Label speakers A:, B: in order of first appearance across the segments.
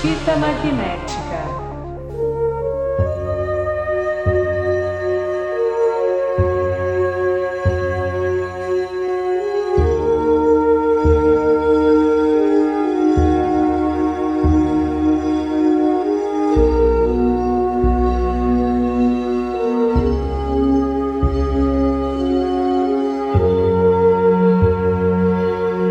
A: Fita magnética.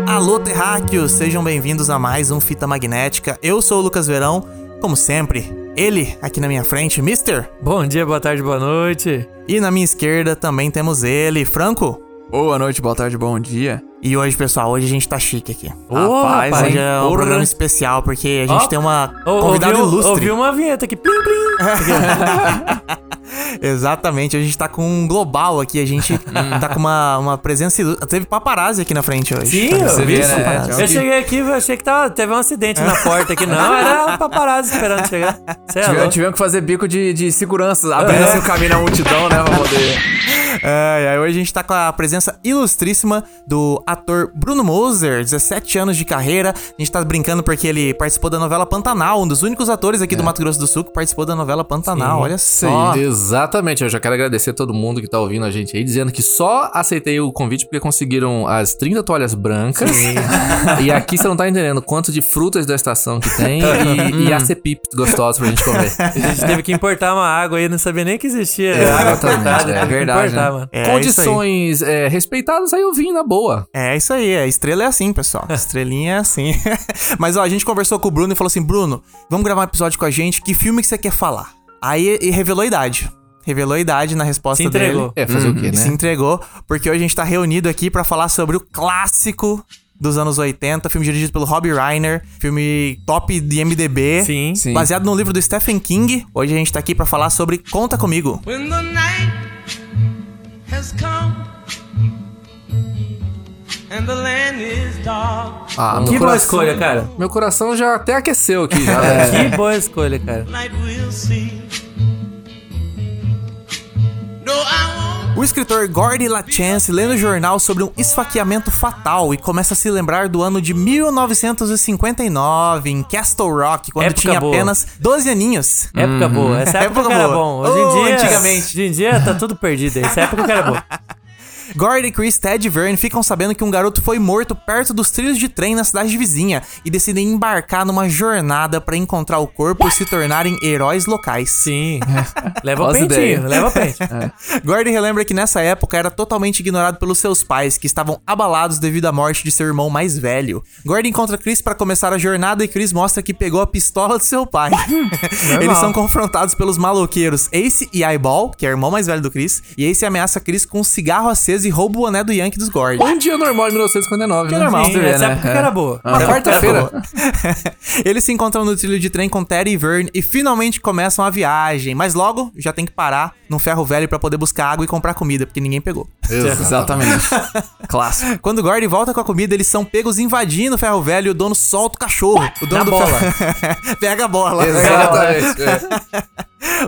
B: Alô, terráqueos! Sejam bem-vindos a mais um Fita Magnética. Eu sou o Lucas Verão, como sempre, ele aqui na minha frente, Mister.
C: Bom dia, boa tarde, boa noite.
B: E na minha esquerda também temos ele, Franco.
D: Boa noite, boa tarde, bom dia.
B: E hoje, pessoal, hoje a gente tá chique aqui.
C: Ô,
D: Rapaz,
C: rapaz,
B: Hoje
C: hein?
B: é um
C: Porra.
B: programa especial, porque a gente
C: Ó,
B: tem uma
C: Ô,
B: convidada
C: ouvi, um-
B: ilustre.
C: Ouvi uma vinheta aqui, plim, plim.
B: Exatamente, a gente tá com um global aqui, a gente tá com uma, uma presença ilustre. Teve paparazzi aqui na frente hoje.
C: Sim,
B: Tá
C: eu
B: vendo?
C: vi,
B: Esse
C: né?
B: paparazzi.
D: Tchau.
C: Eu cheguei aqui, eu achei que tava, teve um acidente na porta aqui. Não, era um paparazzi esperando chegar. Cê é
D: Tivemos,
C: louco. É.
D: tivemos que fazer bico de, de segurança, abrindo assim o caminho na multidão, né, pra poder...
B: É, e aí hoje a gente tá com a presença ilustríssima do ator Bruno Moser, 17 anos de carreira. A gente tá brincando porque ele participou da novela Pantanal, um dos únicos atores aqui do
C: É.
B: Mato Grosso do Sul que participou da novela Pantanal. Olha só.
D: Sim, exatamente. Eu já quero agradecer a todo mundo que tá ouvindo a gente aí, dizendo que só aceitei o convite porque conseguiram as 30 toalhas brancas. e aqui você não tá entendendo quanto de frutas da estação que tem e, e
C: Hum.
D: acepip gostosos pra gente comer.
C: A gente teve que importar uma água aí, não sabia nem que existia. água importada,
D: Exatamente,
C: teve
D: é
C: que
D: verdade.
C: importar,
D: né?
C: mano.
B: É,
D: Condições é, respeitadas, aí eu vim na boa.
B: É isso aí, é. estrela é assim, pessoal. Estrelinha é assim. Mas ó, a gente conversou com o Bruno e falou assim: Bruno, vamos gravar um episódio com a gente, que filme que você quer falar? Aí e revelou a idade. Revelou a idade na resposta
C: Se entregou.
B: dele.
D: É, fazer o quê,
C: Hum,
D: né?
B: se entregou, porque hoje a gente tá reunido aqui pra falar sobre o clássico dos anos 80, filme dirigido pelo Rob Reiner, filme top de MDB,
C: Sim.
D: Sim.
B: baseado no livro do Stephen King. Hoje a gente tá aqui pra falar sobre Conta Comigo.
E: When the night has come and the land is dark,
D: Ah, meu
C: Que boa
D: coração-
C: escolha, cara. É.
D: Meu coração já até aqueceu aqui, já. velho.
C: Que boa escolha, cara.
E: night we'll see. No, I
B: O escritor Gordy LaChance lê no jornal sobre um esfaqueamento fatal e começa a se lembrar do ano de 1959 em Castle Rock, quando
C: Época
B: tinha
C: boa.
B: apenas 12 aninhos.
C: Época
D: Uhum.
C: boa. Essa época,
B: Época
C: que era
B: boa.
C: bom. Hoje em
B: Oh,
C: dia.
B: antigamente.
C: Hoje em dia tá tudo perdido aí. Essa época que era boa.
B: Gord, Chris, Ted e Vern ficam sabendo que um garoto foi morto perto dos trilhos de trem na cidade vizinha e decidem embarcar numa jornada pra encontrar o corpo e se tornarem heróis locais.
C: Sim. Leva o
D: Boas
C: pentinho,
D: ideias.
C: leva o pente.
B: Gord relembra que nessa época era totalmente ignorado pelos seus pais, que estavam abalados devido à morte de seu irmão mais velho. Gord encontra Chris pra começar a jornada e Chris mostra que pegou a pistola do seu pai. Eles são confrontados pelos maloqueiros Ace e Eyeball, que é o irmão mais velho do Chris, e Ace ameaça Chris com um cigarro aceso e rouba o boné do Yankee dos Gord.
D: Um dia normal em 1959, né?
B: normal.
D: Pra você
C: Sim,
D: ver,
C: essa
D: né?
C: época
D: É.
C: que era boa.
F: Ah,
D: Uma
C: Essa época era
D: quarta-feira.
C: Ah, É boa.
B: Eles se encontram no trilho de trem com Terry e Vern e finalmente começam a viagem, mas logo já tem que parar num ferro velho pra poder buscar água e comprar comida, porque ninguém pegou.
D: Exatamente. Clássico.
B: Quando o Gord volta com a comida, eles são pegos invadindo o ferro velho e o dono solta o cachorro. O dono
C: Na
B: do
C: bola.
B: ferro- Pega a
C: É.
B: bola.
D: Exatamente. é.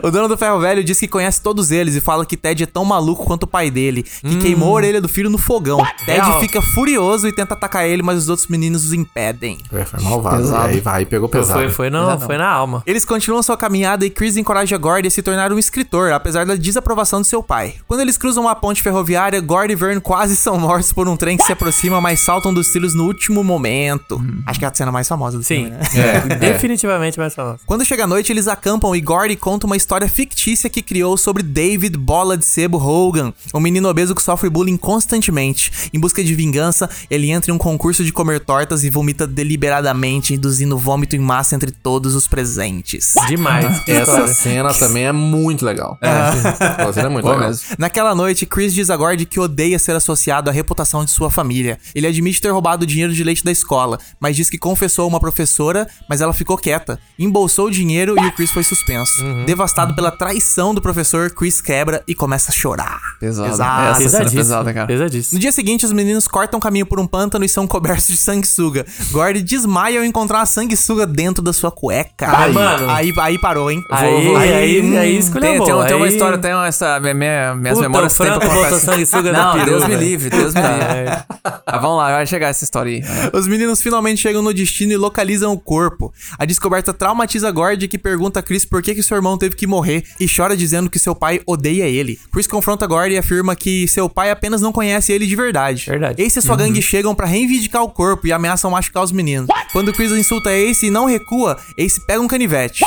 B: O dono do ferro velho diz que conhece todos eles e fala que Ted é tão maluco quanto o pai dele, que queimou a orelha do filho no fogão. Ted
C: Hum. Real.
B: fica furioso e tenta atacar ele, mas os outros meninos os impedem.
D: Foi malvado. Aí vai, pegou pesado.
C: Foi, foi, não, foi na alma.
B: Eles continuam sua caminhada e Chris encoraja Gord a se tornar um escritor, apesar da desaprovação de seu pai. Quando eles cruzam a ponte ferroviária, Gord e Vern quase são mortos por um trem que se aproxima, mas saltam dos trilhos no último momento. Acho que é a cena mais famosa do filme,
C: Sim.
B: né?
D: É.
C: É. Definitivamente mais famosa.
B: Quando chega a noite, eles acampam e Gordy conta uma história fictícia que criou sobre David Bola de Sebo Hogan, um menino obeso que sofre bullying constantemente. Em busca de vingança, ele entra em um concurso de comer tortas e vomita deliberadamente, induzindo vômito em massa entre todos os presentes.
C: Demais. Que
D: Essa
C: história.
D: cena também é muito legal. Essa cena é muito legal.
B: Naquela noite, Chris diz a Gord que odeia ser associado à reputação de sua família. Ele admite ter roubado o dinheiro de leite da escola, mas
F: Uhum.
B: diz que confessou a uma professora, mas ela ficou quieta. Embolsou o dinheiro e o Chris foi suspenso. Devastado, devastado pela traição do professor, Chris quebra e começa a chorar.
F: Pesado.
B: Pesado.
F: Essa cena é
C: Pesadíssimo.
F: pesada, cara.
B: No
C: Pesadíssimo.
B: dia seguinte, os meninos cortam caminho por um pântano e são cobertos de sanguessuga. Gordy desmaia ao encontrar a sanguessuga dentro da sua cueca.
C: Ah, mano.
B: aí, aí parou, hein?
C: Aí,
B: Vou- vou-
C: aí, aí,
F: hum,
C: escolheu
F: tem, tem,
C: boa,
F: tem uma
C: aí-
F: história, tem uma, essa, minha, minha, minhas
C: Puta, o
F: memórias tem pra
C: Franco
F: contar
C: botou
F: assim.
C: sanguessuga na
F: Não,
C: peruca, É.
F: Deus me
C: velho.
F: livre, Deus me livre. Ah, vamos lá, vai chegar essa história aí.
B: Os meninos finalmente chegam no destino e localizam o corpo. A descoberta traumatiza Gordy, que pergunta a Chris por que, que seu irmão teve que morrer e chora dizendo que seu pai odeia ele. Chris confronta Gordy e afirma que seu pai apenas não conhece ele de verdade.
C: Verdade.
B: Ace e sua gangue chegam pra reivindicar o corpo e ameaçam machucar os meninos. Quando Chris insulta Ace e não recua, Ace pega um canivete.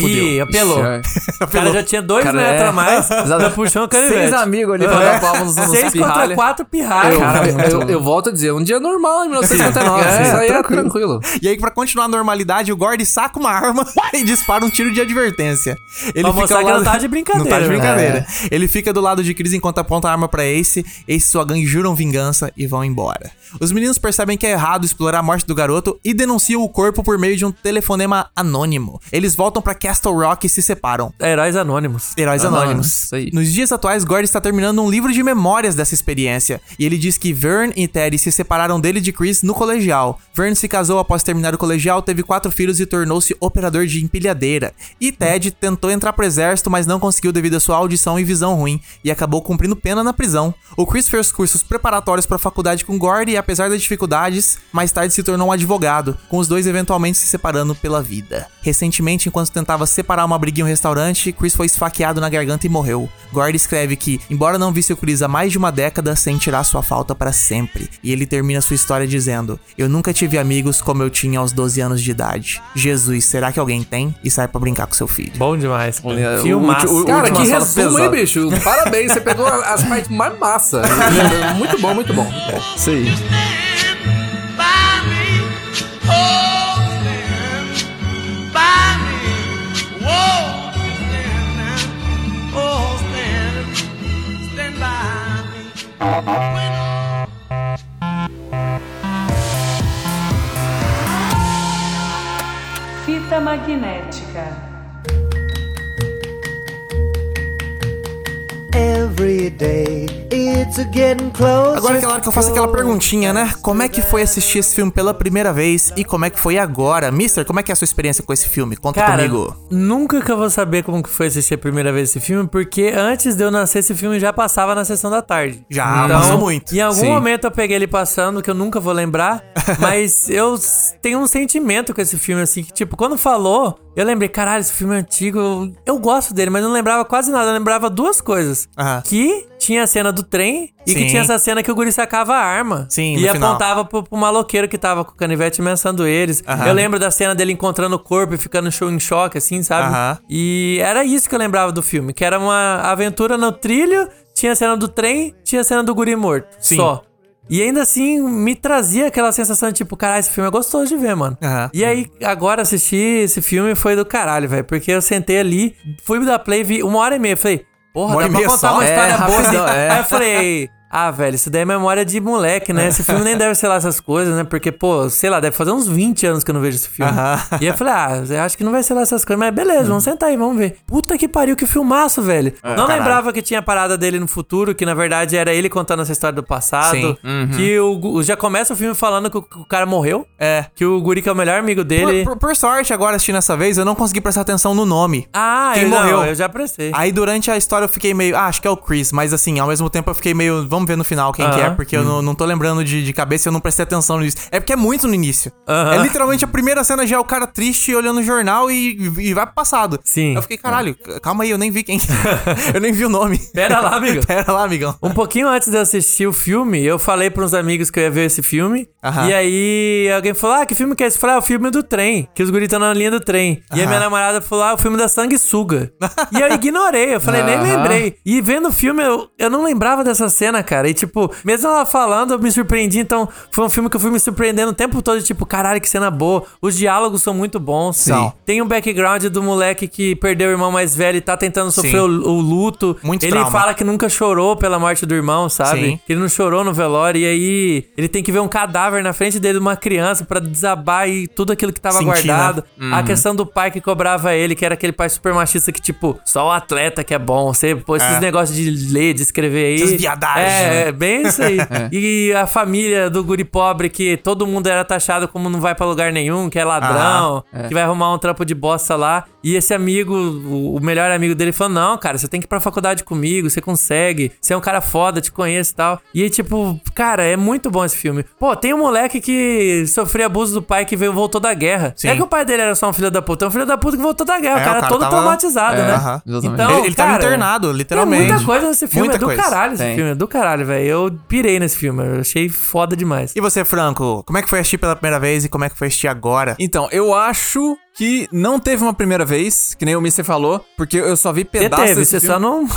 C: Ih, apelou.
F: Ixi, é.
C: O cara já tinha dois
F: Cara,
C: metros
F: é.
C: a mais.
F: Exato.
C: Já puxou um o canivete.
F: Seis amigos ali pra dar palma nos, nos
C: Seis contra
F: pirralha.
C: quatro pirralhas.
D: Eu,
F: Cara, muito
D: eu,
F: bom.
D: eu volto a dizer, um dia normal em 1959.
F: É,
D: isso aí era tranquilo.
B: E aí, pra continuar a normalidade, o Gordy saca uma arma e dispara um tiro de advertência. Ele
C: Pra mostrar
B: ao
C: que não tá de brincadeira,
B: Não tá de
C: né?
B: brincadeira. Ele fica do lado de Chris enquanto aponta a arma pra Ace. Ace e sua gangue juram vingança e vão embora. Os meninos percebem que é errado explorar a morte do garoto e denunciam o corpo por meio de um telefonema anônimo. Eles voltam pra Castle Rock e se separam.
C: Heróis anônimos.
B: Heróis
F: Anônimos,
B: Anônimos.
F: isso aí.
B: Nos dias atuais, Gord está terminando um livro de memórias dessa experiência. E ele diz que Vern e Terry se separaram dele e de Chris no colegial. Vern se casou após terminar o colegial, teve quatro filhos e tornou-se operador de empilhadeira. E Ted tentou entrar pro exército, mas não conseguiu devido à sua audição e visão ruim, e acabou cumprindo pena na prisão. O Chris fez cursos preparatórios para a faculdade com Gord e, apesar das dificuldades, mais tarde se tornou um advogado, com os dois eventualmente se separando pela vida. Recentemente, enquanto tentava separar uma briguinha em um restaurante, Chris foi esfaqueado na garganta e morreu. Gord escreve que, embora não visse o Chris há mais de uma década, sentirá sua falta para sempre. E ele termina sua história dizendo: Eu nunca tive amigos como eu tinha aos 12 anos de idade. Jesus, será que alguém tem? E sai pra brincar com seu filho.
C: Bom demais.
F: É,
C: Cara.
F: o
C: Filmaço.
F: ulti- o-
D: Cara,
F: última
D: que
F: sala
D: resumo,
F: pesada.
D: hein, bicho? Parabéns, você pegou as partes mais massa. Muito bom, muito bom.
F: Isso aí.
E: Stand by me. Oh, stand by me. Whoa, stand now. Oh, stand, stand by me. When
A: Fita magnética.
G: every day. It's a getting close.
B: Agora é aquela hora que eu faço aquela perguntinha, né? Como é que foi assistir esse filme pela primeira vez e como é que foi agora? Mister, como é que é a sua experiência com esse filme? Conta
C: Cara,
B: comigo.
C: nunca que eu vou saber como que foi assistir a primeira vez esse filme, porque antes de eu nascer, esse filme já passava na sessão da tarde. Então,
B: Já, passou muito.
C: Em algum
F: Sim.
C: momento eu peguei ele passando, que eu nunca vou lembrar, mas eu s- tenho um sentimento com esse filme, assim, que tipo, quando falou, eu lembrei, caralho, esse filme é antigo, eu, eu gosto dele, mas não lembrava quase nada, eu lembrava duas coisas.
B: Aham.
C: Que tinha a cena do trem e
B: Sim.
C: que tinha essa cena que o guri sacava a arma.
B: Sim,
C: E
B: no final.
C: apontava pro, pro maloqueiro que tava com o canivete ameaçando eles. Eu lembro da cena dele encontrando o corpo e ficando show em choque, assim, sabe?
B: Aham.
C: E era isso que eu lembrava do filme, que era uma aventura no trilho, tinha a cena do trem, tinha a cena do guri morto,
B: Sim.
C: só. E ainda assim, me trazia aquela sensação de tipo, caralho, esse filme é gostoso de ver, mano.
B: Aham.
C: E aí, agora assistir esse filme foi do caralho, velho, porque eu sentei ali, fui da Play, vi uma hora e meia, falei, porra,
B: Uma hora
C: dá
B: e
C: pra
B: meia
C: contar
B: só?
C: uma
B: É,
C: história boa. assim.
F: rapidão, é.
C: Aí eu falei, ah, velho, isso daí é memória de moleque, né? Esse filme nem deve ser lá essas coisas, né? Porque, pô, sei lá, deve fazer uns 20 anos que eu não vejo esse filme.
B: Aham.
C: E eu falei, ah, eu acho que não vai ser lá essas coisas, mas beleza, vamos sentar aí, vamos ver. Puta que pariu, que filmaço, velho. não
B: É, caralho.
C: lembrava que tinha a parada dele no futuro, que na verdade era ele contando essa história do passado.
B: Sim. uhum.
C: Que o, gu- já começa o filme falando que o, que o cara morreu.
B: É.
C: Que o Guri, que é o melhor amigo
B: Por-
C: dele.
B: Por, por sorte, agora assistindo essa vez, eu não consegui prestar atenção no nome.
C: Ah, é.
B: Quem
C: eu,
B: morreu?
C: Não, eu já prestei.
B: Aí durante a história eu fiquei meio, ah, acho que é o Chris, mas assim, ao mesmo tempo eu fiquei meio, vamos ver no final quem que é,
C: Aham. Hum.
B: porque eu não, não tô lembrando de, de cabeça, eu não prestei atenção nisso. É porque é muito no início.
C: Aham.
B: É literalmente a primeira cena já é o cara triste olhando o jornal e, e vai pro passado.
C: Sim. É.
B: Eu fiquei, caralho, calma aí, eu nem vi quem. eu nem vi o nome.
C: Pera lá, amigo.
B: Pera lá, amigão.
C: Um pouquinho antes de eu assistir o filme, eu falei para uns amigos que eu ia ver esse filme.
B: Aham.
C: E aí alguém falou: Ah, que filme que é esse? Eu falei: Ah, o filme do trem. Que os guris estão na linha do trem. E a minha namorada falou: Ah, o filme da sanguessuga. e eu ignorei. Eu falei: Nem
F: Aham.
C: lembrei. E vendo o filme, eu, eu não lembrava dessa cena, cara. E, tipo, mesmo ela falando, eu me surpreendi. Então, foi um filme que eu fui me surpreendendo o tempo todo. Tipo, caralho, que cena boa. Os diálogos são muito bons.
B: Sim.
C: Tem um background do moleque que perdeu o irmão mais velho e tá tentando sofrer o, o luto.
B: Muito
C: Ele
B: trauma.
C: fala que nunca chorou pela morte do irmão, sabe?
B: Sim.
C: Que ele não chorou no velório. E aí, ele tem que ver um cadáver na frente dele de uma criança pra desabar e tudo aquilo que tava
B: Sentir, né?
C: guardado. A questão do pai que cobrava ele, que era aquele pai super machista que, tipo, só o atleta que é bom. Você, pô, esses
B: É.
C: negócios de ler, de escrever aí.
B: Essas viadagens,
C: É,
B: né?
C: é bem isso aí. E a família do guri pobre, que todo mundo era taxado como não vai pra lugar nenhum, que é ladrão, que vai arrumar um trampo de bosta lá. E esse amigo, o- o melhor amigo dele, falou: Não, cara, você tem que ir pra faculdade comigo, você consegue, você é um cara foda, te conheço e tal. E aí, tipo, cara, é muito bom esse filme. Pô, tem um moleque que sofreu abuso do pai que veio, voltou da guerra.
B: Sim.
C: Não é que o pai dele era só um filho da puta, é um filho da puta que voltou da guerra.
B: É,
C: o cara,
B: o cara
C: todo
B: tava-
C: traumatizado,
B: É,
C: né?
B: aham.
H: Exatamente.
C: Então,
B: ele ele tava
C: cara,
B: internado, literalmente.
C: tem muita coisa nesse filme,
B: Muita
C: é do
B: coisa.
C: caralho esse
H: Tem.
C: filme, é do caralho, velho. Eu pirei nesse filme, eu achei foda demais.
B: E você, Franco, como é que foi assistir pela primeira vez e como é que foi assistir agora?
D: Então, eu acho que não teve uma primeira vez, que nem o Mister falou, porque eu só vi
C: Você
D: pedaços
C: teve,
D: desse
C: você
D: filme.
C: só não.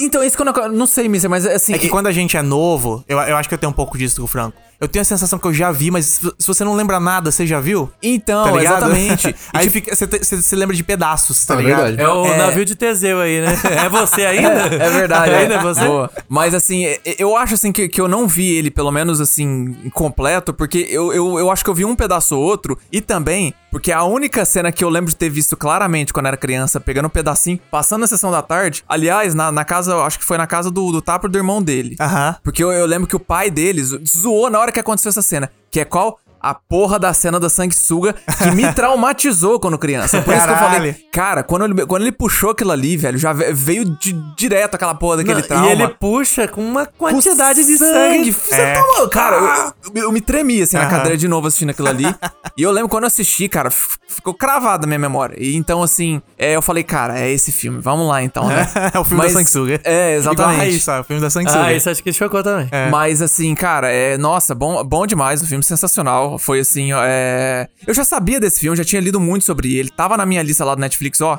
D: Então, isso que eu não, não sei, Mister, mas assim...
B: É que quando a gente é novo, eu, eu acho que eu tenho um pouco disso com o Franco. Eu tenho a sensação que eu já vi, mas se se você não lembra nada, você já viu?
D: Então,
B: Tá ligado?
D: exatamente.
B: Aí fica, você, te- você se lembra de pedaços, tá
H: É
B: ligado?
H: verdade.
C: É o
D: É.
C: navio de Teseu aí, né? É você ainda?
D: É verdade.
C: ainda
D: é.
C: é você?
D: Boa. Mas assim, é- eu acho assim que, que eu não vi ele, pelo menos assim, completo, porque eu, eu, eu acho que eu vi um pedaço ou outro, e também, porque a única cena que eu lembro de ter visto claramente quando era criança, pegando um pedacinho, passando na sessão da tarde, aliás, na, na casa, eu acho que foi na casa do, do Tapa do irmão dele.
B: Aham.
D: Porque eu, eu lembro que o pai deles zoou na hora que aconteceu essa cena, que é qual? A porra da cena da sanguessuga que me traumatizou quando criança. Por isso que eu falei,
B: Caralho.
D: Cara, quando ele, quando ele puxou aquilo ali, velho, já ve- veio di- direto aquela porra daquele
C: Não,
D: trauma.
C: E ele puxa com uma
D: Com
C: quantidade de sangue. Ah,
D: Você
B: É.
D: tá maluco? Cara, eu- eu, eu me tremi assim na
B: Aham.
D: cadeira de novo assistindo aquilo ali. e eu lembro quando eu assisti, cara, f- ficou cravado na minha memória. E então, assim, é, eu falei, cara, é esse filme, vamos lá então, né?
B: É o filme
D: Mas-
B: da sanguessuga.
D: É, exatamente.
B: Igual a Raíssa, o filme da sanguessuga.
C: Ah, isso acho que chocou também.
B: É.
D: Mas assim, cara, é. Nossa, bom, bom demais, um filme sensacional. Foi assim, ó, é. Eu já sabia desse filme, já tinha lido muito sobre ele. Tava na minha lista lá do Netflix, ó.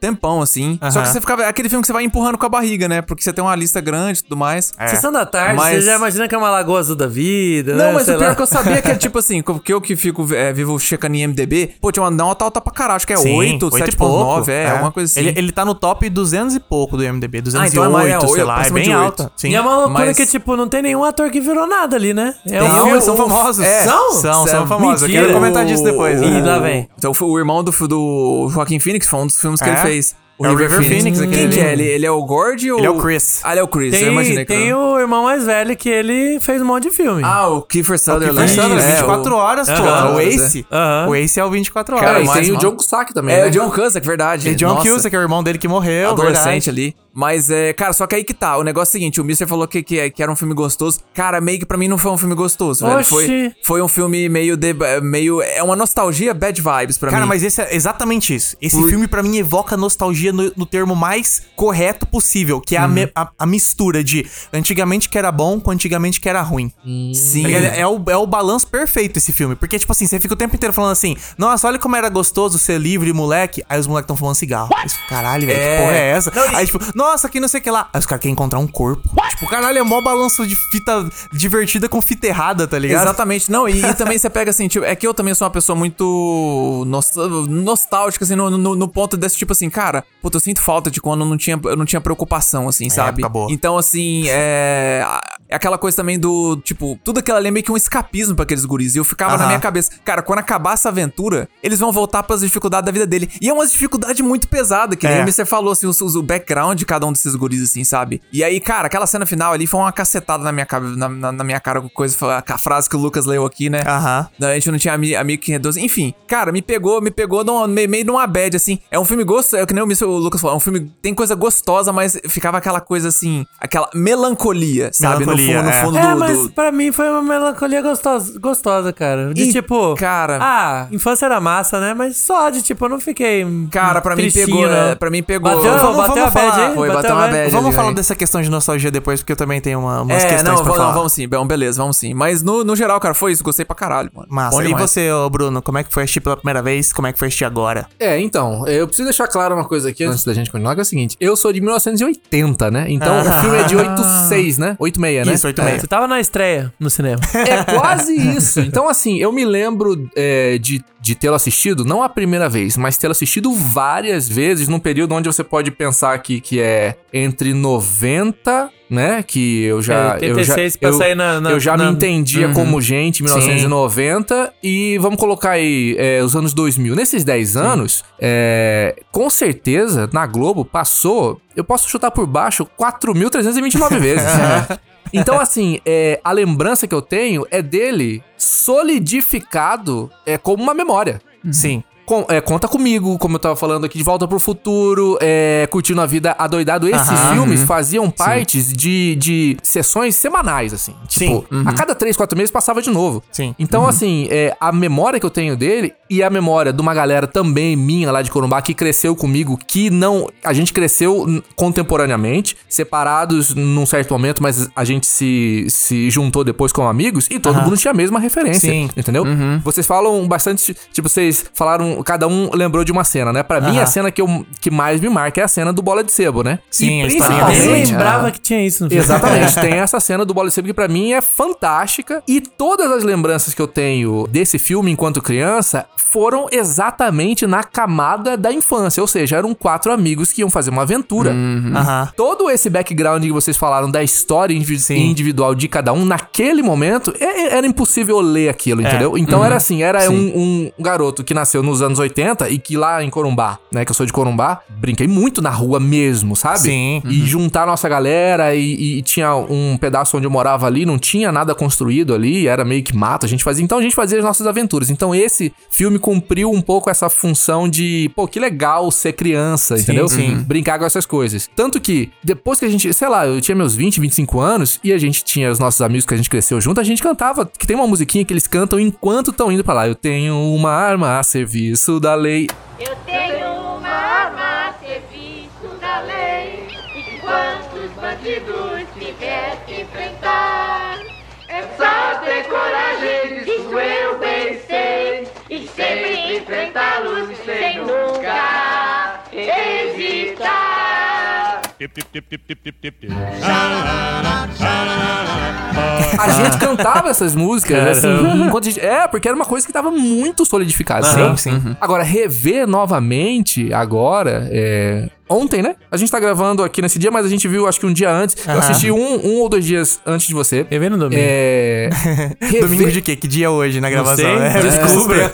D: Tempão, assim. Só que
B: Aham.
D: você ficava. É aquele filme que você vai empurrando com a barriga, né? Porque você tem uma lista grande e tudo mais.
B: É.
C: Sessão da tarde,
D: Mas-
C: você já imagina que é uma lagoa azul da vida, né?
D: Não, mas
C: Sei
D: o pior
C: lá.
D: que eu sabia que é tipo assim, co- que eu que fico é, vivo checando em MDB, pô, tinha uma nota alta pra caralho, acho que é
B: Sim,
D: 8,
B: oito e
D: 7.9, é,
B: pouco,
D: alguma coisa assim.
B: Ele, ele tá no top 200 e pouco do MDB, 208,
D: então é mais- é
B: sei
D: oito,
B: lá, é
D: acima de
B: bem
D: oito.
B: alta. Sim.
C: E é uma loucura
D: Mas-
C: que, tipo, não tem nenhum ator que virou nada ali, né? É
B: Tem,
C: um-
B: são
C: um-
B: famosos.
C: É. São?
B: São, são famosos. Eu
C: Mentira.
B: quero comentar disso depois.
C: Ih,
B: né?
C: lá vem.
D: Então foi o irmão do, do Joaquim Phoenix, foi um dos filmes que
B: É?
D: ele fez.
B: É o River Phoenix,
D: Quem
B: aquele ali.
D: que é? Ele, ele é o Gord ou...
B: Ele é o Chris.
D: Ah, ele é o Chris,
C: Tem,
D: eu imaginei que...
C: tem
D: era-
C: o irmão mais velho que ele fez um monte de filme.
D: Ah, o Kiefer
B: Kiefer
D: Sutherland.
B: Sutherland,
D: Isso, é,
B: 24
D: o-
B: horas, pô.
D: Aham.
B: O Ace.
C: Aham.
B: O Ace é o 24 horas.
D: Cara,
H: Cara,
B: Mas
H: e
D: mas
H: tem o
D: não.
H: John Cusack também,
D: É,
H: né?
D: o John Cusack, verdade.
B: E John
D: Nossa.
B: Cusack é o irmão dele que morreu.
D: adolescente
B: verdade.
D: ali. Mas, é, cara, só que aí que tá. O negócio é o seguinte: o Mister falou que, que, que era um filme gostoso. Cara, meio que pra mim não foi um filme gostoso, velho.
C: Oxi.
D: Foi, foi um filme meio, de, meio. É uma nostalgia bad vibes pra
B: Cara,
D: mim.
B: mas esse é exatamente isso. Esse filme, pra mim, evoca nostalgia no, no termo mais correto possível, que é a, me- a- a mistura de antigamente que era bom com antigamente que era ruim.
D: sim.
B: Tá ligado? É, o, é o balanço perfeito esse filme. Porque, tipo assim, você fica o tempo inteiro falando assim: Nossa, olha como era gostoso ser livre, moleque. Aí os moleques tão fumando cigarro. Aí você, caralho, velho,
D: É.
B: que porra é essa? Aí, tipo, nossa, que não sei o que lá. Aí os caras querem encontrar um corpo. Tipo, caralho, é mó balanço de fita divertida com fita errada, tá ligado?
D: Exatamente, não, e, e também você pega assim, tipo, é que eu também sou uma pessoa muito nos- nostálgica, assim, no, no- no ponto desse tipo assim, cara, puta, eu sinto falta de quando eu não tinha, eu não tinha preocupação, assim, sabe?
B: É, época boa.
D: Então, assim, é. a- é aquela coisa também do, tipo, tudo aquilo ali é meio que um escapismo pra aqueles guris. E eu ficava na
B: Aham.
D: minha cabeça, cara, quando acabar essa aventura, eles vão voltar pras dificuldades da vida dele. E é uma dificuldade muito pesada, que
B: É.
D: nem você falou, assim, os- os- o background de cada um desses guris, assim, sabe? E aí, cara, aquela cena final ali foi uma cacetada na minha, cabe- na, na- na minha cara com coisa, foi a, a frase que o Lucas leu aqui, né?
B: Aham.
D: Não, A gente não tinha ami- amigo que reduz. Enfim, cara, me pegou, me pegou numa, meio, meio numa bad, assim. É um filme gostoso, é que nem o Mr. Lucas falou, é um filme tem coisa gostosa, mas ficava aquela coisa assim, aquela melancolia, sabe? No
B: Melancolia,
D: fundo, no
B: é.
D: fundo
C: É,
D: do-
C: mas
D: do,
C: pra mim foi uma melancolia gostosa, gostosa cara. De
D: Ih,
C: tipo.
D: cara.
C: Ah, infância era massa, né? Mas só de tipo, eu não fiquei.
D: Cara, pra mim
C: tristinho,
D: pegou,
C: não.
D: é, pra mim pegou.
C: Bateu,
D: Vamos-
C: bateu
B: vamos
C: a bad
B: falar.
C: aí?
D: Foi, bateu
C: a
D: uma bad.
B: Vamos
D: ali,
B: falar
D: aí.
B: dessa questão de nostalgia depois, porque eu também tenho uma, umas
D: É,
B: questões
D: não,
B: pra
D: vamos,
B: falar.
D: não, vamos sim. Bom, beleza, vamos sim. Mas no, no geral, cara, foi isso. Gostei pra caralho, mano.
B: Massa.
D: Bom
B: e
D: demais.
B: você, ô, Bruno, como é que foi assistir pela primeira vez? Como é que foi assistir agora?
H: É, então, eu preciso deixar claro uma coisa aqui antes da gente continuar, que é o seguinte, eu sou de 1980, né? Então o filme é de 86, né? 86, né?
D: né?
B: Isso, oito e meia.
C: Você tava na estreia no cinema.
D: É quase isso. Então, assim, eu me lembro é, de, de tê-lo assistido, não a primeira vez, mas tê-lo assistido várias vezes num período onde você pode pensar que, que é entre 90, né? Que eu já.
C: É,
D: eu já,
C: 86 pra
D: eu,
C: sair na- na-
D: eu já
C: na- Uhum.
D: me entendia como gente em 1990. E vamos colocar aí é, os anos 2000. Nesses 10 anos, é, com certeza, na Globo passou. Eu posso chutar por baixo 4.329 vezes.
C: É.
D: Então, assim, é, a lembrança que eu tenho é dele solidificado é, como uma memória.
C: Uhum.
B: Sim.
D: Com- é, conta comigo, como eu tava falando aqui, de Volta pro Futuro, é, Curtindo a Vida Adoidado. Esses filmes faziam partes de, de sessões semanais, assim. Tipo, a cada três, quatro meses passava de novo.
B: Sim.
D: Então, assim, é, a memória que eu tenho dele e a memória de uma galera também minha lá de Corumbá que cresceu comigo, que não. A gente cresceu n- contemporaneamente, separados num certo momento, mas a gente se, se juntou depois como amigos e todo mundo tinha a mesma referência.
B: Sim. Uhum.
D: Entendeu? Vocês falam bastante. Tipo, vocês falaram. Cada um lembrou de uma cena, né? Pra mim, a cena que, eu, que mais me marca é a cena do Bola de Sebo, né?
B: Sim,
D: e
B: a história é.
C: Eu Ah, nem
D: principalmente.
C: lembrava é que tinha isso no filme.
D: Exatamente. tem essa cena do Bola de Sebo que pra mim é fantástica. E todas as lembranças que eu tenho desse filme enquanto criança foram exatamente na camada da infância. Ou seja, eram quatro amigos que iam fazer uma aventura.
B: Uhum. Aham.
D: Todo esse background que vocês falaram da história indivi- individual de cada um, naquele momento, é- é- era impossível ler aquilo, entendeu? Então era assim, era um, um garoto que nasceu nos anos 80 e que lá em Corumbá, né, que eu sou de Corumbá, brinquei muito na rua mesmo, sabe?
B: Sim.
D: E juntar nossa galera e, e tinha um pedaço onde eu morava ali, não tinha nada construído ali, era meio que mato, a gente fazia, então a gente fazia as nossas aventuras. Então esse filme cumpriu um pouco essa função de, pô, que legal ser criança, entendeu?
B: sim.
D: brincar com essas coisas. Tanto que, depois que a gente, sei lá, eu tinha meus 20, 25 anos e a gente tinha os nossos amigos que a gente cresceu junto, a gente cantava, que tem uma musiquinha que eles cantam enquanto estão indo pra lá. Eu tenho uma arma a serviço da lei.
I: Eu tenho uma arma a serviço da lei. E quantos bandidos tiver que enfrentar, é só ter coragem, disso eu bem sei. E sempre enfrentá-los sem nunca hesitar.
D: A
B: Ah.
D: gente cantava essas músicas, assim, enquanto a gente, É, porque era uma coisa que tava muito solidificada.
B: Sim,
C: Uhum.
D: sabe?
B: sim.
D: Agora, rever novamente, agora, é. Ontem, né? A gente tá gravando aqui nesse dia, mas a gente viu, acho que um dia antes. Eu assisti um, um ou dois dias antes de você.
C: Eu vi no domingo.
D: É. rever-
B: Domingo de quê? Que dia é hoje na gravação?
C: sei.
B: É,
D: Descubra. É,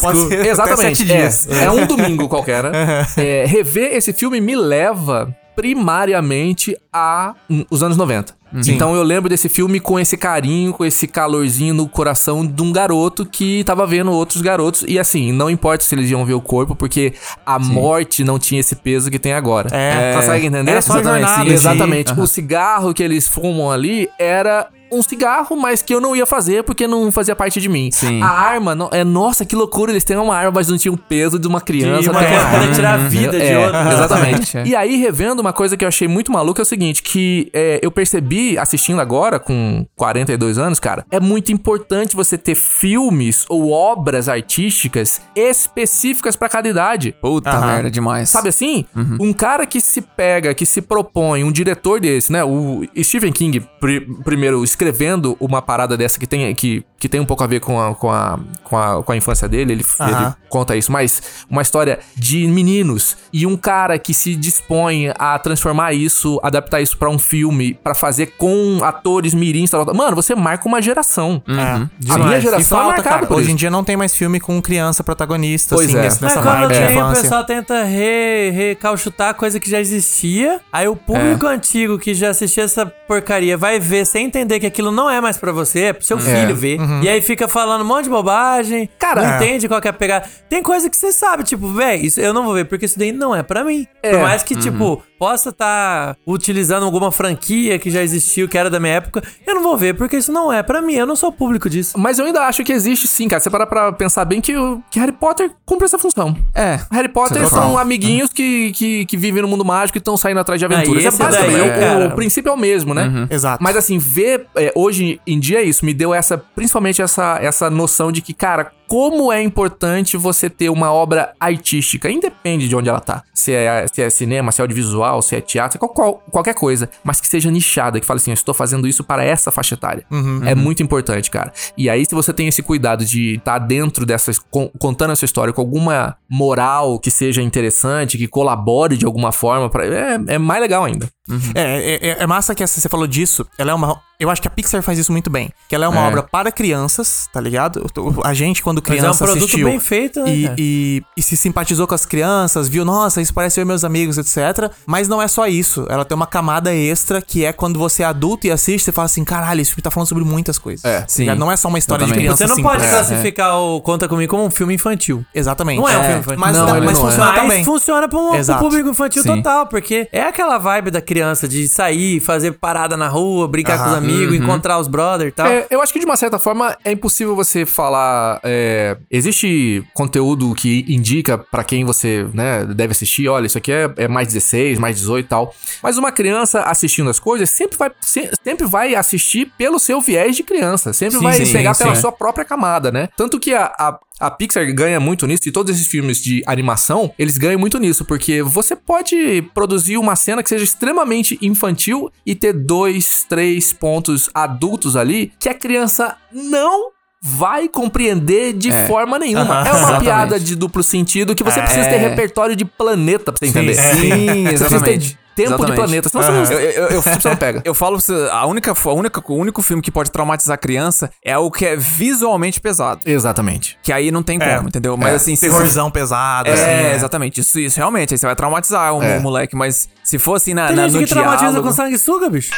B: Pode ser até
D: Exatamente.
B: sete
D: é.
B: dias.
D: É, um domingo qualquer, né? É, rever esse filme me leva primariamente a hum, os anos 90.
B: Uhum.
D: Então eu lembro desse filme com esse carinho, com esse calorzinho no coração de um garoto que tava vendo outros garotos. E assim, não importa se eles iam ver o corpo, porque a morte não tinha esse peso que tem agora.
B: É.
D: Consegue entender?
B: Era só a
D: Exatamente.
B: jornada, assim.
D: Sim,
B: sim.
D: Exatamente. É tipo, O cigarro que eles fumam ali era um cigarro, mas que eu não ia fazer porque não fazia parte de mim.
F: Sim.
D: A arma, no- é nossa, que loucura, eles têm uma arma, mas não tinham o peso de uma criança.
C: De uma
D: né?
C: criança poder tirar a vida de
D: é,
C: outra.
D: Exatamente.
F: É.
D: E aí, revendo, uma coisa que eu achei muito maluca é o seguinte, que é, eu percebi, assistindo agora, com 42 anos, cara, é muito importante você ter filmes ou obras artísticas específicas pra cada idade.
F: Puta merda, demais.
D: Sabe assim? Um cara que se pega, que se propõe, um diretor desse, né? O Stephen King, pri- primeiro, escrevendo uma parada dessa que tem, que, que tem um pouco a ver com a, com a, com a, com a infância dele, ele, ele conta isso, mas uma história de meninos e um cara que se dispõe a transformar isso, adaptar isso pra um filme, pra fazer com atores mirins, tal, tal. Mano, você marca uma geração.
B: Uhum.
D: A minha
B: e
D: geração é
B: falta,
D: marcada
B: cara.
D: por
B: Hoje
D: isso.
B: em dia não tem mais filme com criança protagonista,
D: Pois
B: assim,
D: é.
B: nesse-
C: Mas
B: nessa
C: quando
B: vibe de
C: tem, o
B: infância.
C: pessoal tenta re- recauchutar coisa que já existia. Aí o público
B: É.
C: antigo que já assistia essa porcaria vai ver sem entender que aquilo não é mais pra você, é pro
B: Uhum.
C: seu filho ver. E aí fica falando um monte de bobagem. Cara, não
B: É.
C: entende qual que é a pegada. Tem coisa que você sabe, tipo, véi, isso eu não vou ver porque isso daí não é pra mim. Por mais
B: Uhum.
C: que, tipo, possa estar utilizando alguma franquia que já existiu, que era da minha época, eu não vou ver porque isso não é pra mim. Eu não sou público disso.
D: Mas eu ainda acho que existe sim, cara. Você para pra pensar bem que, o- que Harry Potter cumpre essa função. É. Harry Potter
F: Total.
D: são amiguinhos que, que, que vivem no mundo mágico e estão saindo atrás de aventuras.
C: esse
D: é basicamente
C: daí,
D: o- o,
C: cara.
D: princípio é o mesmo, né?
B: Exato.
D: é Mas assim, ver é, hoje em dia é isso me deu essa, principalmente essa, essa noção de que, cara, como é importante você ter uma obra artística, independe de onde ela tá. Se é, se é cinema, se é audiovisual, se é teatro, se é qual- qual- qualquer coisa, mas que seja nichada, que fale assim, eu estou fazendo isso para essa faixa etária.
C: Uhum,
D: é muito importante, cara. E aí, se você tem esse cuidado de estar dentro dessas, con- contando essa história com alguma moral que seja interessante, que colabore de alguma forma, pra, é, é mais legal ainda.
B: É, é, é- é massa que essa- você falou disso. Ela é uma. Eu acho que a Pixar faz isso muito bem. Que ela é uma
D: É.
B: obra para crianças, tá ligado? O- o- A gente, quando
C: Mas
B: criança,
C: é um produto
B: assistiu.
C: bem feito, né?
B: e,
C: cara?
B: e, e se simpatizou com as crianças, viu, nossa, isso parece eu e meus amigos, etc. Mas não é só isso. Ela tem uma camada extra que é quando você é adulto e assiste, você fala assim: caralho, esse filme tá falando sobre muitas coisas.
D: É,
B: Tá
F: sim.
B: ligado? Não é só uma história de
F: Exatamente.
B: criança.
C: Você não
B: simples.
C: pode
B: é.
C: classificar o Conta Comigo como um filme infantil.
B: Exatamente.
C: Não é um filme infantil.
B: Mas, tá-
D: Não,
B: mas
D: ele não é.
B: funciona
C: Mas
B: também.
C: funciona pra um, pro
B: Exato.
C: público infantil
D: Sim.
C: total, porque é aquela vibe da criança de sair, fazer parada na rua, brincar com os amigos,
B: Uhum.
C: encontrar os brothers e tal.
D: É, eu acho que de uma certa forma é impossível você falar. é, existe conteúdo que indica pra quem você né, deve assistir, olha, isso aqui é, é mais 16, mais 18 e tal. Mas uma criança assistindo as coisas sempre vai, se- sempre vai assistir pelo seu viés de criança. Sempre
F: Sim,
D: vai
F: sim,
D: pegar
F: sim.
D: pela
F: É.
D: sua própria camada, né? Tanto que a, a, a Pixar ganha muito nisso, e todos esses filmes de animação, eles ganham muito nisso, porque você pode produzir uma cena que seja extremamente infantil e ter dois, três pontos adultos ali que a criança não vai compreender de forma nenhuma. é uma
F: exatamente. É.
D: piada de duplo sentido que você precisa ter repertório de planeta pra você entender.
F: sim,
D: Você precisa ter
F: exatamente.
D: tempo de
F: Exatamente.
D: planeta, senão você
F: Eu,
D: não...
F: eu, eu,
D: Você não pega.
F: eu falo pra você, a única, fo- a única, o único filme que pode traumatizar a criança é o que é visualmente pesado.
D: Exatamente.
F: Que aí não tem como, entendeu? Mas
D: É.
F: assim, se você-
B: Terrorzão pesado,
F: É,
B: assim. né?
F: exatamente. Isso, isso realmente. Aí você vai traumatizar o
D: É.
F: moleque. Mas se for assim na,
C: Tem
F: na,
C: gente
F: no
C: que traumatiza
F: diálogo-
C: com sanguessuga, bicho.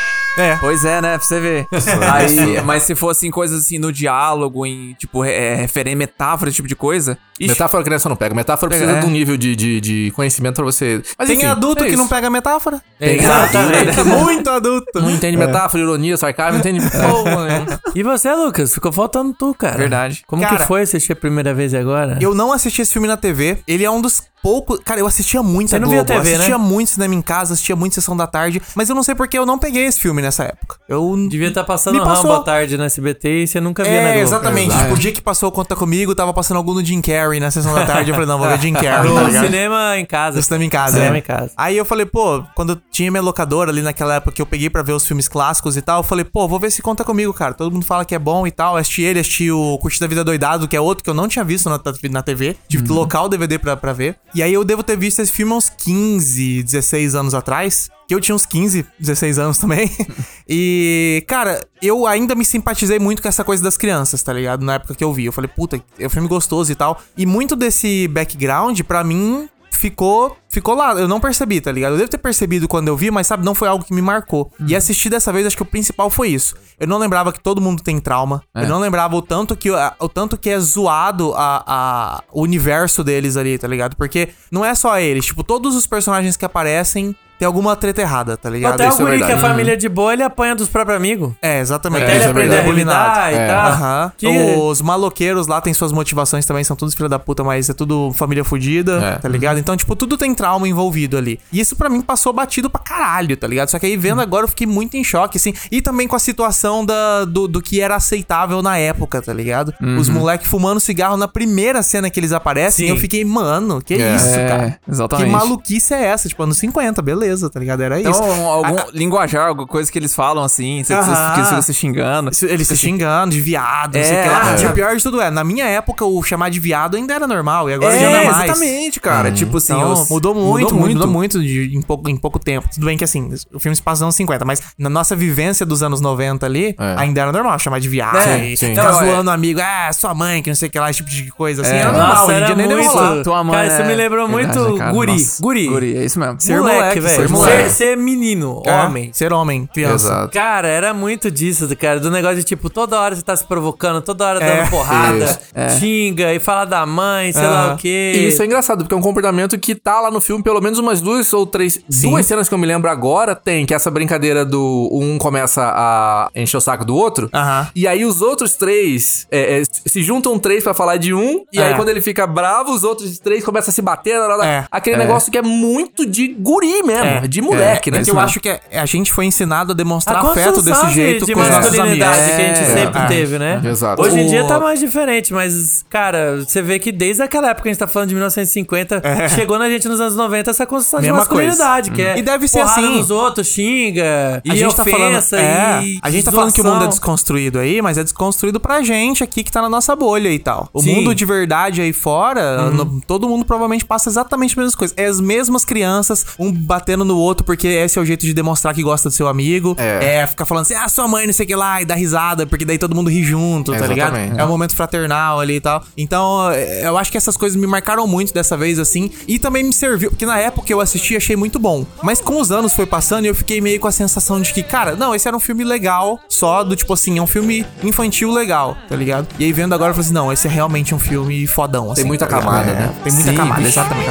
F: Pois é, né? Pra você ver. Aí, mas se for assim, coisas assim no diálogo, em tipo, é, referir metáfora, esse tipo de coisa. Ixi,
D: Metáfora criança não pega. Metáfora precisa
F: É.
D: de um nível de, de, de conhecimento pra você. Mas,
B: Tem
D: enfim,
B: adulto
D: é
B: que
D: isso.
B: não pega metáfora.
F: É,
D: Tá.
C: Exatamente.
B: Muito adulto.
D: Não entende metáfora, ironia, sarcasmo, não entende porra nenhuma.
C: E você, Lucas? Ficou faltando tu, cara.
F: Verdade.
C: Como
B: Cara,
C: que foi assistir a primeira vez e agora?
B: Eu não assisti esse filme na TV. Ele é um dos poucos. Cara, eu assistia muito
C: Você
B: a
C: não
B: Globo.
C: via TV,
B: eu assistia
C: né?
B: muito cinema em casa, assistia muito sessão da tarde. Mas eu não sei porque eu não peguei esse filme nessa época. Eu.
C: Devia estar passando
B: Me
C: Rambo
B: passou.
C: à tarde na SBT e você nunca via na
B: É,
C: né, Globo.
B: exatamente.
D: Exato.
B: Tipo, o dia que passou Conta Comigo, tava passando algum no Jim Carrey na sessão da tarde. Eu falei, não, vou ver Jim Carrey. tá
C: No
B: ligado?
C: cinema em casa.
B: No cinema em casa.
C: Cinema
B: né?
C: em casa.
B: Aí eu falei, pô, quando eu tinha minha locadora ali naquela época que eu peguei pra ver os filmes clássicos e tal, eu falei, pô, vou ver se conta comigo, cara. Todo mundo fala que é bom e tal. Eu Assisti ele, assisti o Curte da Vida Doidado, que é outro que eu não tinha visto na, na TV. Tive
C: Uhum.
B: que locar o DVD pra, pra ver. E aí eu devo ter visto esse filme há uns 15, 16 anos atrás. Que eu tinha uns 15, 16 anos também. E, cara, eu ainda me simpatizei muito com essa coisa das crianças, tá ligado? Na época que eu vi. Eu falei, puta, é um filme gostoso e tal. E muito desse background, pra mim, ficou ficou lá. Eu não percebi, tá ligado? Eu devo ter percebido quando eu vi, mas sabe, não foi algo que me marcou. E assistir dessa vez, acho que o principal foi isso. Eu não lembrava que todo mundo tem trauma. Eu não lembrava o tanto que a- o tanto que é zoado a, a- o universo deles ali, tá ligado? Porque não é só eles, tipo, todos os personagens que aparecem tem alguma treta errada, tá ligado?
C: Até o
D: é
C: guri que a
D: verdade.
C: família é de boa, ele apanha dos próprios amigos.
B: É, exatamente.
C: Até
D: É,
C: ele
D: isso é
C: aprender a
D: verdade.
B: Bulinado.
C: lidar e
D: É.
C: tal.
B: Aham.
C: Que-
B: Os maloqueiros lá têm suas motivações também, são todos filha da puta, mas é tudo família fudida,
D: É.
B: tá ligado? Então, tipo, tudo tem trauma envolvido ali. E isso pra mim passou batido pra caralho, tá ligado? Só que aí vendo agora eu fiquei muito em choque, assim. E também com a situação da, do, do que era aceitável na época, tá ligado?
D: Uhum.
B: Os moleques fumando cigarro na primeira cena que eles aparecem,
C: Sim.
B: eu fiquei, mano, que
D: É.
B: isso,
F: é,
B: cara? Que
F: Exatamente.
B: maluquice é essa? Tipo, anos 50, beleza, tá ligado? Era isso.
F: Então, algum linguajar, alguma coisa que eles falam assim, você
B: Aham.
F: que você se xingando.
B: Se- Ele se xingando de viado, não sei o
F: É,
B: que lá.
F: é.
B: E o pior de tudo é, na minha época o chamar de viado ainda era normal, e agora já não é
F: É,
B: mais.
F: exatamente, cara. Tipo assim,
B: Então,
F: eu-
B: mudou muito, mudou muito, de- em, pouco, em pouco tempo. Tudo bem que assim, o filme se passa nos anos 50, mas na nossa vivência dos anos 90 ali,
D: É.
B: ainda era normal chamar de viado.
D: É, É.
B: e
D: sim.
B: Ficar
F: Não, é.
B: zoando amigo, ah, sua mãe, que não sei o que lá, esse tipo de coisa assim. Era normal,
C: Nossa,
B: hoje em
C: era
B: dia nem deve rolar.
C: muito...
F: Tua mãe
C: Cara, isso
F: é-
C: me lembrou
F: Verdade,
C: muito
F: né, cara?
C: guri.
F: Nossa.
C: Guri.
F: Guri, é isso mesmo.
C: Ser moleque, velho.
B: ser
C: Ser,
B: moleque.
C: ser menino,
B: É,
C: homem.
B: Ser homem, criança.
D: Exato.
C: Cara, era muito disso, cara. Do negócio de tipo, toda hora você tá se provocando, toda hora
B: É.
C: dando porrada,
D: Isso.
C: xinga e fala da mãe, sei lá
B: Aham.
C: o quê.
D: E isso é engraçado, porque é um comportamento que tá lá no filme, pelo menos umas duas ou três. Duas cenas que eu me lembro agora tem, que é essa brincadeira do um começa a encher o saco do outro.
B: Aham.
D: E aí os outros três é, é, se juntam três pra falar de um, e
B: É.
D: aí quando ele fica bravo, os outros três começam a se bater. lá, lá, lá.
B: É.
D: Aquele negócio que é muito de guri mesmo, mesmo,
C: É.
D: de moleque,
B: é,
D: né?
B: que eu acho que é- a gente foi ensinado a demonstrar
C: A
B: é afeto desse
C: construção
B: jeito
C: de, de
B: com os nossos amigos.
C: masculinidade que a gente
B: É,
C: sempre
B: é.
C: teve, né?
D: Exato.
C: Hoje em dia
D: O-
C: tá mais diferente, mas, cara, você vê que desde aquela época, a gente tá falando de 1950, chegou na gente nos anos 90 essa construção de
B: É. Mesma
C: masculinidade, que é
B: E deve ser
C: porrada
B: assim.
C: nos outros, xinga,
B: A
C: e
B: gente, tá falando,
C: ofensa,
B: é,
C: e
B: a gente tá falando que o mundo é
C: zoação.
B: desconstruído aí, mas é desconstruído pra gente aqui que tá na nossa bolha e tal. O
C: Sim. Uhum.
B: mundo de verdade aí fora, no- todo mundo provavelmente passa exatamente as mesmas coisas. É as mesmas crianças, um batendo no outro porque esse é o jeito de demonstrar que gosta do seu amigo. É,
D: É.
B: ficar falando assim, ah, sua mãe, não sei o que lá, e dar risada, porque daí todo mundo ri junto, tá ligado?
D: Exatamente.
B: É um momento fraternal ali e tal. Então, é, eu acho que essas coisas me marcaram muito dessa vez, assim. E também me serviu, porque na época eu assisti e achei muito bom. Mas com os anos foi passando e eu fiquei meio com a sensação de que, cara, não, esse era um filme legal, só do tipo assim, é um filme infantil legal, tá ligado? E aí vendo agora eu falei assim, não, esse é realmente um filme fodão, assim.
D: Tem muita
B: tá ligado?
D: camada,
B: É,
D: né?
B: Tem muita
D: Sim,
B: camada,
D: bicho.
B: exatamente.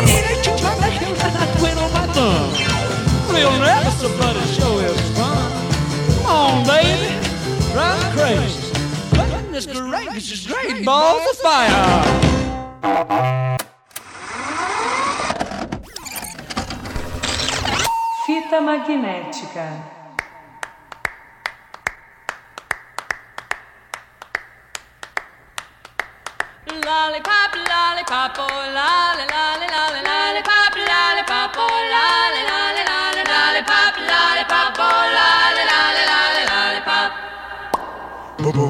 E: Real never so bloody show is fun. Come on, baby, drive me crazy. Goodness gracious, great balls of fire.
A: Fita magnética.
J: Lollipop, lollipop, oh, lolly, lolly, lolly, lollipop, lollipop, oh, lolly, lolly, lolly, lollipop, lollipop, oh, lolly, lolly, lolly, lollipop.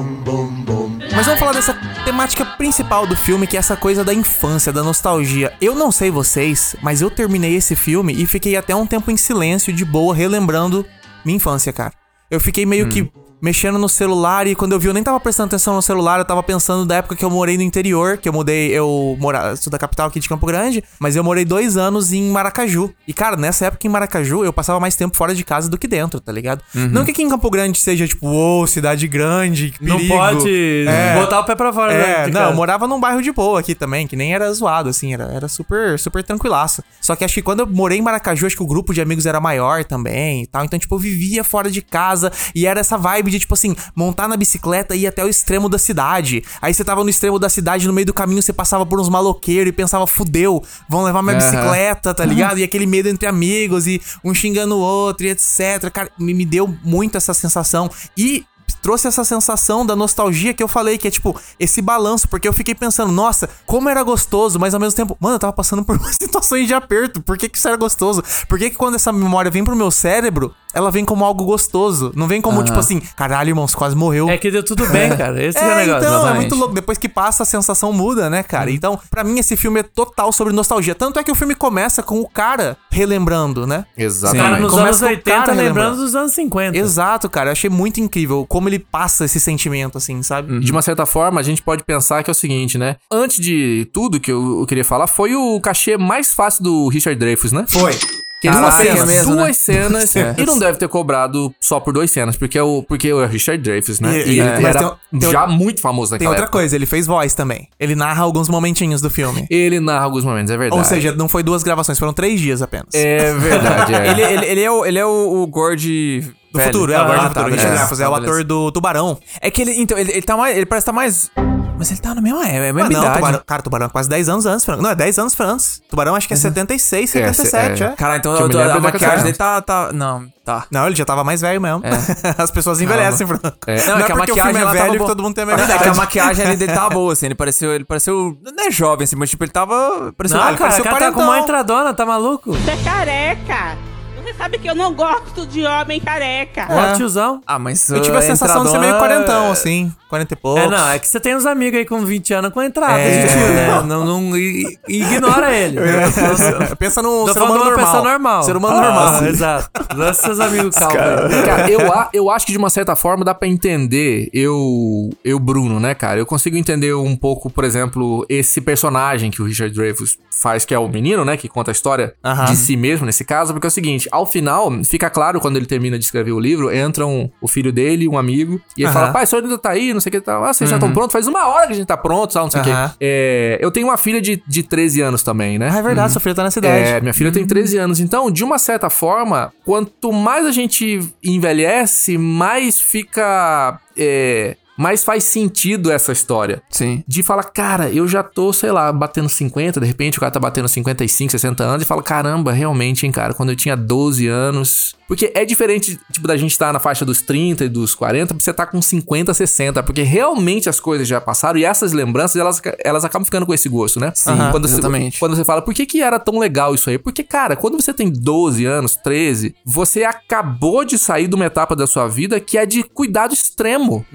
B: Mas vamos falar dessa temática principal do filme, que é essa coisa da infância, da nostalgia. Eu não sei vocês, mas eu terminei esse filme e fiquei até um tempo em silêncio, de boa, relembrando minha infância, cara. Eu fiquei
C: Hum.
B: meio que mexendo no celular e quando eu vi, eu nem tava prestando atenção no celular, eu tava pensando da época que eu morei no interior, que eu mudei, eu mora, sou da capital aqui de Campo Grande, mas eu morei dois anos em Maracaju. E, cara, nessa época em Maracaju, eu passava mais tempo fora de casa do que dentro, tá ligado?
C: Uhum.
B: Não que aqui em Campo Grande seja, tipo, ô, cidade grande, que
C: Não
B: perigo.
C: pode
B: É.
C: botar o pé pra fora. né,
B: É,
C: de
B: não,
C: casa.
B: eu morava num bairro de boa aqui também, que nem era zoado, assim, era, era super, super tranquilaço. Só que acho que quando eu morei em Maracaju, acho que o grupo de amigos era maior também e tal. Então, tipo, eu vivia fora de casa e era essa vibe de, tipo assim, montar na bicicleta e ir até o extremo da cidade. Aí você tava no extremo da cidade, no meio do caminho você passava por uns maloqueiros e pensava, fudeu, vão levar minha bicicleta, tá ligado? E aquele medo entre amigos e um xingando o outro e etc. Cara, me, me deu muito essa sensação. E trouxe essa sensação da nostalgia que eu falei, que é tipo, esse balanço, porque eu fiquei pensando, nossa, como era gostoso, mas ao mesmo tempo, mano, eu tava passando por umas situações de aperto, por que que isso era gostoso? Por que que quando essa memória vem pro meu cérebro, ela vem como algo gostoso? Não vem como, tipo assim, caralho, irmão, você quase morreu.
C: É que deu tudo bem, cara. Esse
B: É,
C: é, o negócio.
B: então, é
D: exatamente.
B: muito louco. Depois que passa, a sensação muda, né, cara? Então, pra mim, esse filme é total sobre nostalgia. Tanto é que o filme começa com o cara relembrando, né?
D: Exatamente.
C: Cara, nos
B: Começa
C: anos
B: com o
C: 80,
B: cara
C: lembrando
B: relembrando.
C: dos anos 50.
B: Exato, cara. Eu achei muito incrível como ele passa esse sentimento, assim, sabe?
D: De uma certa forma, a gente pode pensar que é o seguinte, né? Antes de tudo que eu, eu queria falar, foi o cachê mais fácil do Richard Dreyfus, né? Foi. Que ele
C: Ah,
F: Duas
D: faz
F: cenas mesmo,
D: duas
F: né?
D: cenas e não deve ter cobrado só por duas cenas, porque é o, porque é o Richard Dreyfus,
B: E-
D: né? E,
B: e-
D: ele
B: mas
D: era
B: tem- tem-
D: já muito famoso
B: Tem
D: naquela
B: outra
D: época.
B: coisa, ele fez voz também. Ele narra alguns momentinhos do filme.
D: Ele narra alguns momentos, é verdade.
B: Ou seja, não foi duas gravações, foram três dias apenas.
D: é verdade. É.
F: Ele, ele, ele é o, ele é o, o Gord. Ah, tá,
B: Do futuro, é o
F: Gord
B: Guarda do Futuro. Richard Dreyfuss, é o ator do Tubarão.
F: É que ele, então, ele, ele tá mais. Ele parece estar tá mais. Mas ele tá na mesma, é, é a mesma
B: Ah, não,
F: idade.
B: Tubarão. Cara, Tubarão é quase 10 anos antes, Franco. Não, é 10 anos antes. Tubarão acho que é 76,
D: É,
B: 77, é.
D: é.
F: Cara, então
D: Que eu me
F: a,
D: lembro
F: a
D: é da
F: maquiagem
D: Catarina.
F: dele tá, tá. Não, tá.
B: Não, ele já tava mais velho mesmo. As pessoas envelhecem, Franco.
D: É.
B: Não,
F: Não,
B: é
F: é que a
B: porque o filme
F: maquiagem,
B: é
F: ela
B: velho
F: tava
B: que
F: boa.
B: todo mundo tem a
F: Não,
B: mesma
F: é que a
B: idade.
F: maquiagem ali dele tá boa, assim. Ele pareceu. Ele pareceu. Não é jovem, assim, mas tipo, ele tava. Pareceu,
C: Não,
B: Ah, ele
C: cara,
B: pareceu
C: o cara tá com
B: quarentão.
C: uma entradona, tá maluco?
K: Você é careca. Você sabe que eu não gosto de homem careca.
E: É.
C: Ó, tiozão.
F: Ah, mas. é-
B: Eu tive tipo assim, a sensação de ser meio quarentão, assim. Quarenta e poucos.
C: É, não, é que você tem uns amigos aí com 20 anos com entrada,
B: É.
C: de tio, né? Não, não- i- i- ignora ele.
F: É.
B: Pensa num
C: Tô
B: ser
C: falando
B: humano
C: de
B: normal.
C: uma pessoa normal.
B: Ser humano
C: Ah,
B: normal.
C: Exato. Lança seus amigos calma. aí.
D: Cara, eu, a- eu acho que de uma certa forma dá pra entender eu, eu Bruno, né, cara? Eu consigo entender um pouco, por exemplo, esse personagem que o Richard Dreyfuss faz, que é o menino, né, que conta a história
B: Aham.
D: de si mesmo nesse caso, porque é o seguinte, ao final, fica claro quando ele termina de escrever o livro, entram o filho dele, um amigo, e
B: Aham.
D: ele
B: Uhum.
D: fala, pai, seu ainda tá aí, não sei o que, tá, ah, vocês já estão prontos? Faz uma hora que a gente tá pronto, tal, não sei o
B: Aham.
D: que. É, eu tenho uma filha de, de 13 anos também, né?
B: Ah, é
F: Uhum.
B: verdade, sua filha tá nessa idade.
D: É, minha filha tem 13 anos. Então, de uma certa forma, quanto mais a gente envelhece, mais fica. é, Mas faz sentido essa história.
F: Sim.
D: De falar, cara, eu já tô, sei lá, batendo 50, de repente o cara tá batendo 55, 60 anos e fala, caramba, realmente, hein, cara, quando eu tinha 12 anos. Porque é diferente, tipo, da gente estar tá na faixa dos 30 e dos 40, pra você tá com 50, 60, porque realmente as coisas já passaram e essas lembranças, elas, elas acabam ficando com esse gosto, né? Sim, quando
F: exatamente.
D: Você, quando você fala, por que, que era tão legal isso aí? Porque, cara, quando você tem 12 anos, 13, você acabou de sair de uma etapa da sua vida que é de cuidado extremo.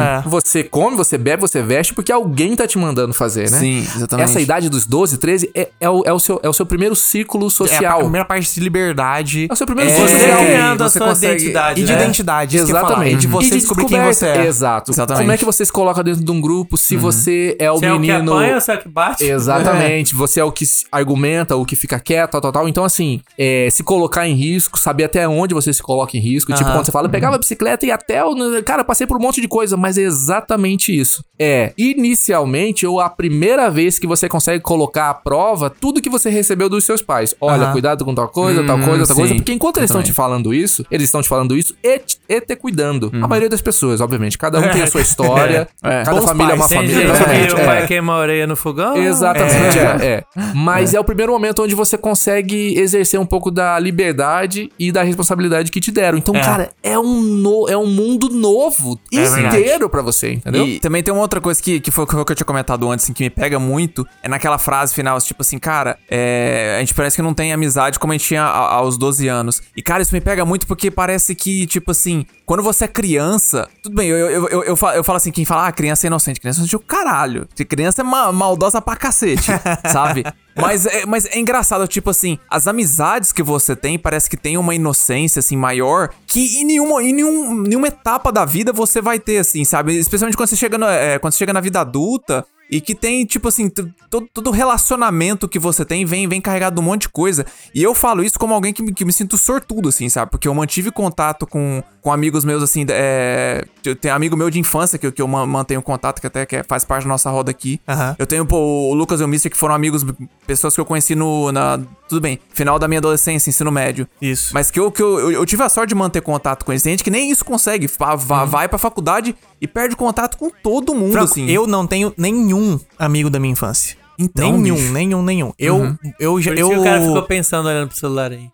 C: É.
D: Você come, você bebe, você veste porque alguém tá te mandando fazer, né?
F: Sim, exatamente.
D: Essa idade dos 12, 13 é, é o, é o seu, é o seu primeiro ciclo
B: É a
D: social.
B: primeira parte de liberdade.
D: É o seu primeiro
B: É,
D: ciclo
C: Você
D: social.
C: criando a
F: você
C: sua
F: consegue-
C: identidade.
B: E
F: É.
B: de
C: né?
B: identidade, isso que eu ia falar.
D: Exatamente.
B: E de você descobrir quem você é.
D: descoberta.
B: Uhum.
D: Exato.
F: Exatamente.
D: Como é que você se coloca dentro de um grupo se você é o
C: Se é o que
D: menino.
C: apanha, se é o que bate.
D: Exatamente. Você é o que se argumenta, o que fica quieto, tal, tal, tal. Então, assim, é, se colocar em risco, saber até onde você se coloca em risco. Tipo, quando você fala, eu pegava a bicicleta e até. o Cara, eu passei por um monte de coisa, mas é exatamente isso. É, inicialmente, ou a primeira vez que você consegue colocar à prova tudo que você recebeu dos seus pais. Olha, cuidado com tal coisa, tal coisa, tal coisa.
F: sim.
D: Porque enquanto eles estão te falando isso, eles estão te falando isso e te, e te cuidando. A maioria das pessoas, obviamente. Cada um tem a sua história. Cada
B: Bons
D: família
B: pais,
D: é uma
C: Tem
D: família.
C: gente que
D: exatamente,
C: o
D: é.
C: pai queima a orelha no fogão.
D: Exatamente, Ah, é. é. Mas é. o primeiro momento onde você consegue exercer um pouco da liberdade e da responsabilidade que te deram. Então, cara, é um, no- é um mundo novo inteiro pra você, entendeu?
F: E também tem uma outra coisa que, que foi o que eu tinha comentado antes, assim, que me pega muito, é naquela frase final, tipo assim, cara, é, a gente parece que não tem amizade como a gente tinha a- aos 12 anos. E, cara, isso me pega muito porque parece que, tipo assim, quando você é criança, tudo bem, eu, eu, eu, eu, falo, eu falo assim, quem fala, ah, criança é inocente, criança é inocente, eu, caralho, criança é ma- maldosa pra cacete, sabe? Mas é, mas é engraçado, tipo assim, as amizades que você tem parece que tem uma inocência, assim, maior, que em, nenhuma, em nenhum- nenhuma etapa da vida você vai ter, assim, sabe? Especialmente quando você chega, no- é, quando você chega na vida adulta e que tem, tipo assim, t- todo, todo relacionamento que você tem vem, vem carregado de um monte de coisa. E eu falo isso como alguém que me, que me sinto sortudo, assim, sabe? Porque eu mantive contato com, com amigos meus, assim, da- é, eu tenho amigo meu de infância que, eu- que eu ma- mantenho contato, que até que é- faz parte da nossa roda aqui.
B: Aham.
F: Eu tenho pô, o Lucas e o Mister que foram amigos, pessoas que eu conheci no. Na, tudo bem, final da minha adolescência, ensino médio.
B: Isso.
F: Mas que, eu, que eu, eu, eu tive a sorte de manter contato com eles. Tem gente que nem isso consegue. fa- va- Vai pra faculdade e perde contato com todo mundo,
B: Uhum. Franco,
F: assim.
B: eu não tenho nenhum amigo da minha infância.
F: Então,
B: nenhum,
F: bicho. Uhum.
B: nenhum, nenhum. Eu, eu já,
C: Por isso
B: eu,
C: que o cara ficou pensando olhando pro celular aí.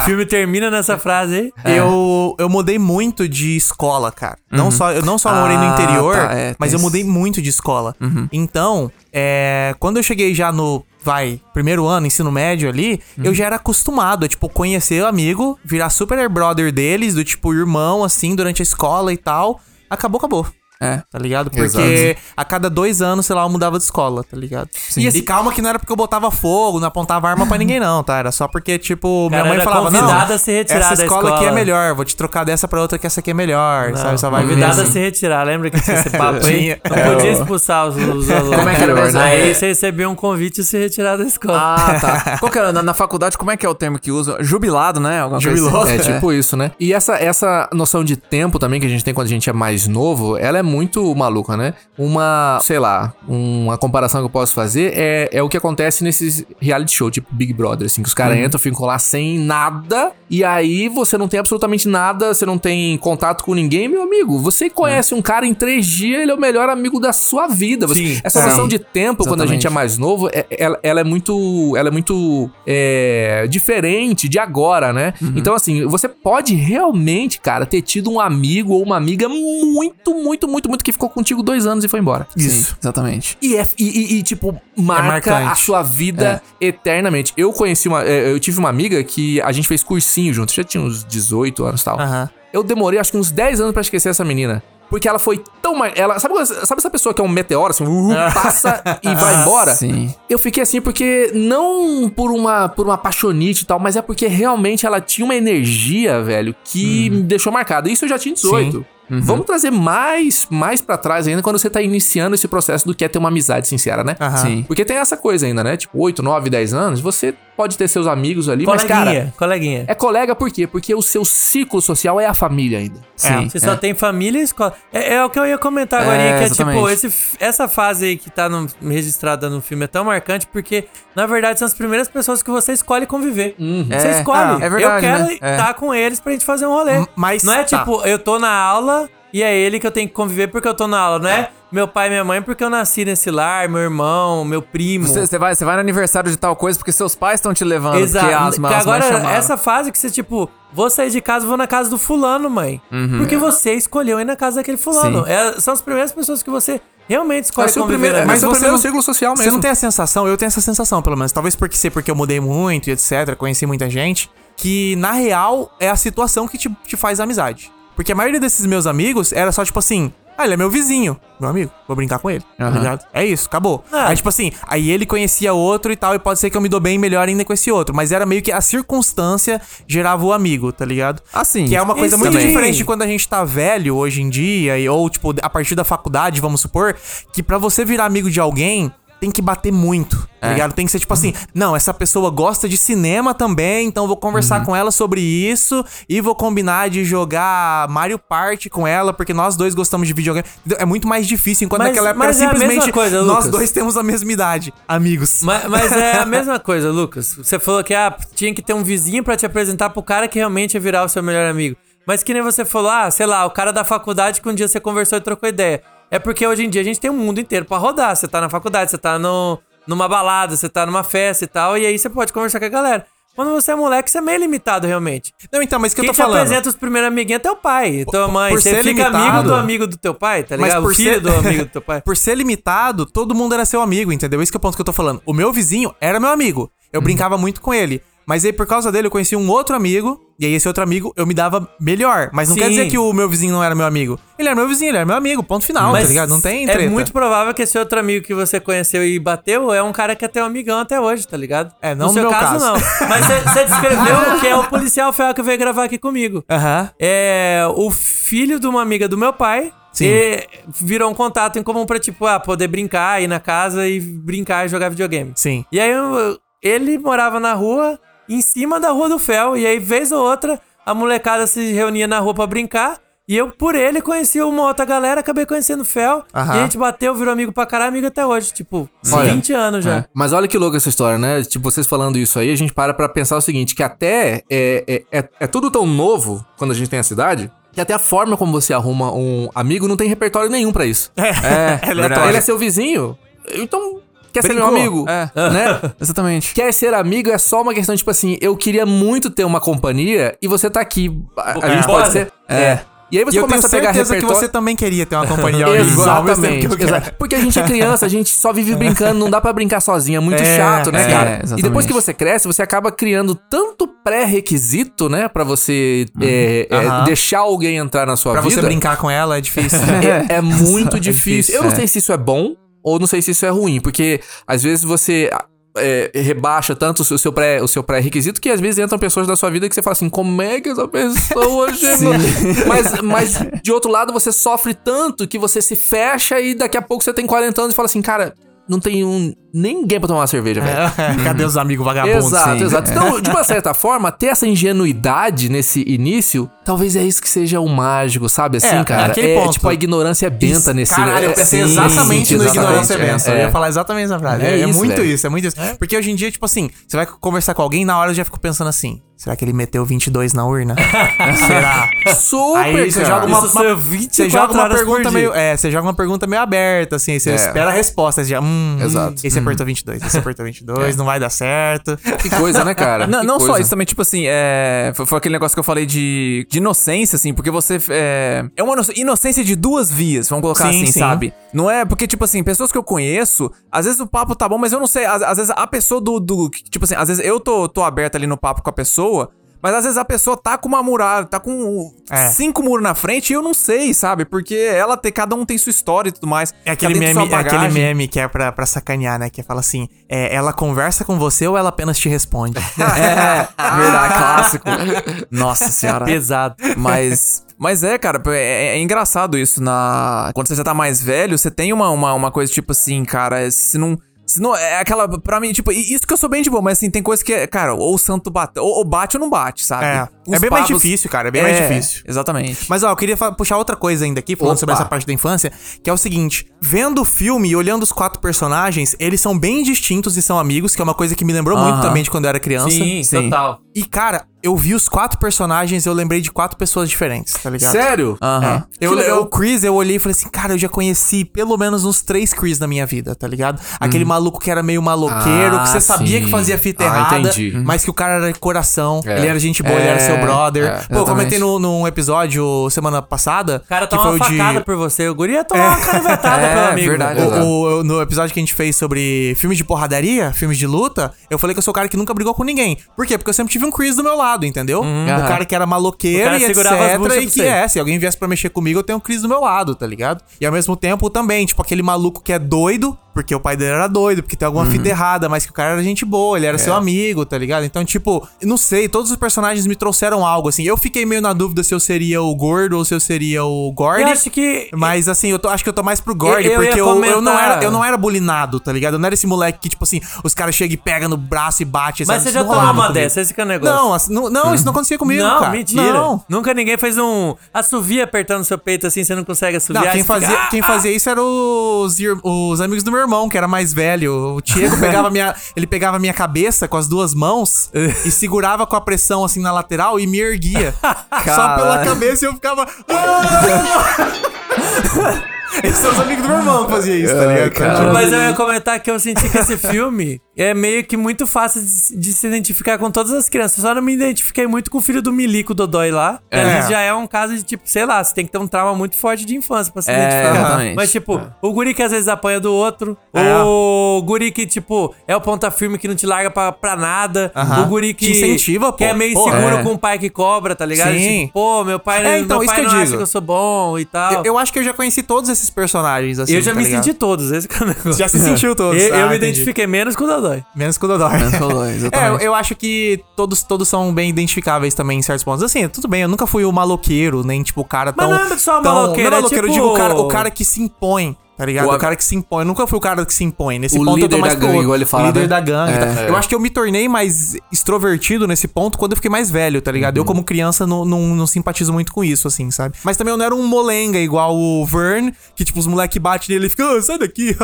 C: o filme termina nessa frase
F: É.
C: aí.
B: É. eu, eu mudei muito de escola, cara. Não só, eu não só morei no
F: Ah,
B: interior,
F: tá, é, tem
B: mas eu
F: isso.
B: mudei muito de escola. Então, é, quando eu cheguei já no, vai, primeiro ano, ensino médio ali, eu já era acostumado a, tipo, conhecer o amigo, virar super brother deles, do tipo, irmão, assim, durante a escola e tal. Acabou, acabou.
F: É.
B: Tá ligado? Porque
F: Exato.
B: a cada dois anos, sei lá, eu mudava de escola, tá ligado? E,
F: esse-
B: calma que não era porque eu botava fogo, não apontava arma pra ninguém, não, tá? Era só porque, tipo, minha
C: Cara,
B: mãe
C: era
B: falava, não,
C: convidada a se retirar
B: essa
C: da
B: escola aqui é
C: escola.
B: melhor, vou te trocar dessa pra outra que essa aqui é melhor, sabe? Só vai ver.
C: Ah, Convidado a
B: assim.
C: se retirar, lembra que tinha esse papo aí?
B: Tinha.
C: Não
F: É
C: podia expulsar os, os alunos.
D: Como é que era mesmo?
C: Aí você recebeu um convite e se retirar da escola.
F: Ah, tá. Qual que era? Na, na faculdade, como é que é o termo que usa? Jubilado, né? Alguma coisa assim.
D: É tipo isso, né? E essa, essa noção de tempo também que a gente tem quando a gente é mais novo, ela é muito maluca, né? Uma, sei lá, uma comparação que eu posso fazer é, é o que acontece nesses reality show, tipo Big Brother, assim, que os
F: Uhum.
D: caras entram, ficam lá sem nada, e aí você não tem absolutamente nada, você não tem contato com ninguém, meu amigo. Você
F: É.
D: conhece um cara em três dias, ele é o melhor amigo da sua vida. Você-
C: Sim,
D: essa
F: sim. É.
D: noção de tempo, quando a gente é
F: Exatamente.
D: mais novo, é- ela, ela é muito, ela é muito é, diferente de agora, né? Então, assim, você pode realmente, cara, ter tido um amigo ou uma amiga muito, muito, muito, muito que ficou contigo dois anos e foi embora.
F: Isso. exatamente.
D: E, é- e- e- e, tipo, marca
B: marcante.
D: a sua vida eternamente. Eu conheci uma. é, Eu tive uma amiga que a gente fez cursinho junto, já tinha uns 18 anos e
C: Ah.
F: assim.
D: tal.
B: Aham.
D: Eu demorei acho que uns 10 anos pra esquecer essa menina. Porque ela foi tão. mar- Ela, sabe, quando- sabe essa pessoa que é um meteoro, assim, uh, passa e
B: Ah,
D: vai embora?
F: Sim.
D: Eu fiquei assim porque não por uma por uma apaixonite e tal, mas é porque realmente ela tinha uma energia, velho, que
F: Uhum.
D: me deixou marcado. Isso eu já tinha 18. Vamos trazer mais mais para trás ainda quando você tá iniciando esse processo do que é ter uma amizade sincera, né?
B: Aham.
F: Sim.
D: Porque tem essa coisa ainda, né? Tipo, 8, 9, 10 anos, você pode ter seus amigos ali, mas
C: coleguinha,
D: cara,
C: coleguinha.
D: é colega por quê? Porque o seu ciclo social é a família ainda.
C: É, você só tem família e escola. É, é o que eu ia comentar agora,
F: É,
C: que é tipo,
F: exatamente.
C: esse, f- essa fase aí que tá no- registrada no filme é tão marcante, porque, na verdade, são as primeiras pessoas que você escolhe conviver. Você
F: É,
C: escolhe.
F: ah, é verdade,
C: eu quero
F: né? É.
C: estar com eles pra gente fazer um rolê.
B: M- mas
C: Não é
B: tá.
C: tipo, eu tô na aula, e é ele que eu tenho que conviver porque eu tô na aula, não é? Meu pai e minha mãe porque eu nasci nesse lar, meu irmão, meu primo.
F: Você, você vai, você vai no aniversário de tal coisa porque seus pais estão te levando.
C: Exato.
F: Porque as,
C: Que
F: as mães
C: agora,
F: chamaram.
C: essa fase que você, tipo, vou sair de casa, vou na casa do fulano, mãe. porque você escolheu ir na casa daquele fulano. É, são as primeiras pessoas que você realmente escolhe
D: seu
C: conviver.
D: primeiro-
C: né?
D: mas
C: Mas
D: seu
C: você
D: primeiro
C: não-
D: círculo social
B: Você
D: mesmo.
B: não tem a sensação, eu tenho essa sensação, pelo menos. Talvez porque ser porque eu mudei muito e etc, conheci muita gente. Que na real é a situação que te, te faz amizade. Porque a maioria desses meus amigos era só tipo assim. Ah, ele é meu vizinho. Meu amigo, vou brincar com ele. tá ligado? É isso, acabou.
C: Ah.
B: Aí, tipo assim, aí ele conhecia outro e tal, e pode ser que eu me dou bem melhor ainda com esse outro. Mas era meio que a circunstância gerava o amigo, tá ligado?
F: Assim,
B: Que é uma coisa
C: isso
B: muito
C: também.
B: diferente de quando a gente tá velho hoje em dia, e- ou, tipo, a partir da faculdade, vamos supor, que pra você virar amigo de alguém, tem que bater muito. Tá
C: É.
B: ligado? Tem que ser tipo assim, não, essa pessoa gosta de cinema também, então eu vou conversar
C: Uhum.
B: com ela sobre isso e vou combinar de jogar Mario Party com ela, porque nós dois gostamos de videogame. Entendeu? É muito mais difícil, enquanto
C: Mas-
B: naquela época era
C: mas é a mesma
B: simplesmente
C: coisa,
B: nós
C: Lucas.
B: dois temos a mesma idade, amigos.
C: Ma- Mas, é a mesma coisa, Lucas. Você falou que ah, tinha que ter um vizinho pra te apresentar pro cara que realmente ia virar o seu melhor amigo. Mas que nem você falou, ah, sei lá, o cara da faculdade que um dia você conversou e trocou ideia. É porque hoje em dia a gente tem o mundo inteiro pra rodar. Você tá na faculdade, você tá no, numa balada, você tá numa festa e tal, e aí você pode conversar com a galera. Quando você é moleque, você é meio limitado, realmente.
B: Não, então, mas o que
C: Quem
B: eu tô
C: te
B: falando?
C: apresenta os primeiros amiguinhos é teu pai, tua mãe.
B: por
C: Você
B: ser
C: fica amigo
B: limitado-
C: do amigo do teu pai, tá
B: Mas
C: ligado?
B: por
C: o filho
B: ser-
C: do amigo do teu pai.
B: por ser limitado, todo mundo era seu amigo, entendeu? Esse que é o ponto que eu tô falando. O meu vizinho era meu amigo. Eu brincava muito com ele. Mas aí, por causa dele, eu conheci um outro amigo. E aí, esse outro amigo, eu me dava melhor. Mas não
C: Sim.
B: quer dizer que o meu vizinho não era meu amigo. Ele era meu vizinho, ele era meu amigo. Ponto final, tá ligado? Não tem treta.
C: É muito provável que esse outro amigo que você conheceu e bateu é um cara que é teu amigão até hoje, tá ligado?
B: É, não
C: no
B: no meu
C: seu
B: caso.
C: não. Mas você- você descreveu que é o policial federal que veio gravar aqui comigo.
B: Aham.
C: É o filho de uma amiga do meu pai.
B: Sim.
C: E virou um contato em comum pra, tipo, ah, poder brincar, ir na casa e brincar e jogar videogame.
B: Sim.
C: E aí eu- ele morava na rua, em cima da rua do Fel, e aí vez ou outra a molecada se reunia na rua pra brincar. E eu, por ele, conheci uma outra galera, acabei conhecendo o Fel.
B: Aham.
C: E a gente bateu, virou amigo pra caralho, amigo até hoje. Tipo,
D: Olha,
C: 20 anos já.
D: É. Mas olha que louca essa história, né? Tipo, vocês falando isso aí, a gente para pra pensar o seguinte, que até é, é, é, é tudo tão novo quando a gente tem a cidade, que até a forma como você arruma um amigo não tem repertório nenhum pra isso.
F: É, é
D: Então, ele é seu vizinho, então quer ser meu amigo,
F: É,
D: né?
F: exatamente.
D: Quer ser amigo é só uma questão, tipo assim, eu queria muito ter uma companhia e você tá aqui. A, a gente
C: Bora.
D: pode ser... É. E aí
B: E
D: você
B: eu tenho
D: começa a pegar
B: certeza que
D: repertório...
B: você também queria ter uma companhia ao mesmo
D: Exatamente.
B: tempo que eu
D: exa-
B: quero.
D: Porque a gente é criança, a gente só vive brincando, não dá pra brincar sozinho, é muito
B: É,
D: chato, né,
F: é,
D: cara?
F: exatamente.
D: e depois que você cresce, você acaba criando tanto pré-requisito, né, Pra você é, é,
B: Uhum. Aham.
D: deixar alguém entrar na sua
B: Pra
D: vida.
B: você brincar com ela é difícil.
D: É, é muito difícil.
F: difícil,
D: Eu não
F: é.
D: sei se isso é bom ou não sei se isso é ruim, porque às vezes você é, rebaixa tanto o seu- seu pré- o seu pré-requisito que às vezes entram pessoas da sua vida que você fala assim, como é que essa pessoa chegou? Mas, mas de outro lado você sofre tanto que você se fecha e daqui a pouco você tem 40 anos e fala assim, cara, não tem um, ninguém pra tomar uma cerveja, velho.
B: Cadê os amigos vagabundos?
D: Exato,
B: Tá Sim.
D: exato. Então, de uma certa forma, ter essa ingenuidade nesse início, talvez é isso que seja o mágico, sabe? Assim,
B: É,
D: cara.
B: naquele
D: é,
B: ponto.
D: tipo, a ignorância é benta nesse. É,
B: Caralho, eu pensei
D: Sim,
B: exatamente
D: sim,
B: no
D: exatamente,
B: ignorância é
D: é,
B: benção. Eu
D: é.
B: ia falar exatamente essa frase.
D: É
B: É, é
D: isso,
B: muito
D: velho.
B: isso, é muito isso. Porque hoje em dia, tipo assim, você vai conversar com alguém, na hora eu já fico pensando assim, será que ele meteu 22 na urna? será?
D: Super,
B: Aí você
D: É. cara.
B: joga uma,
C: Isso
B: uma-
C: são
B: você
C: 24
B: joga uma
C: horas por
B: pergunta
C: dia.
B: meio, é, você joga uma pergunta meio aberta assim, aí você
D: É.
B: espera a resposta, você já, hum,
D: Exato.
B: esse apertou 22, esse apertou 22, não vai dar certo.
D: Que coisa, né, cara?
F: Não,
D: Que
F: não só
D: coisa.
F: isso, também, tipo assim, é, foi, foi aquele negócio que eu falei de, de inocência, assim, porque você. É, é uma ino- inocência de duas vias, vamos colocar
B: Sim,
F: assim,
B: sim.
F: sabe? Não é. Porque, tipo assim, pessoas que eu conheço, às vezes o papo tá bom, mas eu não sei. Às, às vezes a pessoa do, do- Tipo assim, às vezes eu tô, tô aberto ali no papo com a pessoa. Mas às vezes a pessoa tá com uma muralha, tá com
B: É.
F: cinco muros na frente e eu não sei, sabe? Porque ela tem, cada um tem sua história e tudo mais.
B: É aquele,
F: Cada um tem sua
B: meme, é aquele
F: bagagem.
B: meme que é pra, pra sacanear, né? Que fala assim: é, ela conversa com você ou ela apenas te responde?
F: É, verdade, clássico. Nossa senhora.
C: Pesado.
F: Mas. Mas é, cara, é, é engraçado isso na. Quando você já tá mais velho, você tem uma, uma, uma coisa tipo assim, cara, se não. Se não, é aquela, pra mim, tipo, e isso que eu sou bem de boa, mas assim, tem coisa que é, cara, ou o santo bate, ou, ou bate ou não bate, sabe?
B: É.
F: Uns
B: É bem mais
F: papos-
B: difícil, cara, é bem mais difícil.
F: Exatamente.
B: Mas ó, eu queria fa- puxar outra coisa ainda aqui, falando
F: Opa.
B: sobre essa parte da infância, que é o seguinte: vendo o filme e olhando os quatro personagens, eles são bem distintos e são amigos, que é uma coisa que me lembrou muito também de quando eu era criança.
C: Sim, total.
B: E, cara, eu vi os quatro personagens, eu lembrei de quatro pessoas diferentes, tá ligado?
L: Sério?
B: Aham.
L: É.
B: Eu,
L: Que legal.
B: eu- o Chris, eu olhei e falei assim, cara, eu já conheci pelo menos uns três Chris na minha vida, tá ligado? Aquele maluco que era meio maloqueiro,
L: Hum. Ah,
B: que você sabia
L: sim.
B: que fazia fita
L: Ah,
B: errada,
L: entendi.
B: mas que o cara era de coração,
L: É.
B: ele era gente boa, ele era
L: É,
B: seu brother.
L: é,
B: Pô, eu
L: exatamente.
B: comentei no, num episódio semana passada.
C: O cara
B: que
C: toma
B: foi
C: uma
B: o de-
C: facada por você. O guri ia tomar uma caravetada
L: É,
C: pelo amigo.
L: verdade.
B: o-
L: Exato.
B: o- eu- no episódio que a gente fez sobre filmes de porradaria, filmes de luta, eu falei que eu sou o cara que nunca brigou com ninguém. Por quê? Porque eu sempre tive um Chris do meu lado, entendeu?
L: aham.
B: O cara que era
C: Uhum. O
B: maloqueiro
C: cara
B: e etc.
C: segurava as buchas
B: E
C: pra
B: que
C: você.
B: é, se alguém viesse pra mexer comigo, eu tenho um Chris do meu lado, tá ligado? E ao mesmo tempo também, tipo, aquele maluco que é doido, porque o pai dele era doido, porque tem
C: Uhum.
B: alguma fita errada, mas que o cara era gente boa,
C: É.
B: ele era seu amigo, tá ligado? Então, tipo, não sei, todos os personagens me trouxeram algo, assim. Eu fiquei meio na dúvida se eu seria o gordo ou se eu seria o Gordy.
C: Eu acho que
B: Mas assim, eu tô- acho que eu tô mais pro Gordy,
C: Eu- eu ia
B: porque eu, eu, não
C: comentar.
B: era, eu não era bulinado, tá ligado? Eu não era esse moleque que, tipo assim, os caras chegam e pegam no braço e batem.
C: Mas
B: sabe?
C: você
B: Isso
C: já
B: não
C: tomou
B: rolava
C: uma
B: comigo.
C: dessa, esse que é o negócio.
B: Não, assim, não, não, isso não acontecia comigo,
C: não,
B: cara.
C: mentira.
B: Não.
C: Nunca ninguém fez um assovio apertando seu peito assim, você não consegue
B: Não,
C: assoviar.
B: quem
C: você fica,
B: fazia,
C: "Ah,
B: quem
C: ah".
B: fazia isso eram os, ir- os amigos do meu irmão, que era mais velho. O Diego pegava minha, ele pegava minha cabeça com as duas mãos e segurava com a pressão assim na lateral e me erguia. Só pela cabeça e eu ficava. "Ah!" Esses são os amigos do meu irmão que faziam isso, tá ligado?
C: Mas eu ia comentar que eu senti que esse filme é meio que muito fácil de, de se identificar com todas as crianças. Eu só não me identifiquei muito com o filho do Milico Dodói lá.
B: É.
C: Ali já é um caso de tipo, sei lá, você tem que ter um trauma muito forte de infância pra se
D: É,
C: identificar.
D: exatamente.
C: Mas tipo, o guri que às vezes apanha do outro,
B: É.
C: o guri que tipo, é o ponta firme que não te larga pra, pra nada,
B: Aham.
C: o guri que,
B: Te incentiva, pô.
C: que é meio
B: Porra.
C: inseguro
B: É.
C: com o pai que cobra, tá ligado?
B: Sim.
C: Tipo, pô, meu pai,
B: É, então,
C: meu
B: isso
C: pai
B: que eu
C: não acha
B: digo.
C: que eu sou bom e tal.
B: Eu, eu acho que eu já conheci todos esses personagens, assim.
C: Ah. Eu já
B: tá
C: me
B: ligado?
C: senti todos, esse que é o negócio.
B: Já se sentiu todos.
C: Eu, eu
B: Ah,
C: me
B: entendi.
C: identifiquei menos com o Dodói.
B: Menos com o Dodói. Menos
D: com o Dodói,
B: É, eu,
D: exatamente.
B: eu acho que todos, todos são bem identificáveis também em certos pontos. Assim, tudo bem, eu nunca fui o maloqueiro, nem tipo o cara
C: Mas
B: tão.
C: não é só o
B: tão,
C: maloqueiro,
B: não
C: é
B: é maloqueiro, eu
C: tipo-
B: digo o cara, o cara que se impõe. Tá ligado?
L: O
B: O,
L: ab-
B: cara que se impõe. Eu nunca fui o cara que se impõe. Nesse
L: O
B: ponto eu
L: líder
B: tô mais
L: da
B: pro
L: gangue,
B: outro.
L: igual ele fala,
B: Líder
L: né?
B: da gangue. e
L: É,
B: tal.
L: é.
B: Eu acho que eu me tornei mais extrovertido nesse ponto quando eu fiquei mais velho, tá ligado? Eu, como criança, não, não, não simpatizo muito com isso, assim, sabe? Mas também eu não era um molenga igual o Vern, que tipo, os moleque batem nele e fica, "Ah, sai daqui.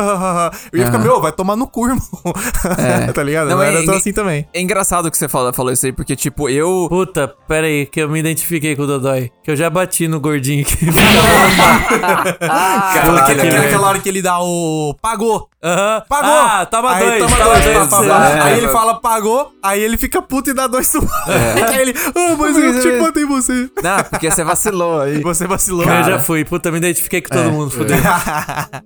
B: eu ia ficar, meu, vai tomar no cu, irmão. tá ligado?
D: Não,
B: eu era
D: é-
B: tão assim também.
D: É engraçado que você fala, falou isso aí, porque, tipo, eu.
C: Puta, pera aí, que eu me identifiquei com o Dodói. Que eu já bati no gordinho aqui.
B: Aquela- aquela-
D: né?
F: é,
C: velho.
B: aquela hora que ele dá o. Pagou!
C: Aham.
B: Pagou!
C: Ah, toma
B: aí,
C: dois.
B: Toma
C: toma
B: dois,
C: dois,
B: pá, pá,
C: sei
B: pá.
C: lá.
B: Aí ele fala, pagou, aí ele fica puto e dá dois sumos. Aí ele, ah, mas eu te matei você.
D: Não,
F: assim,
D: porque você vacilou aí.
B: Você vacilou.
C: Eu já fui, puta, me identifiquei com todo
B: É.
C: mundo, fudeu.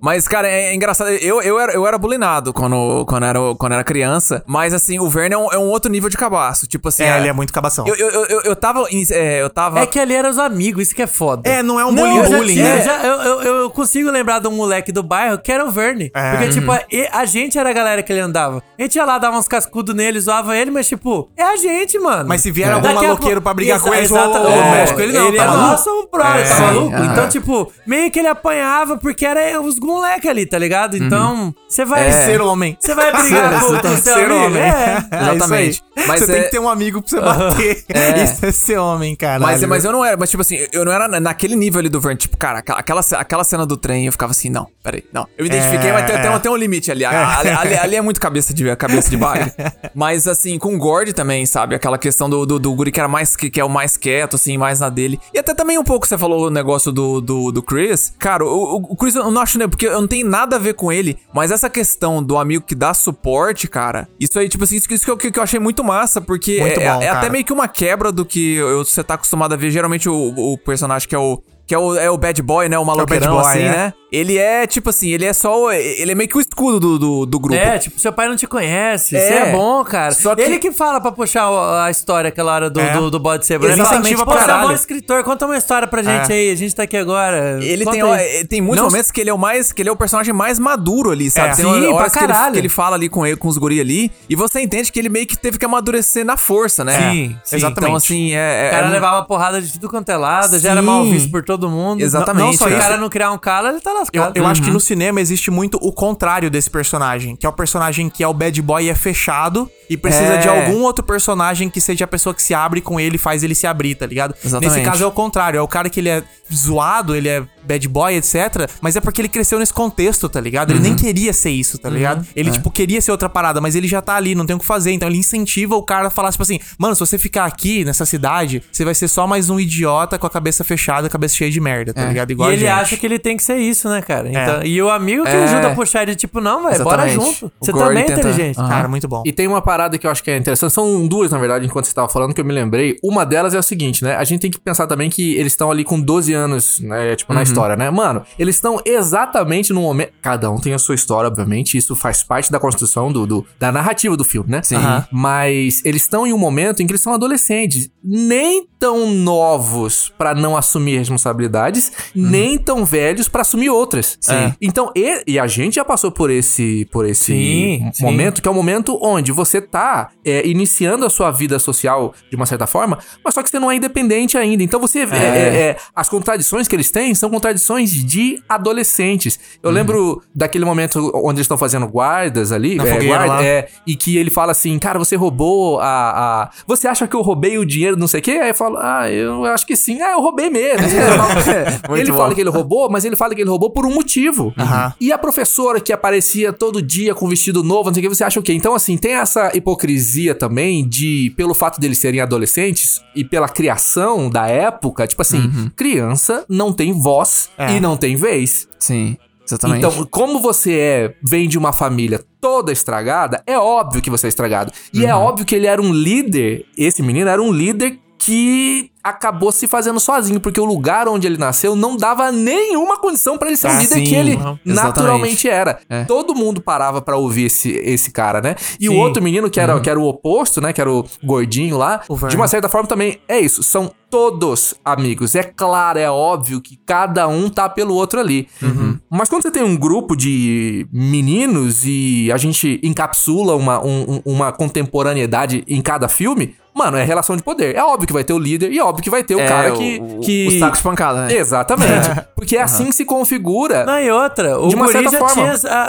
D: Mas, cara, é é engraçado. Eu, eu, era, eu era bulinado quando, quando, era, quando era criança. Mas, assim, o Verne é um, é um outro nível de cabaço. Tipo assim.
B: É, ele é muito cabação.
D: Eu, eu, eu, eu- eu tava. em- é, eu tava.
C: É que ali eram os amigos, isso que é foda.
B: É, não é um
C: Não,
B: bullying
C: eu já
B: bullying,
C: tinha-
B: né?
C: eu já- eu, eu- eu consigo lembrar de um moleque do bairro que era o Verne.
B: É.
C: Porque, tipo, a, e- a gente era a galera que ele andava. A gente ia lá, dava uns cascudos nele, zoava ele, mas, tipo, é a gente, mano.
B: Mas se vier algum
C: Daqui a
B: maloqueiro
C: pouco-
B: pra brigar com ele,
C: exata-
B: ô, ô,
C: é,
B: mexe com ele não,
C: Ele
B: tá
C: é
B: maluco?
C: nosso brother, tá
B: Sim,
C: maluco?
D: aham.
C: Então, tipo, meio que ele apanhava porque era os moleques ali, tá ligado?
D: Uhum.
C: Então, você
D: É.
C: vai.
B: Ser homem.
C: Você vai brigar
D: tá
C: com, com o seu
B: ser
C: amigo?
B: homem.
C: É.
B: É isso aí.
D: Exatamente. Mas
B: você tem
D: é-
B: que ter um amigo pra você bater. Isso é ser homem, cara.
D: Mas, mas eu não era, mas tipo assim, eu não era na- naquele nível ali do Vern, tipo, cara, aquela, aquela ce- aquela cena do trem, eu ficava assim, não, peraí, não. Eu me identifiquei,
B: É,
D: mas tem,
B: é.
D: tem um, tem um limite ali. A- Ali, ali- ali é muito cabeça de, cabeça de bagre. mas assim, com o Gord também, sabe? Aquela questão do, do, do Guri que era mais que, que é o mais quieto, assim, mais na dele. E até também um pouco você falou o negócio do, do, do Chris. Cara, o, o- o Chris eu não acho, né? Porque eu não tenho nada a ver com ele, mas essa questão do amigo que dá suporte, cara, isso aí, tipo assim, isso, que- isso que, eu, que eu achei muito massa, porque
B: Muito
D: é,
B: bom,
D: é até
B: cara.
D: meio meio que uma quebra do que eu- você tá acostumado a ver. Geralmente o, o personagem que é o. Que é o, é o bad boy, né? O maloqueirão,
B: boy,
D: assim,
B: é.
D: né? Ele é, tipo assim, ele é só. o- Ele é meio que o escudo do, do, do grupo.
C: É, tipo, seu pai não te conhece,
D: É.
C: você é bom, cara.
D: Só que-
C: Ele que fala pra puxar o- a história aquela hora do,
B: É.
C: do, do bode ser
B: Ele incentiva
C: Pô,
B: pra
C: você é bom
B: caralho." É.
C: escritor, conta uma história pra gente aí, a gente tá aqui agora.
D: Ele
C: Conta
D: tem,
C: aí.
D: ó, é, tem muitos
C: Não-
D: momentos que ele é o mais. Que ele é o personagem mais maduro ali, sabe?
B: É.
D: Tem
C: Sim,
D: hora-
C: pra
D: horas que ele,
C: caralho.
D: que ele fala ali com, ele- com os guri ali. E você entende que ele meio que teve que amadurecer na força, né?
C: Sim, sim.
D: Então, assim, é. é-
C: O cara
D: é um-
C: levava porrada de tudo quanto é lado, já era
D: Sim.
C: mal visto por todo mundo.
D: Exatamente,
C: Não, não só
D: cara.
C: o cara não criar um cala, ele tá
B: Eu,
C: lascado.
B: eu acho que no cinema existe muito o contrário desse personagem, que é o personagem que é o bad boy e é fechado e precisa
D: É.
B: de algum outro personagem que seja a pessoa que se abre com ele e faz ele se abrir, tá ligado?
D: Exatamente.
B: Nesse caso é o contrário, é o cara que ele é zoado, ele é bad boy, etc. Mas é porque ele cresceu nesse contexto, tá ligado? Ele
C: Uhum.
B: nem queria ser isso, tá ligado?
C: É.
B: Ele, tipo, queria ser outra parada, mas ele já tá ali, não tem o que fazer. Então ele incentiva o cara a falar, tipo assim, mano, se você ficar aqui nessa cidade, você vai ser só mais um idiota com a cabeça fechada, cabeça cheia de merda, tá ligado? Igual
C: É. e
B: a
C: ele
B: gente.
C: acha que ele tem que ser isso, né, cara? Então- E o amigo que
D: É.
C: ajuda a puxar ele, tipo, não, velho, bora
D: Exatamente.
C: junto.
D: O
C: Você
D: Gordy
C: também é
D: tenta-
C: inteligente.
D: Aham.
B: Cara, muito bom.
D: E tem uma parada que eu acho que é interessante. São duas, na verdade, enquanto você estava falando, que eu me lembrei. Uma delas é o seguinte, né? A gente tem que pensar também que eles estão ali com 12 anos, né? Tipo, na história, né? Mano, eles estão exatamente no momento. Cada um tem a sua história, obviamente. Isso faz parte da construção do, do- da narrativa do filme, né? Sim. Mas eles estão em um momento em que eles são adolescentes. Nem tão novos pra não assumir responsabilidades, nem tão velhos pra assumir outras. Sim. Então, e, e a gente já passou por esse, por esse
C: Sim, sim.
D: momento momento, que é o momento onde você tá é, iniciando a sua vida social de uma certa forma, mas só que você não é independente ainda. Então você. é, é, é, as contradições que eles têm são contradições de adolescentes. Eu
B: Uhum.
D: lembro daquele momento onde eles estão fazendo guardas ali.
B: Na
D: é,
B: fogueira
D: guarda-
B: lá.
D: é, e que ele fala assim, cara, você roubou a, a- Você acha que eu roubei o dinheiro, não sei o quê? Aí eu falo, ah, eu acho que sim. Ah, eu roubei mesmo. tá
B: É,
D: ele
F: bom.
D: fala que ele roubou, mas ele fala que ele roubou por um motivo.
B: Aham.
D: E a professora que aparecia todo dia com um vestido novo, não sei o que, você acha o quê? Então, assim, tem essa hipocrisia também de, pelo fato deles serem adolescentes e pela criação da época, tipo assim,
F: Uhum.
D: criança não tem voz
F: É.
D: e não tem vez.
F: Sim, exatamente.
D: Então, como você é, vem de uma família toda estragada, é óbvio que você é estragado. E
F: Uhum.
D: é óbvio que ele era um líder, esse menino era um líder que acabou se fazendo sozinho, porque o lugar onde ele nasceu não dava nenhuma condição pra ele ser o
F: Ah,
D: líder
F: sim,
D: que ele
F: uhum.
D: naturalmente era.
F: É.
D: Todo mundo parava pra ouvir esse, esse cara, né? E o outro menino que
F: Uhum.
D: era, que era o oposto, né, que era o gordinho lá, de uma certa forma também é isso, são todos amigos. É claro, é óbvio que cada um tá pelo outro ali.
F: Uhum.
D: Mas quando você tem um grupo de meninos e a gente encapsula uma, um- um- uma contemporaneidade em cada filme, mano, é relação de poder. É óbvio que vai ter o líder e é óbvio que vai ter o
F: É,
D: cara que.
F: o-
D: que...
F: Os tacos de pancada, né?
D: Exatamente. Porque é assim que se configura.
C: Não, e outra, o
D: De uma
C: guri
D: certa
C: já
D: forma.
C: tinha a, a-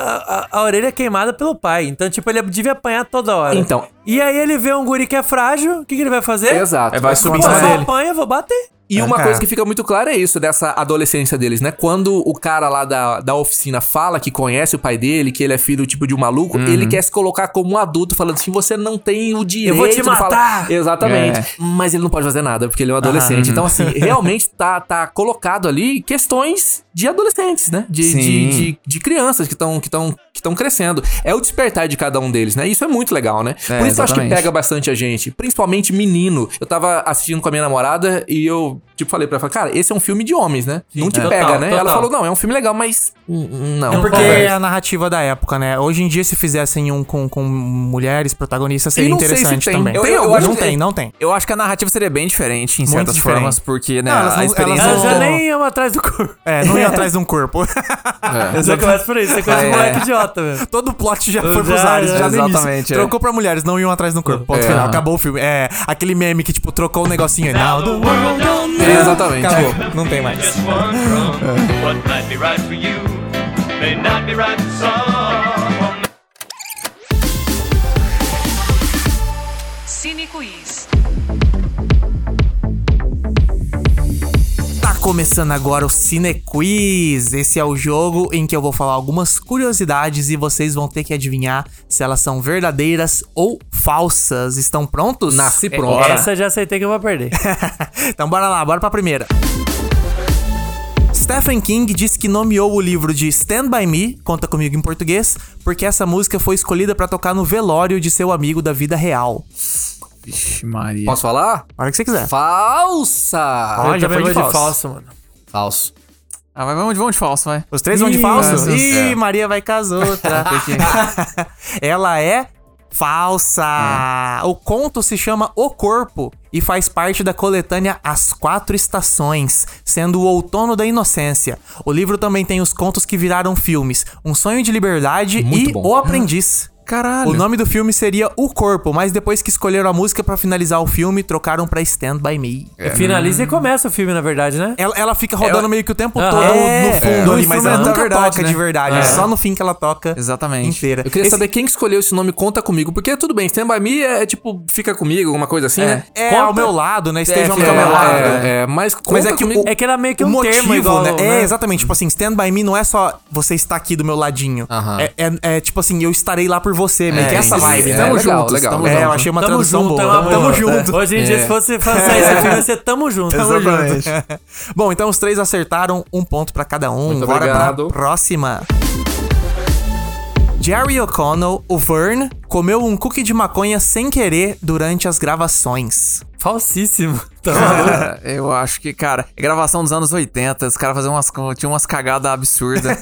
C: a- a orelha queimada pelo pai. Então, tipo, ele devia apanhar toda hora.
D: Então.
C: E aí ele vê um guri que é frágil, o que, que ele vai fazer?
D: Exato.
F: É, vai subir em
C: Pô,
F: cima
C: só
F: dele.
C: apanha, vou bater.
D: E uma
F: cara.
D: coisa que fica muito clara é isso, dessa adolescência deles, né? Quando o cara lá da, da oficina fala que conhece o pai dele, que ele é filho tipo de um maluco,
F: Uhum.
D: ele quer se colocar como um adulto, falando assim: você não tem o direito.
C: vou te
D: de falar."
C: matar!
D: Exatamente.
F: É.
D: Mas ele não pode fazer nada, porque ele é um
F: Ah.
D: adolescente. Então, assim, realmente tá, tá colocado ali questões de adolescentes, né? De,
F: Sim.
D: de, de, de crianças que estão que tão, que tão crescendo. É o despertar de cada um deles, né? Isso é muito legal, né?
F: É,
D: Por isso que eu acho que
F: exatamente.
D: pega bastante a gente, principalmente menino. Eu tava assistindo com a minha namorada e eu, tipo, falei pra ela, cara, esse é um filme de homens, né? não te
C: total,
D: pega, né? Ela
C: total.
D: falou, não, é um filme legal, mas hum, hum, não.
B: É porque é
D: conversa.
B: a narrativa da época, né? Hoje em dia, se fizessem um com, com mulheres protagonistas,
D: E
B: seria
D: não sei se
B: interessante
D: tem.
B: também.
D: Eu-
F: eu
B: não
F: acho que-
B: tem, não tem.
F: Eu acho que a narrativa seria bem diferente em certas
B: diferente.
F: formas, porque, né,
B: Não, elas não-
F: a experiência...
B: elas
C: Ela
B: não-
C: já
B: Não.
C: nem ama atrás do corpo.
B: É, não ia atrás de um corpo.
C: Você começa por isso, você conhece um
F: É.
C: moleque idiota, velho.
B: Todo o plot já
C: Eu
B: foi pros
C: já-
B: ares, já,
C: já-
B: nem isso.
F: Exatamente, é.
B: Trocou pra mulheres, não iam atrás do corpo. Ponto final, acabou o filme. É, aquele meme que, tipo, trocou o negocinho aí. Now the world don't know.
D: Exatamente.
B: Acabou, não tem mais.
E: One drum, what might be right for you may not be right for some.
A: Cine Quiz.
B: Tá começando agora o Cine Quiz. Esse é o jogo em que eu vou falar algumas curiosidades e vocês vão ter que adivinhar se elas são verdadeiras ou falsas. Estão prontos?
D: Nasci
B: É-
D: pronto.
C: Essa eu já aceitei que eu vou perder.
B: então bora lá, bora pra primeira. Stephen King disse que nomeou o livro de Stand By Me, conta comigo em português, porque essa música foi escolhida pra tocar no velório de seu amigo da vida real.
F: Vixe, Maria.
D: Posso falar?
B: A hora que você quiser.
D: Falsa!
B: Ah,
C: Eu
B: já
C: também
B: foi de
C: vou
B: falso.
C: mano.
D: Falso.
F: Ah, mas vamos de, vamos de falso, vai.
B: Os três vão de
C: Ih,
B: falso?
C: meu Deus. É.
B: Ih, Maria vai com as outras. Ela é falsa.
C: É.
B: O conto se chama O Corpo e faz parte da coletânea As Quatro Estações, sendo o outono da inocência. O livro também tem os contos que viraram filmes: Um Sonho de Liberdade
D: Muito
B: e
D: bom.
B: O Aprendiz.
F: Caralho.
B: O nome do filme seria O Corpo, mas depois que escolheram a música pra finalizar o filme, trocaram pra Stand By Me.
D: É.
C: Finaliza e começa o filme, na verdade, né?
B: Ela, ela fica rodando
F: Ela-
B: meio que o tempo
C: Aham.
B: todo
F: É,
B: no fundo
F: no
B: ali, mas ela
F: instrumento,
B: nunca
F: na verdade,
B: toca
F: né?
B: de verdade. É.
F: É.
B: só no fim que ela toca
F: Exatamente.
B: inteira.
D: Eu queria
B: Esse-
D: saber quem que escolheu esse nome Conta Comigo, porque tudo bem, Stand By Me é, é tipo, fica comigo, alguma coisa assim, né?
B: É
C: Conta-
B: ao meu lado, né? Esteja ao
D: fica
B: meu
D: ao meu
B: lado.
D: lado, é, é, mas conta
B: mas é que
D: comigo.
B: o,
C: É que era meio que
B: o
C: um
B: motivo,
C: termo igual,
B: né? É,
C: né?
B: exatamente. Tipo assim, Stand By Me não é só você está aqui do meu ladinho.
D: Aham.
B: É, é- é tipo assim, eu estarei lá por você. meio que
D: É,
B: essa
D: isso,
B: vibe,
D: é,
B: né?
D: legal, legal,
B: tamo
D: legal.
B: É, eu achei uma
C: tamo
B: tradução
C: junto,
B: boa.
C: é uma boa.
B: junto.
C: Hoje em dia,
D: É.
C: se fosse fazer esse filme, ia ser tamo junto. Tamo junto.
B: Exatamente. Bom, então os três acertaram um ponto pra cada um.
D: Muito
B: Bora
D: obrigado.
B: pra próxima. Jerry O'Connell, o Vern, comeu um cookie de maconha sem querer durante as gravações.
C: Falsíssimo. Tá maluco?
F: Cara, eu acho que, cara, é gravação dos anos 80, os caras faziam umas, tinham umas cagadas absurdas.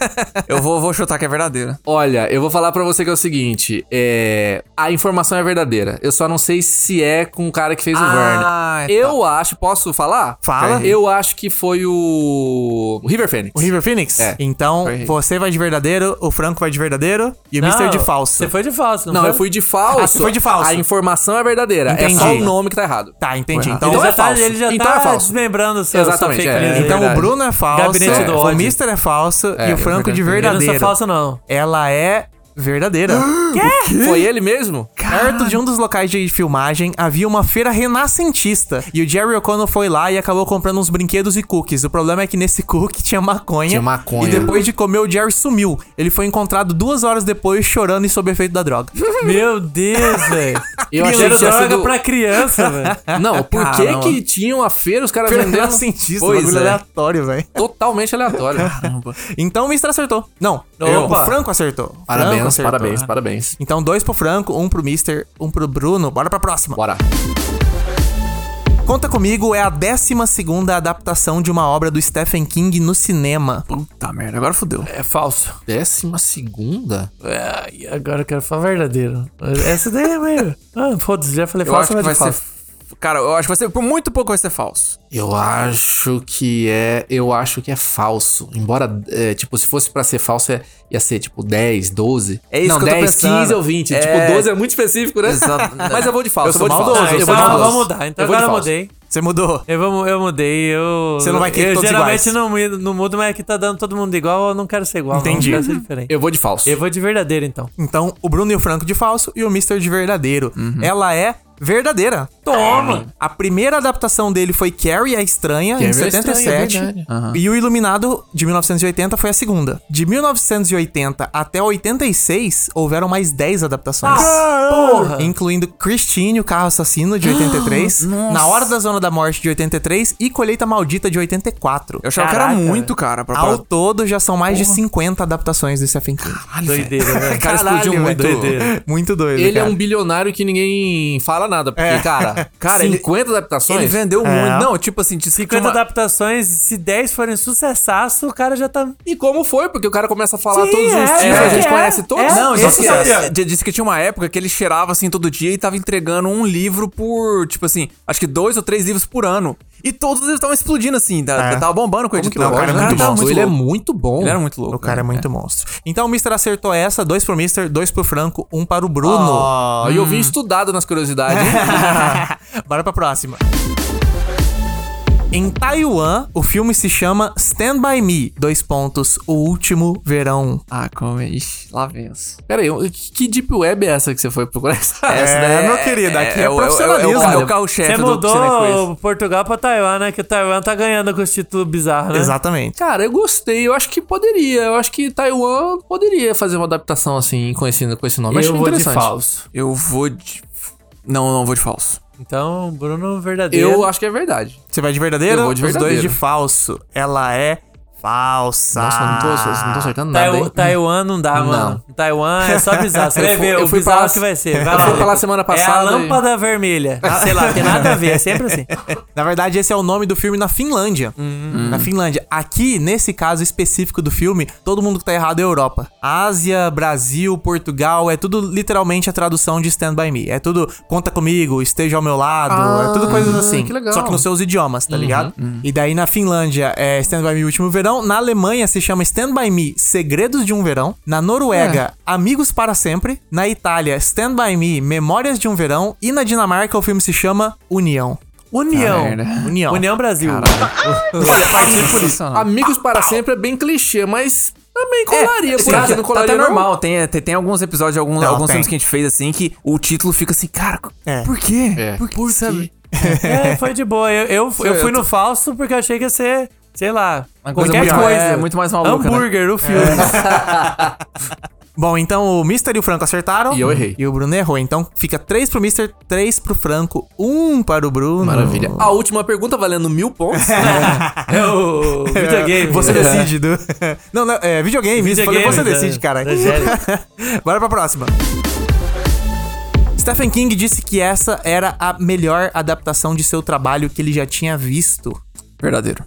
F: eu vou, vou chutar que é verdadeira.
D: Olha, eu vou falar pra você que é o seguinte, é, a informação é verdadeira. Eu só não sei se é com o cara que fez o
B: é
F: Ah,
D: Verne. Eu acho, posso falar?
B: Fala.
D: Eu acho que foi o, o River Phoenix.
B: O River Phoenix?
D: É.
B: Então,
D: Foi.
B: você vai de verdadeiro, o Franco vai de verdadeiro e o Mr. de falso.
C: Você foi de falso, não,
D: Não,
C: foi?
D: eu fui de falso.
B: Ah, você foi de falso.
D: A informação é verdadeira.
B: Entendi.
D: É só o nome que tá errado.
B: Tá, entendi.
D: Foi
B: Então,
D: errado.
C: Ele já tá, ele
D: é falso.
C: já
D: Então
C: tá
D: é falso.
C: desmembrando o seu,
D: Exatamente,
C: seu
D: é.
C: fake news. aí.
B: então
D: verdade.
B: o Bruno é falso,
C: Gabinete do
B: o
C: ódio.
B: Mr. é falso
D: É,
B: e o
D: o
B: Franco de
D: verdadeiro.
C: Eu não
B: verdadeiro.
C: sou falso, não.
B: Ela é verdadeira.
D: Foi ele mesmo?
B: Perto de um dos locais de filmagem havia uma feira renascentista e o Jerry O'Connell foi lá e acabou comprando uns brinquedos e cookies. O problema é que nesse cookie tinha maconha.
D: Tinha maconha.
B: E depois de comer, o Jerry sumiu. Ele foi encontrado duas horas depois chorando e sob efeito da droga.
C: Meu Deus, velho.
D: Eu achei
C: Primeiro
D: que tinha
C: droga
D: sido-
C: pra criança, velho.
D: Não, por que
F: Caramba.
D: que tinha uma feira os caras
B: Feira
D: vendendo?
B: renascentista,
D: Pois
B: bagulho
D: é.
B: aleatório, velho.
D: Totalmente aleatório.
B: Então o Mr. acertou. Não, eu, o
C: Opa.
B: Franco acertou. Franco
D: Parabéns,
B: acertou.
D: parabéns, parabéns.
B: Então dois pro Franco, um pro Mr., um pro Bruno. Bora pra próxima.
D: Bora.
B: Conta Comigo é a 12 adaptação de uma obra do Stephen King no cinema.
F: Puta merda, agora fudeu.
C: É falso.
D: Décima segunda?
C: Ai, agora eu quero falar verdadeiro. Essa daí é meio... Ah, foda-se, já falei
F: Eu
C: falso,
F: acho que
C: mas é
F: vai ser.
C: falso.
F: f- Cara, eu acho que vai ser. Por muito pouco vai ser falso.
D: Eu acho que é. Eu acho que é falso. Embora, é, tipo, se fosse pra ser falso, é- ia ser tipo 10, 12.
F: É isso
D: Não,
F: que eu tô
D: 10,
F: pensando.
D: 15 ou 20.
F: É.
D: Tipo, 12 é muito específico, né?
F: Exato.
D: Mas eu vou de falso.
F: Eu
D: Eu,
F: sou
D: vou de
F: maldoso,
D: falso.
C: Ah,
F: eu vou
C: então
F: de
C: agora eu
F: falso.
C: vou mudar. Então
D: Eu vou
C: agora
D: de
C: eu
D: falso.
C: mudei.
B: Você mudou?
C: Eu, vou, eu mudei, eu.
B: Você não vai querer
C: eu
B: todos
C: geralmente
B: iguais.
C: não, mudo- não mudo, mas é que tá dando todo mundo igual, eu não quero ser igual. não,
B: Entendi.
C: Eu quero ser diferente. Eu,
D: Eu vou de falso.
C: vou de verdadeiro, então.
B: Então, o Bruno e o Franco de falso e o Mr. de verdadeiro.
D: Uhum.
B: Ela é verdadeira.
C: Toma!
B: A primeira adaptação dele foi Carrie a Estranha,
D: Carrie
B: em
D: a Estranha,
B: 77.
D: é verdade.
B: E o Iluminado, de 1980, foi a segunda. De 1980 até 86, houveram mais 10 adaptações.
D: Ah,
C: porra!
B: Incluindo Christine, o Carro Assassino, de 83. Na Hora da Zona da Morte, de 83. E Colheita Maldita, de 84.
F: Eu achava que
C: Caraca.
F: era muito, cara, pra
B: Ao todo, já são mais de 50 adaptações desse Stephen King.
C: Doideira, né? velho.
F: cara explodiu
C: é
B: Caralho,
F: muito.
B: velho.
C: né,
B: Muito doido,
D: Ele
B: cara.
D: é um bilionário que ninguém fala nada. Porque,
C: É.
D: cara,
F: Cara, ele-
D: 50 adaptações.
F: Ele vendeu muito. Não, tipo assim, de
C: 50 adaptações, se 10 forem um sucessaço, o cara já tá.
D: E como foi? Porque o cara começa a falar
C: Sim,
D: todos os
C: é,
D: títulos, a gente
C: é,
D: conhece todos.
C: é.
F: Não,
C: Esse
F: disse que,
C: eu sabia.
F: d- disse que tinha uma época que ele cheirava assim todo dia e tava entregando um livro por, tipo assim, acho que dois ou três livros por ano. E todos eles estavam explodindo assim, da,
B: É.
F: tava bombando com o editor.
B: não, o cara é
F: O cara
B: muito
F: tava
B: bom.
D: ele é
F: louco.
D: muito bom.
F: Ele era muito louco.
B: O cara é muito monstro. Então o Mr. acertou essa, dois pro Mr., dois pro Franco, um para o Bruno.
D: Ah, E eu vim estudado nas curiosidades.
B: Bora pra próxima. Em Taiwan, o filme se chama Stand By Me, dois pontos, o último verão.
F: Ah, como é? Ixi, lá venço.
D: Pera aí, o- que que deep web é essa que você foi procurar? Essa,
B: É, meu querido, aqui é
F: o- o-
B: profissionalismo.
F: É o,
B: Olha,
F: carro-chefe
C: Você
F: do Cinequiz.
C: mudou Portugal pra Taiwan, né? Que o Taiwan tá ganhando com os títulos bizarros, né?
B: Exatamente.
D: Cara, eu gostei. Eu acho que poderia. Eu acho que Taiwan poderia fazer uma adaptação assim, conhecida com esse nome. acho
C: Eu vou de
D: interessante.
C: falso.
F: Eu vou de... Não, não vou de falso.
C: Então, Bruno, verdadeiro.
D: Eu acho que é verdade.
B: Você vai de verdadeiro?
D: Eu vou de
B: Os
D: verdadeiro.
B: dois de falso. Ela é falsa.
D: Nossa, eu não tô, eu não tô acertando nada.
C: Taiwan,
D: hein?
C: Taiwan não dá, mano. Taiwan é só bizarro. Você
D: Eu
C: vai
D: fui-
C: ver,
D: eu
C: o
D: fui
C: bizarro
D: pra lá-
C: que vai ser. Vai
D: eu
C: lá,
D: fui pra lá
C: Lucas.
D: semana
C: É a
D: passada e-
C: lâmpada vermelha. Ah, sei lá, tem nada a ver, é sempre assim.
D: Tá
B: Na verdade, esse é o nome do filme na Finlândia.
D: Hum.
B: Na Finlândia. Aqui, nesse caso específico do filme, todo mundo que tá errado é Europa. Ásia, Brasil, Portugal, é tudo literalmente a tradução de Stand By Me. É tudo conta comigo, esteja ao meu lado, é tudo coisas assim.
D: Ah, que legal. Uhum,
B: Só que nos seus idiomas, tá ligado? E daí na Finlândia é Stand By Me Último Verão, Então, na Alemanha se chama Stand By Me, Segredos de um Verão. Na
D: É.
B: Noruega, Amigos para Sempre. Na Itália, Stand By Me, Memórias de um Verão. E na Dinamarca, o filme se chama União.
C: União.
B: União.
C: União Brasil.
D: Amigos para sempre é bem clichê, mas também
F: É,
D: colaria por
F: tá-
D: aqui. Não
F: tá
D: colaria
F: até
D: não?
F: normal. Tem, tem, tem alguns episódios, alguns,
B: Não,
F: alguns
B: tem.
F: filmes que a gente fez assim, que o título fica assim, cara,
B: É.
F: por quê?
D: É.
F: Por, quê? Sabe?
C: É, foi de boa. Eu, eu, eu fui no falso porque eu achei que ia ser, sei lá,
F: Uma coisa
C: qualquer
F: muito-
C: coisa.
F: é, muito mais maluca, né?
C: Hambúrguer, o filme.
B: Bom, então o Mr. e o Franco acertaram.
D: E eu errei.
B: E o Bruno errou. Então fica 3 pro Mr., 3 pro Franco, 1 para o Bruno.
D: Maravilha. A última pergunta valendo mil pontos.
C: É o videogame. É.
B: Você
D: É.
B: decide. Do... Não, não, é videogame. isso,
C: Videogame,
B: você
C: da-
B: decide, cara.
C: da Jéssica.
B: Bora pra próxima. Stephen King disse que essa era a melhor adaptação de seu trabalho que ele já tinha visto.
F: Verdadeiro.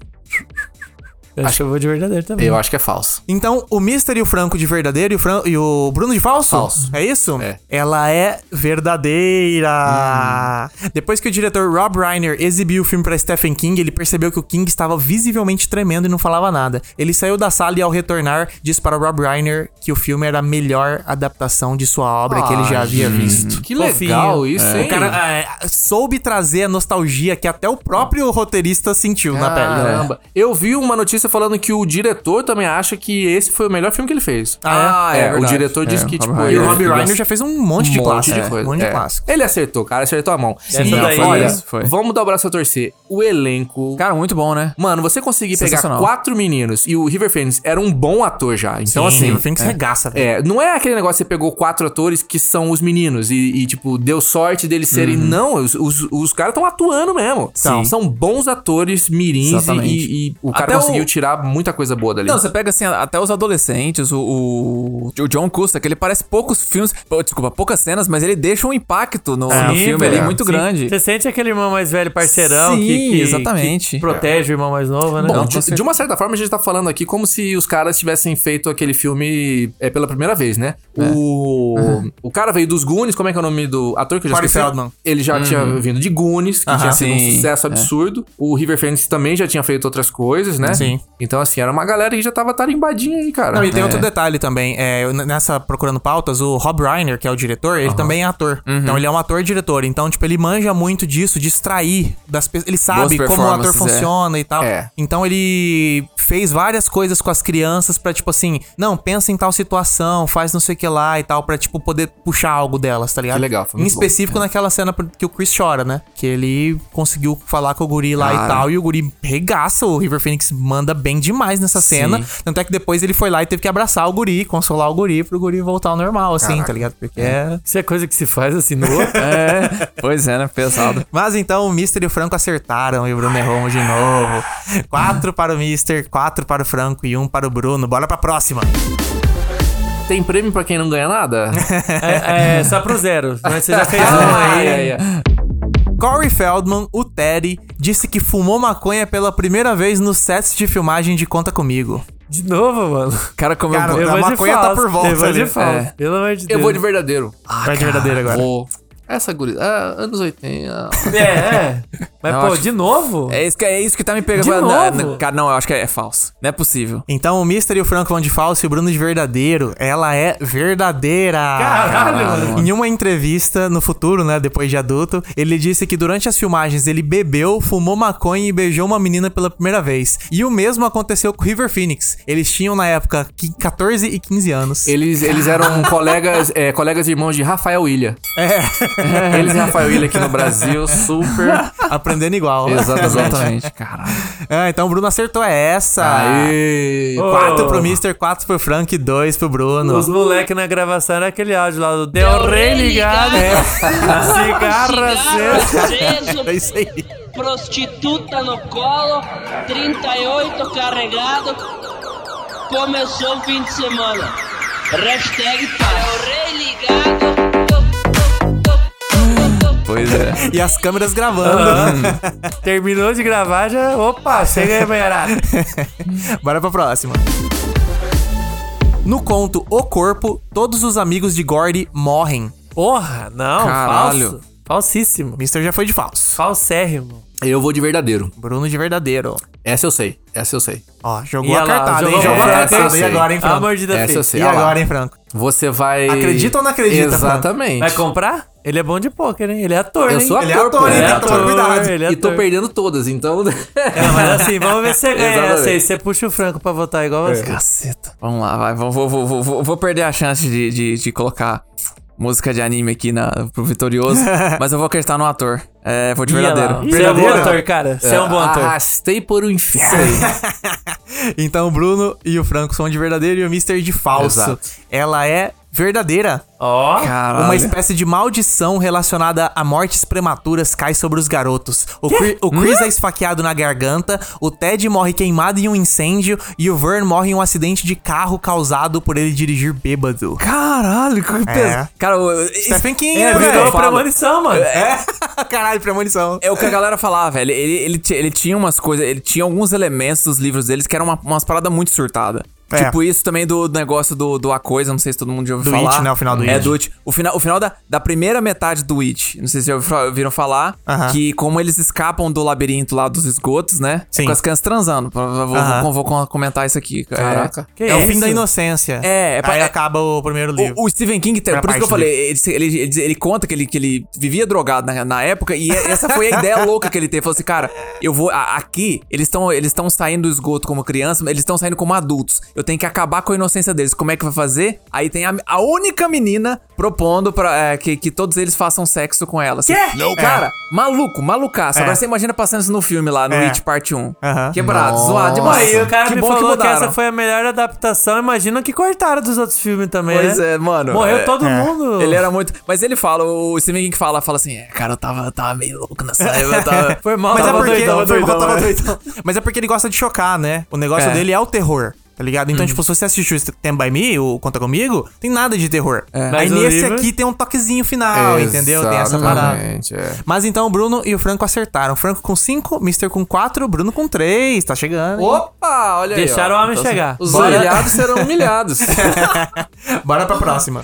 C: Eu acho que eu vou de verdadeiro também.
D: Eu acho que é falso.
B: Então, o Mr. e o Franco de verdadeiro e o, Fran- e o Bruno de falso?
D: Falso.
B: É isso?
D: É.
B: Ela é verdadeira.
D: Hum.
B: Depois que o diretor Rob Reiner exibiu o filme pra Stephen King, ele percebeu que o King estava visivelmente tremendo e não falava nada. Ele saiu da sala e, ao retornar, disse para Rob Reiner que o filme era a melhor adaptação de sua obra que ele já havia visto.
D: Ah, Que legal isso, hein?
B: O cara é, soube trazer a nostalgia que até o próprio roteirista sentiu na pele. né?
D: Caramba. É. Eu vi uma notícia falando que o diretor também acha que esse foi o melhor filme que ele fez.
B: Ah,
F: é?
D: é.
F: É
D: o
F: verdade.
D: diretor disse
F: É,
D: que, tipo,
F: Rob
B: E
D: ele-
B: o Rob
D: ele
B: Reiner já fez um monte de
D: um monte
B: clássico.
D: de coisa.
B: Um monte de
D: é.
B: clássico.
D: Ele acertou, cara, acertou a mão.
C: Sim,
D: E,
C: foi
D: olha,
F: isso, foi.
D: vamos dar o braço a torcer. O elenco.
F: Cara, muito bom, né?
D: Mano, você conseguir pegar
F: Sensacional.
D: quatro meninos e o River Phoenix era um bom ator já. Então,
B: Sim,
D: assim.
B: o Phoenix regaça, velho.
D: É, não é aquele negócio que você pegou quatro atores que são os meninos e, e, tipo, deu sorte deles serem. Não, os, os, os caras estão atuando mesmo. São, são bons atores mirins e,
F: Exatamente.
D: e- e o cara
F: Até o-
D: conseguiu tirar muita coisa boa dali.
F: Não, você pega assim, até os adolescentes, o, o, o John Custa, que ele parece poucos filmes, pô, desculpa, poucas cenas, mas ele deixa um impacto no,
B: É,
F: no
C: Sim,
F: filme
C: velho.
F: ali muito
C: Sim.
F: grande.
C: Você sente aquele irmão mais velho parceirão
F: Sim,
C: que, que-
F: exatamente.
C: que protege o irmão mais novo, né?
D: Bom,
C: Não,
D: de, de uma certa forma, a gente tá falando aqui como se os caras tivessem feito aquele filme é, pela primeira vez, né? O, o cara veio dos Goonies, como é que é o nome do ator que eu já
B: Corey
D: esqueci?
B: Feldman.
D: Ele já tinha vindo de Goonies, que tinha sido um
F: sim.
D: sucesso absurdo. O River Phoenix também já tinha feito outras coisas, né?
B: Sim.
D: Então, assim, era uma galera que já tava tarimbadinha aí, cara.
B: Não, e tem
D: É.
B: outro detalhe também. É, eu- nessa Procurando Pautas, o Rob Reiner, que é o diretor, ele também é ator.
D: Uhum.
B: Então ele é um ator e diretor. Então, tipo, ele manja muito disso, de extrair das pessoas. Ele sabe
F: Boas
B: como o ator
F: performances, é.
B: funciona e tal.
D: É.
B: Então ele fez várias coisas com as crianças pra, tipo assim, não, pensa em tal situação, faz não sei o que lá e tal, pra, tipo, poder puxar algo delas, tá ligado?
D: Que legal, foi
B: Em
D: muito bom.
B: específico naquela cena que o Chris chora, né? Que ele conseguiu falar com o guri lá e
D: Cara.
B: tal, e o guri regaça, o River Phoenix manda bem demais nessa cena. Tanto é que depois ele foi lá e teve que abraçar o guri, consolar o guri pro guri voltar ao normal, assim, tá ligado? Porque é.
C: Isso é coisa que se faz assim no outro.
F: É, pois é, né? Pesado.
B: Mas então o Mr. e o Franco acertaram e o Bruno errou um de novo. Quatro para o Mr., quatro para o Franco e um para o Bruno. Bora pra próxima.
D: Tem prêmio pra quem não ganha nada?
C: É, é, só pro zero. Mas você já fez
D: Ah,
C: um aí.
D: Ai, ai, ai.
B: Corey Feldman, o Terry, disse que fumou maconha pela primeira vez no set de filmagem de Conta Comigo.
C: De novo, mano.
F: Cara, como
B: Cara,
F: eu...
B: a maconha tá por volta,
C: Eu vou de
B: né?
C: falso.
D: É.
C: Pelo amor de Deus.
D: Eu vou de verdadeiro.
B: Vai de verdadeiro agora.
D: Vou. Essa guria. Ah, anos 80.
C: É, é. Mas,
F: Não,
C: pô,
F: acho-
C: de novo?
F: É isso, que, é isso que tá me
C: De
F: pegando. Não,
C: novo?
F: não, Cara, não, eu acho que é, é falso. Não é possível.
B: Então o Mr. e o Franco vão de falso e o Bruno de verdadeiro. Ela é verdadeira.
C: Caralho, mano.
B: Em uma entrevista no futuro, né, depois de adulto, ele disse que durante as filmagens ele bebeu, fumou maconha e beijou uma menina pela primeira vez. E o mesmo aconteceu com o River Phoenix. Eles tinham na época qui- 14 e 15 anos.
D: Eles, eles eram colegas, é, colegas e irmãos de Rafael Ilha. É. Eles e Rafael Ilha aqui no Brasil, super.
B: Aprendendo igual.
D: Exatamente.
F: Caralho.
B: Ah, então o Bruno acertou essa.
D: Aí.
B: 4 pro Mr., 4 pro Frank e 2 pro Bruno.
C: Os moleques na gravação era aquele áudio lá do Del Rey ligado. É. Cigarra cedo.
B: É isso aí.
M: prostituta no colo, 38 carregado. Começou o fim de semana. Hashtag paz. É o rei ligado.
F: Pois é.
B: E as câmeras gravando.
C: Terminou de gravar, já. Opa, chega aí, banheirada.
B: Bora pra próxima. No conto O Corpo, todos os amigos de Gordy morrem.
C: Porra, não,
F: Caralho.
C: falso. Falsíssimo.
B: Mister já foi de falso.
C: Falsérrimo.
D: Eu vou de verdadeiro.
B: Bruno de verdadeiro.
D: Essa eu sei. Essa eu sei.
B: Ó, jogou a cartada, hein? Jogou a
D: Essa eu
B: cartada. E
D: sei.
B: agora, hein, Franco?
D: Essa eu sei.
B: E
D: olha lá.
B: agora, hein, Franco?
D: Você vai.
B: Acredita ou não acredita, Franco?
D: Exatamente.
C: Vai comprar? Ele é bom de pôquer, hein? Ele é ator,
D: Eu
C: hein?
D: sou ator,
B: Ele é ator,
D: pô.
B: ele é ator, cuidado.
C: Ele é
D: E tô
C: ator.
D: perdendo todas, então.
C: É, mas assim, vamos ver se você ganha essa aí.
D: Exatamente.
C: Você puxa o Franco pra votar igual você.
F: Caceta. Vamos lá, vai. Vou, vou, vou, vou, vou perder a chance de, de, de colocar música de anime aqui na, pro Vitorioso. mas eu vou acreditar no ator. É, vou de
C: Ih, olha
F: verdadeiro.
C: lá.
F: Ah,
C: Você é um bom
B: Verdadeiro?
C: ator, cara. Você é um bom
D: Ah,
C: ator.
D: Arrastei por um inferno.
B: Então, o Bruno e o Franco são de verdadeiro e o Mr. de falso.
D: Exato.
B: Ela é verdadeira.
C: Ó.
F: Caralho.
B: Uma espécie de maldição relacionada a mortes prematuras cai sobre os garotos. O, Cri-
F: Hum?
B: o Chris é esfaqueado na garganta, o Ted morre queimado em um incêndio e o Vern morre em um acidente de carro causado por ele dirigir bêbado.
F: Caralho, que
B: É.
F: peso. Cara, eu-
B: Stephen King,
C: É,
B: né,
C: virou
B: velho?
C: uma premonição, mano.
B: É, Caralho, premonição.
F: É o que a galera falava, velho. Ele, ele, ti- ele tinha umas coisas, ele tinha alguns elementos dos livros deles que eram uma- umas paradas muito surtadas.
B: É.
F: Tipo isso também do negócio do, do A Coisa, não sei se todo mundo já ouviu
B: Do
F: falar.
B: It, né? O final do
F: é,
B: It.
F: do It. O final, o final da, da primeira metade do It, não sei se já ouvi- ouviram falar,
B: Aham.
F: que como eles escapam do labirinto lá dos esgotos, né? É
B: Sim.
F: Com as crianças transando. Vou, vou- vou-
B: Aham.
F: vou, com- comentar isso aqui.
D: Caraca.
F: É,
B: é o fim
C: isso?
B: da inocência.
F: É, é pra-
B: Aí
F: é-
B: acaba o primeiro livro.
F: o, o Stephen King, tem-
B: Pra
F: por isso que eu
B: parte
F: falei, ele, ele, ele- ele conta que ele, que ele vivia drogado na, na época e é- essa foi a ideia louca que ele teve. Falou assim, cara, eu vou. a- aqui, eles estão eles tão saindo do esgoto como criança, mas eles estão saindo como adultos. Eu tenho que acabar com a inocência deles. Como é que vai fazer? Aí tem a, a única menina propondo pra, é, que, que todos eles façam sexo com ela. Assim.
C: Quê? É.
F: Não. Cara, maluco, malucaço. Agora você imagina passando isso no filme lá, no
B: É.
F: It Parte 1.
B: Aham.
F: Quebrado, zoado
C: Pô,
F: demais.
C: e o cara me falou que,
F: mudaram.
C: essa foi a melhor adaptação. Imagina que cortaram dos outros filmes também,
F: Pois
C: né?
F: é, mano.
C: Morreu
F: É,
C: todo
B: é.
C: mundo.
F: Ele era muito. Mas ele fala, o Stephen King fala, fala assim: é, cara, eu tava, eu tava meio louco nessa época. Eu tava...
C: Foi mal,
B: Mas é
C: tava
B: porque foi mal,
C: doidão, doidão,
B: tava
C: né?
B: doidão. Mas é porque ele gosta de chocar, né? O negócio
F: É.
B: dele é o terror. Tá ligado? Então, tipo, se você assistiu Stand By Me, o Conta Comigo, tem nada de terror. Aí
C: Mas o
B: nesse
C: livro-
B: aqui tem um toquezinho final, entendeu? Tem essa parada.
D: é. Exatamente, é.
B: Mas então o Bruno e o Franco acertaram. O Franco com 5, Mr. com 4, Bruno com 3. Tá chegando. hein?
D: Opa, olha aí.
C: Deixaram
D: ó.
C: o
F: Então,
C: homem
F: assim,
C: chegar.
D: Os
C: Bora.
D: humilhados serão humilhados.
B: Bora pra próxima.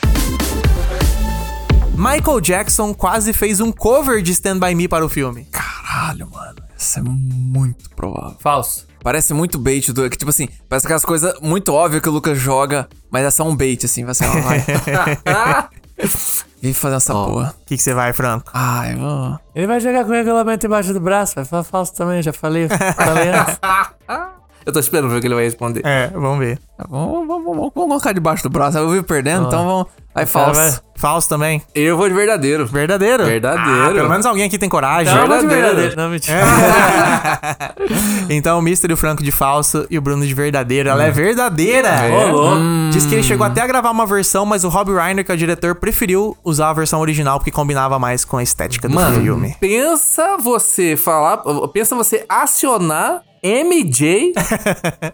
B: Michael Jackson quase fez um cover de Stand By Me para o filme.
F: Caralho, mano. Isso é muito provável.
C: Falso.
F: Parece muito bait do. Que, tipo assim, parece aquelas coisas muito óbvias que o Lucas joga, mas é só um bait, assim, vai ser, ó, vai. Vem fazer essa porra.
B: O que que você vai, Franco?
F: Ai, mano.
C: Ele vai jogar com o regulamento embaixo do braço. Vai falar falso também, já falei. falei antes.
D: Eu tô esperando ver o que ele vai responder.
B: É, vamos ver.
F: Tá bom, vamos, vamos, vamos colocar debaixo do braço. Eu vi perdendo,
B: Ah.
F: então vamos. Aí
C: cara
F: falso.
B: Falso também?
D: Eu vou de verdadeiro.
B: Verdadeiro? Ah,
D: Verdadeiro.
B: pelo menos alguém aqui tem coragem.
C: Não, mas
D: Verdadeiro.
C: de verdadeiro. Não, mentira.
B: Então, o Mister e o Franco de falso e o Bruno de verdadeiro. Ela é verdadeira. Hum.
D: É? Hum. Ô, louco. Hum.
B: Diz que ele chegou até a gravar uma versão, mas o Rob Reiner, que é o diretor, preferiu usar a versão original porque combinava mais com a estética do
D: Mano,
B: filme.
D: pensa você falar. Pensa você acionar MJ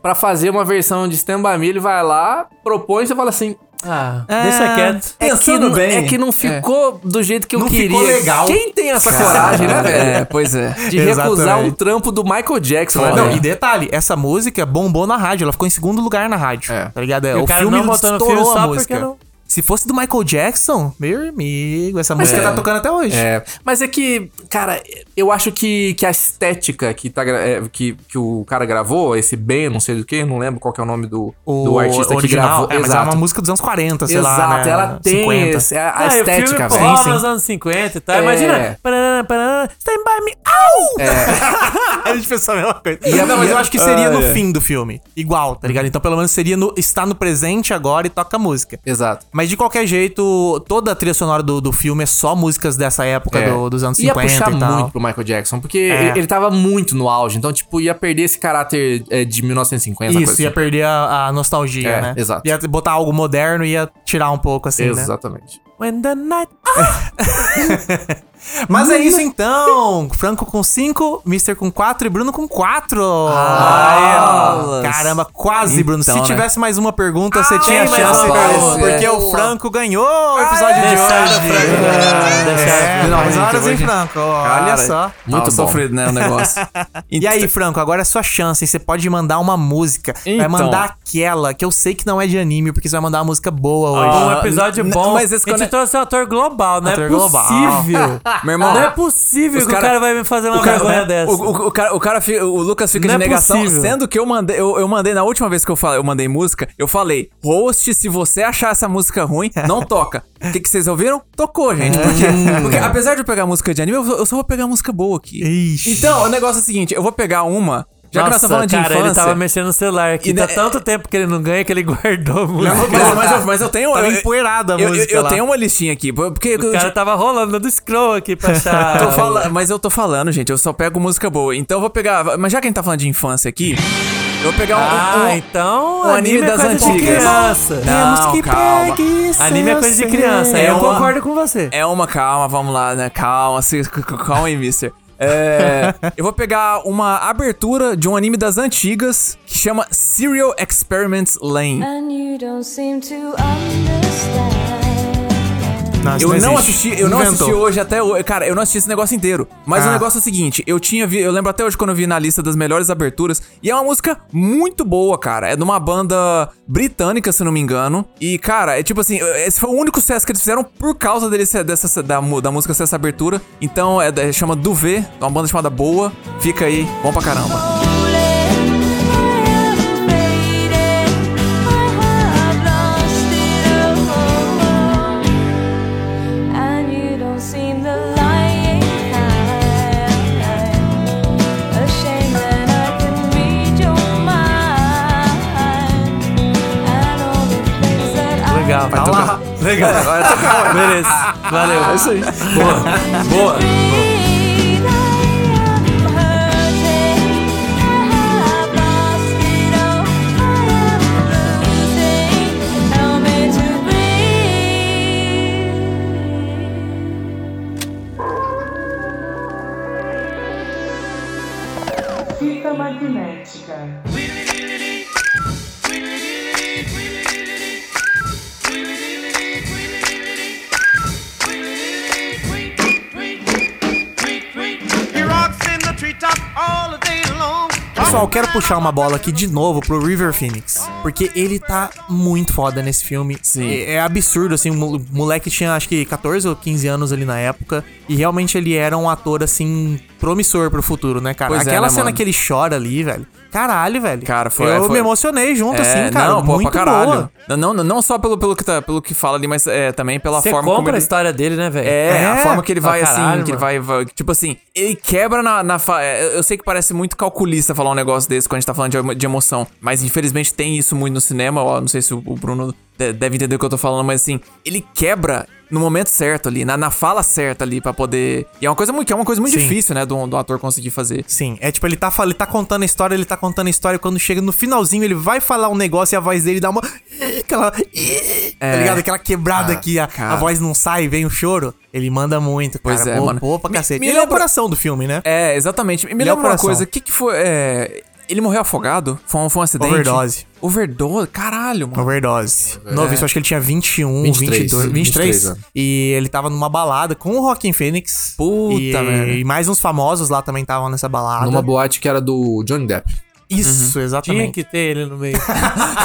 D: pra fazer uma versão de Stand By Me. Ele vai lá, propõe e você fala assim.
C: Ah, deixa quieto.
D: É que,
F: Pensando
D: não-
F: bem.
D: é que não ficou do jeito que eu
B: Não
D: queria.
B: ficou legal.
D: Quem tem essa coragem, né,
F: É,
D: velho?
F: pois é.
D: De recusar
B: Exatamente.
D: um trampo do Michael Jackson. né,
F: Foda.
B: Não,
D: velho?
B: e detalhe, essa música bombou na rádio, ela ficou em segundo lugar na rádio.
D: É.
B: Tá ligado? É,
C: o
B: o
C: cara
B: filme
C: não botou no
B: estourou
C: filme só
B: a
C: porque
B: música.
C: não-
B: Se fosse do Michael Jackson, meu amigo, essa música tá tocando até hoje.
D: É, mas é que, cara, eu acho que, que a estética que, tá, gra- é, que, que o cara gravou, esse Ben, não sei do que, não lembro qual que é o nome do, do artista
B: original,
D: que
B: é,
D: gravou.
B: mas é uma música dos anos 40, sei
D: Exato,
B: lá, né?
D: ela tem
B: 50.
D: esse- a, a
C: Ah, e o né? filme
D: estética, velho.
C: rola
B: Sim, sim.
C: nos anos 50 e tal.
D: É.
C: Imagina. Parana, parana, stand by me. Au!
D: É.
B: a gente pensou a mesma coisa. não, mas eu acho que seria
D: Ah,
B: no fim do filme. Igual, tá ligado? Então pelo menos seria no. Está no presente agora e toca a música.
D: Exato.
B: Mas de qualquer jeito, toda a trilha sonora do, do filme é só músicas dessa época
D: É.
B: do- dos anos
D: ia
B: 50
D: puxar
B: e tal.
D: muito pro Michael Jackson, porque
B: É.
D: ele, ele tava muito no auge, então, tipo, ia perder esse caráter é, de 1950. essa
B: Isso, ia
D: assim.
B: perder a, a nostalgia,
D: É,
B: né?
D: exato.
B: Ia botar algo moderno e ia tirar um pouco, assim, né?
D: Exatamente.
C: When the night.
B: Mas
D: Hum.
B: é isso então! Franco com 5, Mister com 4 e Bruno com 4!
F: Ah,
B: Cara, Caramba, quase, Bruno.
D: Então,
B: Se
D: né?
B: tivesse mais uma pergunta, você
D: Ah,
B: tinha
D: tem mais
B: chance.
D: uma
B: Paulo,
D: pergunta.
B: Porque
D: É.
B: o Franco ganhou o episódio de
D: Deixaram o
B: hoje.
D: Franco ganhar. Deixaram
B: É,
D: o Franco
B: mais
D: ganhar.
B: horas, hein,
D: Hoje-
B: Franco? Ó,
D: Cara, então
B: Olha só. Tá
D: muito Tava bom. sofrido, né, o negócio.
B: e aí, Franco, agora é sua chance, hein? Você pode mandar uma música. Vai
D: Então.
B: mandar aquela, que eu sei que não é de anime, porque você vai mandar uma música boa hoje.
D: Ah,
C: um episódio
B: N-
C: bom.
B: Mas esse
C: a gente
D: é
B: quando-
C: trouxe um ator global, não é
B: Ator global.
C: possível.
D: Meu irmão,
C: não é possível
D: os
C: que o cara vai me fazer uma
D: o cara-
C: vergonha dessa.
D: O, o- o cara, o cara fica- o Lucas fica
C: Não
D: de
C: é
D: negação,
C: possível.
D: sendo que eu mandei, eu, eu mandei na última vez que eu falei, eu mandei música, eu falei, host, se você achar essa música ruim, não toca. O que, que vocês ouviram? Tocou, gente.
C: É.
D: Por quê? Porque apesar de eu pegar música de anime, eu, eu só vou pegar música boa aqui. Então, o negócio é o seguinte, eu vou pegar uma. Já que nós
C: Nossa,
D: estamos falando de
C: cara,
D: infância.
C: ele tava mexendo no celular aqui.
D: tá-
C: Tá
D: E ne-
C: tanto tempo que ele não ganha que ele guardou a música.
D: Não, mas, mas eu, mas eu tenho.
C: Tava
D: eu-
C: empoeirada a
D: eu- eu-
C: música
D: Eu,
C: lá.
D: tenho uma listinha aqui. Porque
C: O cara tá- tava rolando do scroll aqui pra achar.
D: Tô fala- mas eu tô falando, gente, eu só pego música boa. Então eu vou pegar. Mas já que a gente tá falando de infância aqui, eu vou pegar um.
C: Ah,
D: um-
C: então.
D: um anime,
C: é
D: das
C: coisa de
D: antigas.
C: criança.
D: Não, calma.
C: Anime é coisa de criança. aí eu
D: uma-
C: concordo com você.
D: É uma calma, vamos lá, né? Calma, se- c- c- calma aí, mister. É, eu vou pegar uma abertura de um anime das antigas que chama Serial Experiments Lane.
N: And you don't seem to understand.
D: eu não assisti, eu não assisti hoje até hoje. Cara, eu não assisti esse negócio inteiro. Mas
B: Ah.
D: o negócio é o seguinte, eu tinha vi, eu lembro até hoje quando eu vi na lista das melhores aberturas, e é uma música muito boa, cara. É de uma banda britânica, se não me engano. E cara, é tipo assim, esse foi o único sucesso que eles fizeram por causa dele ser- dessa da, mu- da música ser essa abertura. Então, é, da- chama Duvet, é uma banda chamada Boa. Fica aí, bom pra caramba.
N: And you don't seem the lying kind. A shame that I can read your mind. And all the things that I
C: Legal,
D: vai
C: tocar. Legal, vai
B: Ah,
C: tocar. Beleza, valeu. É isso aí. Boa, boa.
N: Help me to breathe.
O: Fita magnética.
B: Pessoal, eu quero puxar uma bola aqui de novo pro River Phoenix. Porque ele tá muito foda nesse filme. Sim. É, é absurdo, assim. O mo- moleque tinha acho que 14 ou 15 anos ali na época. E realmente ele era um ator, assim, promissor pro futuro, né, cara?
D: Pois é,
B: Aquela
D: né,
B: cena
D: mano?
B: que ele chora ali, velho. Caralho, velho.
D: Cara, foi. é,
B: Eu
D: foi-
B: me emocionei junto,
D: É,
B: assim, cara.
D: Não, pô,
B: muito
D: pra caralho.
B: boa.
D: Não, não, não só pelo, pelo, que tá- pelo que fala ali, mas é, também pela
C: Você
D: forma como
C: compra a
D: ele...
C: história dele, né, velho?
D: É, a forma que ele vai,
C: Ah, caralho,
D: assim, que ele
C: mano.
D: vai, vai- Tipo assim, ele quebra na. na fa- é, Eu sei que parece muito calculista falar um negócio desse quando a gente tá falando de, emo- de emoção. Mas infelizmente tem isso muito no cinema. Ó, não sei se o o Bruno de- deve entender o que eu tô falando, mas assim, ele quebra no momento certo ali, na, na fala certa ali, pra poder. E é uma coisa muito, que é uma coisa muito
B: Sim.
D: difícil, né, do, do ator conseguir fazer.
B: Sim, é tipo, ele tá, fal- ele tá contando a história, ele tá contando a história, e quando chega no finalzinho, ele vai falar um negócio e a voz dele dá uma. Aquela. Tá ligado? Aquela quebrada
D: Ah,
B: que a,
D: cara.
B: a voz não sai, vem o choro. Ele manda muito, cara.
D: Pois é,
B: pô,
D: mano.
B: pô, pra
D: Me-
B: cacete.
D: me
B: ele é o
D: lembra-
B: coração do filme, né?
D: É, exatamente. Me
B: Ele é o
D: lembra uma
B: coração.
D: coisa, o que, que foi. é, Ele morreu afogado? Foi um, foi um acidente?
B: Overdose.
D: Overdose? Caralho, mano.
B: Overdose.
D: É.
B: Novo, isso acho que ele tinha 21,
P: 23,
B: 22, 23.
P: 23 anos.
B: e ele tava numa balada com o Rockin' Phoenix.
D: Puta
B: e,
D: merda.
B: E mais uns famosos lá também estavam nessa balada.
P: Numa boate que era do Johnny Depp.
B: Isso,
C: Tinha
B: exatamente.
C: que ter ele no meio.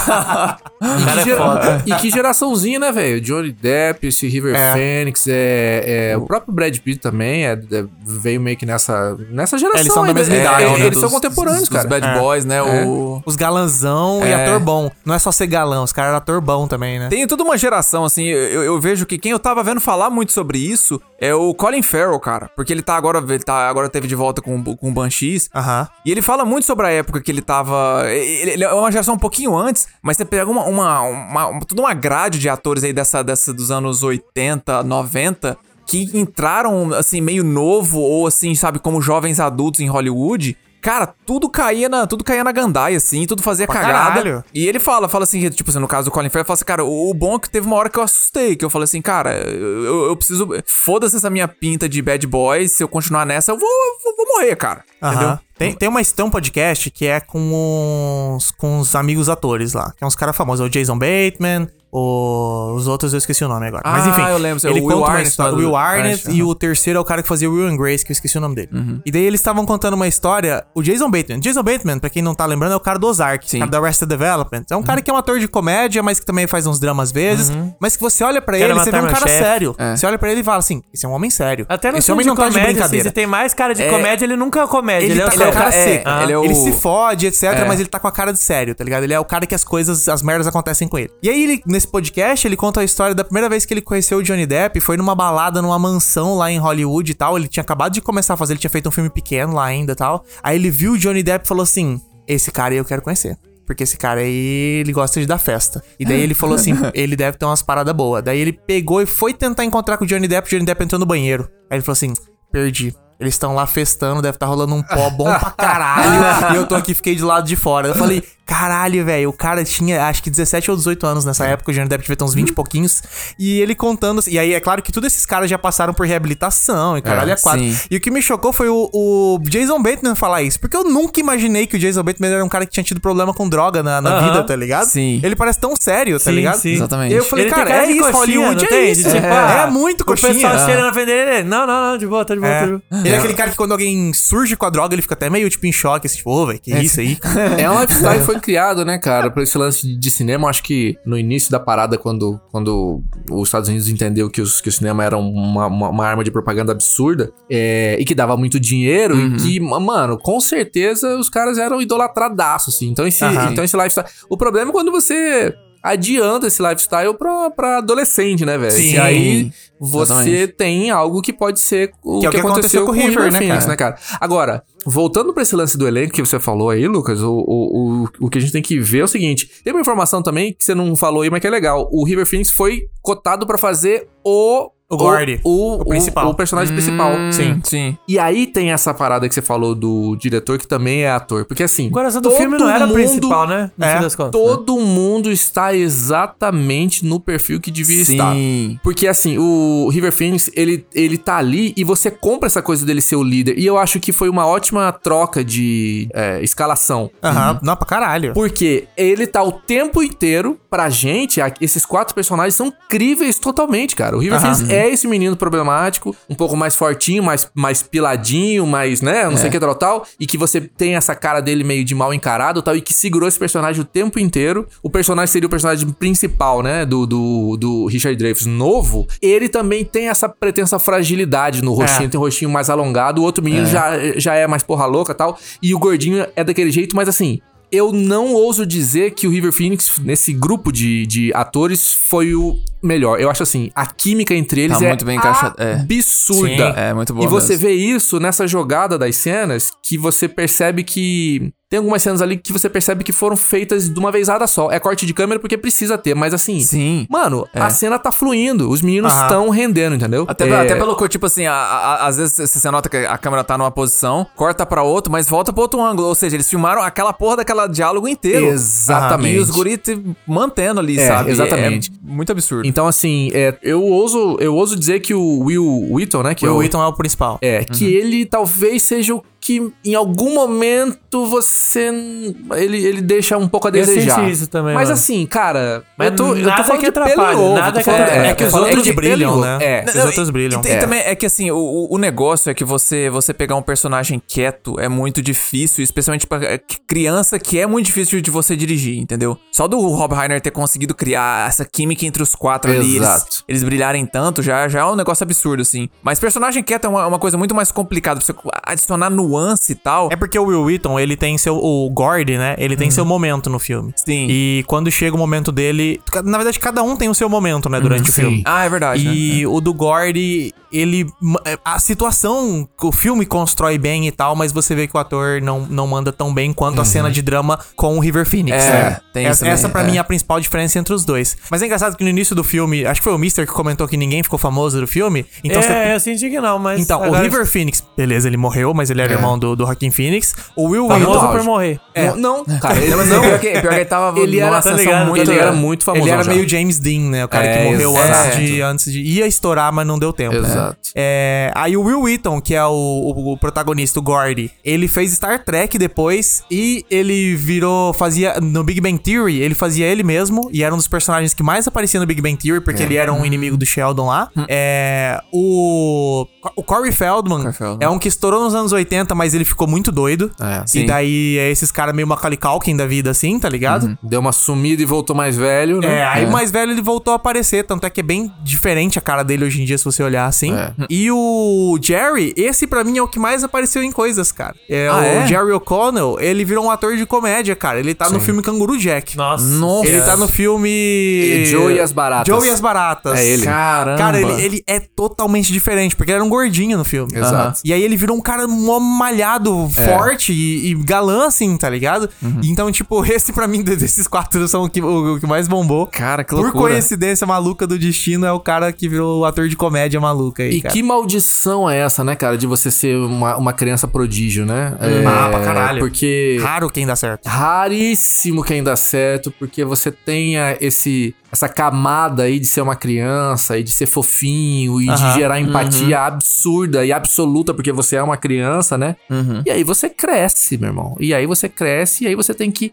P: E
C: cara
P: que,
C: é
P: gera-
C: foda.
P: e que geraçãozinha, né, velho? Johnny Depp, esse River Phoenix, é, é, o próprio Brad Pitt também é- é- veio meio que nessa, nessa geração.
B: É, eles são da
P: ainda.
B: mesma idade,
P: É,
B: né,
P: Eles
B: dos-
P: são contemporâneos,
D: Os
P: cara.
D: Bad
B: É.
D: Boys, né?
P: É.
D: O.
B: Os galanzão e
D: É.
B: ator bom. Não é só ser galão, os caras eram ator bom também, né?
D: Tem toda uma geração, assim, eu, eu vejo que quem eu tava vendo falar muito sobre isso é o Colin Farrell, cara. Porque ele tá agora, ele tá, agora teve de volta com, com o Banshees.
B: Aham.
D: E ele fala muito sobre a época que ele tava. Ele, ele é uma geração um pouquinho antes, mas você pega uma, uma, uma- uma- toda uma grade de atores aí dessa, dessa dos anos 80, 90, que entraram, assim, meio novo, ou assim, sabe, como jovens adultos em Hollywood. Cara, tudo caía na, tudo caía na gandaia, assim, tudo fazia
B: Pra
D: cagada.
B: caralho.
D: E ele fala, fala assim, tipo assim, no caso do Colin Farrell, fala assim, cara, o, o bom é que teve uma hora que eu assustei, que eu falei assim, cara, eu, eu- eu preciso, foda-se essa minha pinta de bad boy, se eu continuar nessa, eu vou, eu vou, vou morrer, cara.
B: Aham.
D: Entendeu?
C: Hum.
B: Tem, tem, uma, tem um podcast que é com os, com os amigos atores lá, que é uns caras famosos, é o Jason Bateman, o- os outros eu esqueci o nome agora. Mas
F: Ah,
B: enfim,
F: eu lembro, é
B: ele
F: o
B: conta
F: Will
B: uma
F: Arnett
B: história,
F: lá
B: o
F: do-
B: Will
F: do
B: Arnett
F: Crash,
B: e
F: aham.
B: o terceiro é o cara que fazia o Will and Grace, que eu esqueci o nome dele.
C: Uhum.
B: E daí eles estavam contando uma história, o Jason Bateman. Jason Bateman, pra quem não tá lembrando, é o cara do Ozark, o cara da Arrested Development.
C: Uhum.
B: É um cara que é um ator de comédia, mas que também faz uns dramas às vezes, mas que você olha pra
C: Quero
B: ele, você vê
C: Uhum. matar
B: um
C: meu
B: cara
C: chefe.
B: sério.
C: É.
B: Você olha pra ele e fala assim, esse é um homem sério.
C: Até no
B: esse homem
C: filme de
B: não tá de
C: comédia, assim,
B: brincadeira.
C: se tem mais cara de
B: É.
C: comédia, ele nunca é comédia. Ele,
B: Ele,
C: é o
B: tá, ele é o
C: seu-
B: cara
C: é,
B: seco.
C: ah.
B: ele, se fode, etc,
C: É.
B: mas ele tá com a cara de sério, tá ligado? Ele é o cara que as coisas, as merdas acontecem com ele. E aí, ele, nesse podcast, ele conta a história da primeira vez que ele conheceu o Johnny Depp. Foi numa balada, numa mansão lá em Hollywood e tal. Ele tinha acabado de começar a fazer, ele tinha feito um filme pequeno lá ainda e tal. Aí ele viu o Johnny Depp e falou assim: Esse cara aí eu quero conhecer. Porque esse cara aí, ele gosta de dar festa. E daí ele falou assim: ele deve ter umas paradas boas. Daí ele pegou e foi tentar encontrar com o Johnny Depp. O Johnny Depp entrou no banheiro. Aí ele falou assim: perdi. Eles estão lá festando, deve estar rolando um pó bom pra caralho. e eu tô aqui, fiquei de lado de fora. Eu falei, caralho, velho, o cara tinha acho que 17 ou 18 anos nessa época, o Johnny Depp devia ter uns 20 e pouquinhos. E ele contando. assim- E aí, é claro que todos esses caras já passaram por reabilitação e caralho, é,
F: É,
B: quatro.
F: sim.
B: E o que me chocou foi o, o Jason Bateman falar isso. Porque eu nunca imaginei que o Jason Bateman era um cara que tinha tido problema com droga na, na
C: Aham.
B: vida, tá ligado? Sim. Ele parece tão sério, tá
C: Sim,
B: ligado?
C: sim.
B: E eu falei,
C: Ele tem
B: cara,
C: cara
B: é
C: de
B: isso,
C: coxinha,
B: Hollywood
C: não
B: é
C: tem?
B: isso.
C: De tipo,
B: é,
C: ah,
B: muito
C: o
B: coxinha.
C: pessoal
B: Ah.
C: cheira na frente dele, não, não, não, de boa, tá de boa,
B: É.
C: tá de boa.
B: Ele é aquele cara que quando alguém surge com a droga, ele fica até meio tipo em choque, assim, tipo, ô, velho, que
D: É.
B: isso aí?
D: É um lifestyle que foi criado, né, cara, pra esse lance de- de cinema. Acho que no início da parada, quando, quando os Estados Unidos entendeu que, os- que o cinema era uma, uma- uma arma de propaganda absurda é, e que dava muito dinheiro e que, ma- mano, com certeza os caras eram idolatradaços, assim. Então esse,
C: Aham.
D: então esse lifestyle... O problema é quando você adianta esse lifestyle pra, pra adolescente, né, velho?
C: Sim.
D: E aí você
C: Exatamente.
D: tem algo que pode ser
C: Que
D: o que,
C: é o que
D: aconteceu, com o River, né, Phoenix,
C: cara?
D: né, cara? Agora, voltando pra esse lance do elenco que você falou aí, Lucas, o, o, o, o que a gente tem que ver é o seguinte: tem uma informação também que você não falou aí, mas que é legal. O River Phoenix foi cotado pra fazer o.
B: O guarde.
D: O, o,
B: O principal.
D: o, personagem principal.
C: Hum,
F: Sim, sim.
D: E aí tem essa parada que você falou do diretor que também é ator. Porque assim. O
C: coração do filme não era principal, né? No fim das contas.
D: Todo mundo está exatamente no perfil que devia
C: Sim.
B: tá?"
D: estar. Porque assim, o River Phoenix, ele, ele tá ali e você compra essa coisa dele ser o líder. E eu acho que foi uma ótima troca de é, escalação.
F: Ah.
B: Aham, não, pra caralho.
D: Porque ele tá o tempo inteiro, pra gente, a- esses quatro personagens são críveis totalmente, cara. O River
B: Aham.
D: Phoenix é esse menino problemático, um pouco mais fortinho, mais, mais piladinho, mais, né, não sei
C: É.
D: o que tal, tal. E que você tem essa cara dele meio de mal encarado tal, e que segurou esse personagem o tempo inteiro. O personagem seria o personagem principal, né, do, do, do Richard Dreyfuss novo. Ele também tem essa pretensa fragilidade no roxinho,
C: É.
D: tem um rostinho mais alongado, o outro menino
C: É.
D: já, já é mais porra louca tal. E o gordinho é daquele jeito, mas assim, eu não ouso dizer que o River Phoenix, nesse grupo de, de atores, foi o melhor. Eu acho assim, a química entre eles é
F: Tá muito bem encaixada, é.
D: absurda.
F: Sim, é muito boa
D: E você
F: mesmo.
D: vê isso nessa jogada das cenas que você percebe que. Tem algumas cenas ali que você percebe que foram feitas de uma vezada só. É corte de câmera porque precisa ter, mas assim.
F: Sim.
D: Mano,
F: É.
D: a cena tá fluindo. Os meninos
F: Ah.
D: estão rendendo, entendeu?
F: Até,
D: É,
F: até pelo, co- tipo assim, a- a- às vezes você nota que a câmera tá numa posição, corta pra outro, mas volta pra outro ângulo. Ou seja, eles filmaram aquela porra daquela diálogo inteiro.
D: Exatamente.
F: E os guris te mantendo ali,
D: É,
F: sabe?
D: exatamente.
F: É muito absurdo.
D: Então, assim, é, eu, ouso, eu ouso dizer que o Will Wheaton, né? Que
B: Will
D: é o,
B: Wheaton
C: Então
B: é o principal.
D: É,
C: Uhum.
D: que ele talvez seja o que em algum momento você. Ele, ele deixa um pouco a
C: Eu
D: desejar.
C: senti isso também,
D: Mas
C: mano.
D: assim, cara.
C: Mas
D: eu tô, eu
C: nada
D: tô falando
C: que
D: de pelo e
C: atrapalhe,
D: ovo,
C: nada
D: tô
C: É, que
D: falando-
C: atrapalhe.
D: eu tô falando de pelo e ovo.
C: né?
D: É.
F: Não, não, e- E tem
D: É.
F: também, é que assim, o, o- o negócio é que você, você pegar um personagem quieto é muito difícil, especialmente pra é, que- criança, que é muito difícil de você dirigir, entendeu? Só do Rob Reiner ter conseguido criar essa química entre os quatro ali, eles,
D: Exato.
F: eles brilharem tanto, já, já é um negócio absurdo, assim. Mas personagem quieto é uma, uma coisa muito mais complicada, pra você adicionar nuance e tal.
B: É porque o Will Wheaton, ele tem seu. O Gord, né? Ele
D: Uhum.
B: tem seu momento no filme.
F: Sim.
B: E quando chega o momento dele. Na verdade, cada um tem o seu momento, né?
D: Uhum.
B: Durante o
F: sim.
B: filme.
F: Ah, é verdade,
B: E o do Gord, ele. é, A situação que o filme constrói bem e tal, mas você vê que o ator não, não manda tão bem quanto a cena de drama com o River Phoenix.
F: Uhum. É,
B: né?
F: tem isso
B: essa,
F: também,
B: essa pra
F: é.
B: mim é a principal diferença entre os dois. Mas é engraçado que no início do filme, acho que foi o Mister que comentou que ninguém ficou famoso do filme. Então
C: é,
B: você
C: eu senti que não, mas.
B: então, o
C: agora-
B: River Phoenix, beleza, ele morreu, mas ele era
C: É.
B: irmão do, do Joaquim Phoenix. O Will
C: Famoso
B: Wheaton.
C: por morrer.
B: É.
D: Não, cara, ele
F: Mas
D: não.
F: pior que- pior que ele tava
D: Ele
F: numa
D: era, tá
F: ascensão
D: ligado,
F: muito-
D: ele era muito famoso.
B: Ele era meio James Dean, né? O cara
D: É,
B: que morreu
D: exato.
B: antes de, antes de. ia estourar, mas não deu tempo. né?
D: Exato. Exato.
B: É, aí o Will Wheaton, que é o, o- o protagonista, o Gordy, ele fez Star Trek depois e ele virou, fazia, no Big Bang Theory, ele fazia ele mesmo e era um dos personagens que mais aparecia no Big Bang Theory porque
F: É.
B: ele era um inimigo do Sheldon lá.
D: Hum.
B: É, o, o Corey Feldman, é um que estourou nos anos 80, mas ele ficou muito doido.
D: sim.
B: e daí é esses caras meio Macaulay Culkin da vida assim, tá ligado?
D: Deu uma sumida e voltou mais velho, né?
B: É, aí o mais velho ele voltou a aparecer, tanto é que é bem diferente a cara dele hoje em dia, se você olhar assim.
D: É.
B: E o Jerry, esse pra mim é o que mais apareceu em coisas, cara. É,
F: Ah,
B: o
F: é?
B: Jerry O'Connell, ele virou um ator de comédia, cara. Ele tá no
F: Sim.
B: filme Canguru Jack.
C: Nossa.
F: Nossa.
B: Ele tá no filme.
D: E Joe e as Baratas.
B: Joe e as Baratas.
D: É ele. Caramba.
B: Cara, ele, ele é totalmente diferente, porque ele era um gordinho no filme.
D: Exato.
B: Aham. E aí ele virou um cara mó malhado,
D: É. Uhum.
B: forte e, e galã, assim, tá ligado? Então, tipo, esse pra mim, de- desses quatro, são o que, o, o que mais bombou.
F: Cara, que
B: Por coincidência maluca do destino, é o cara que virou o ator de comédia maluca aí,
D: E
B: cara.
D: que maldição é essa, né, cara? De você ser uma, uma criança prodígio, né? É,
B: Ah, pra caralho.
D: Porque.
B: Raro quem dá certo.
D: Raríssimo quem dá certo, porque você tenha esse, essa camada aí de ser uma criança e de ser fofinho e
F: Aham.
D: de gerar empatia
F: Uhum.
D: absurda e absoluta, porque você é uma criança, né?
B: Uhum.
D: E aí você cresce, meu irmão. E aí você cresce e aí você tem que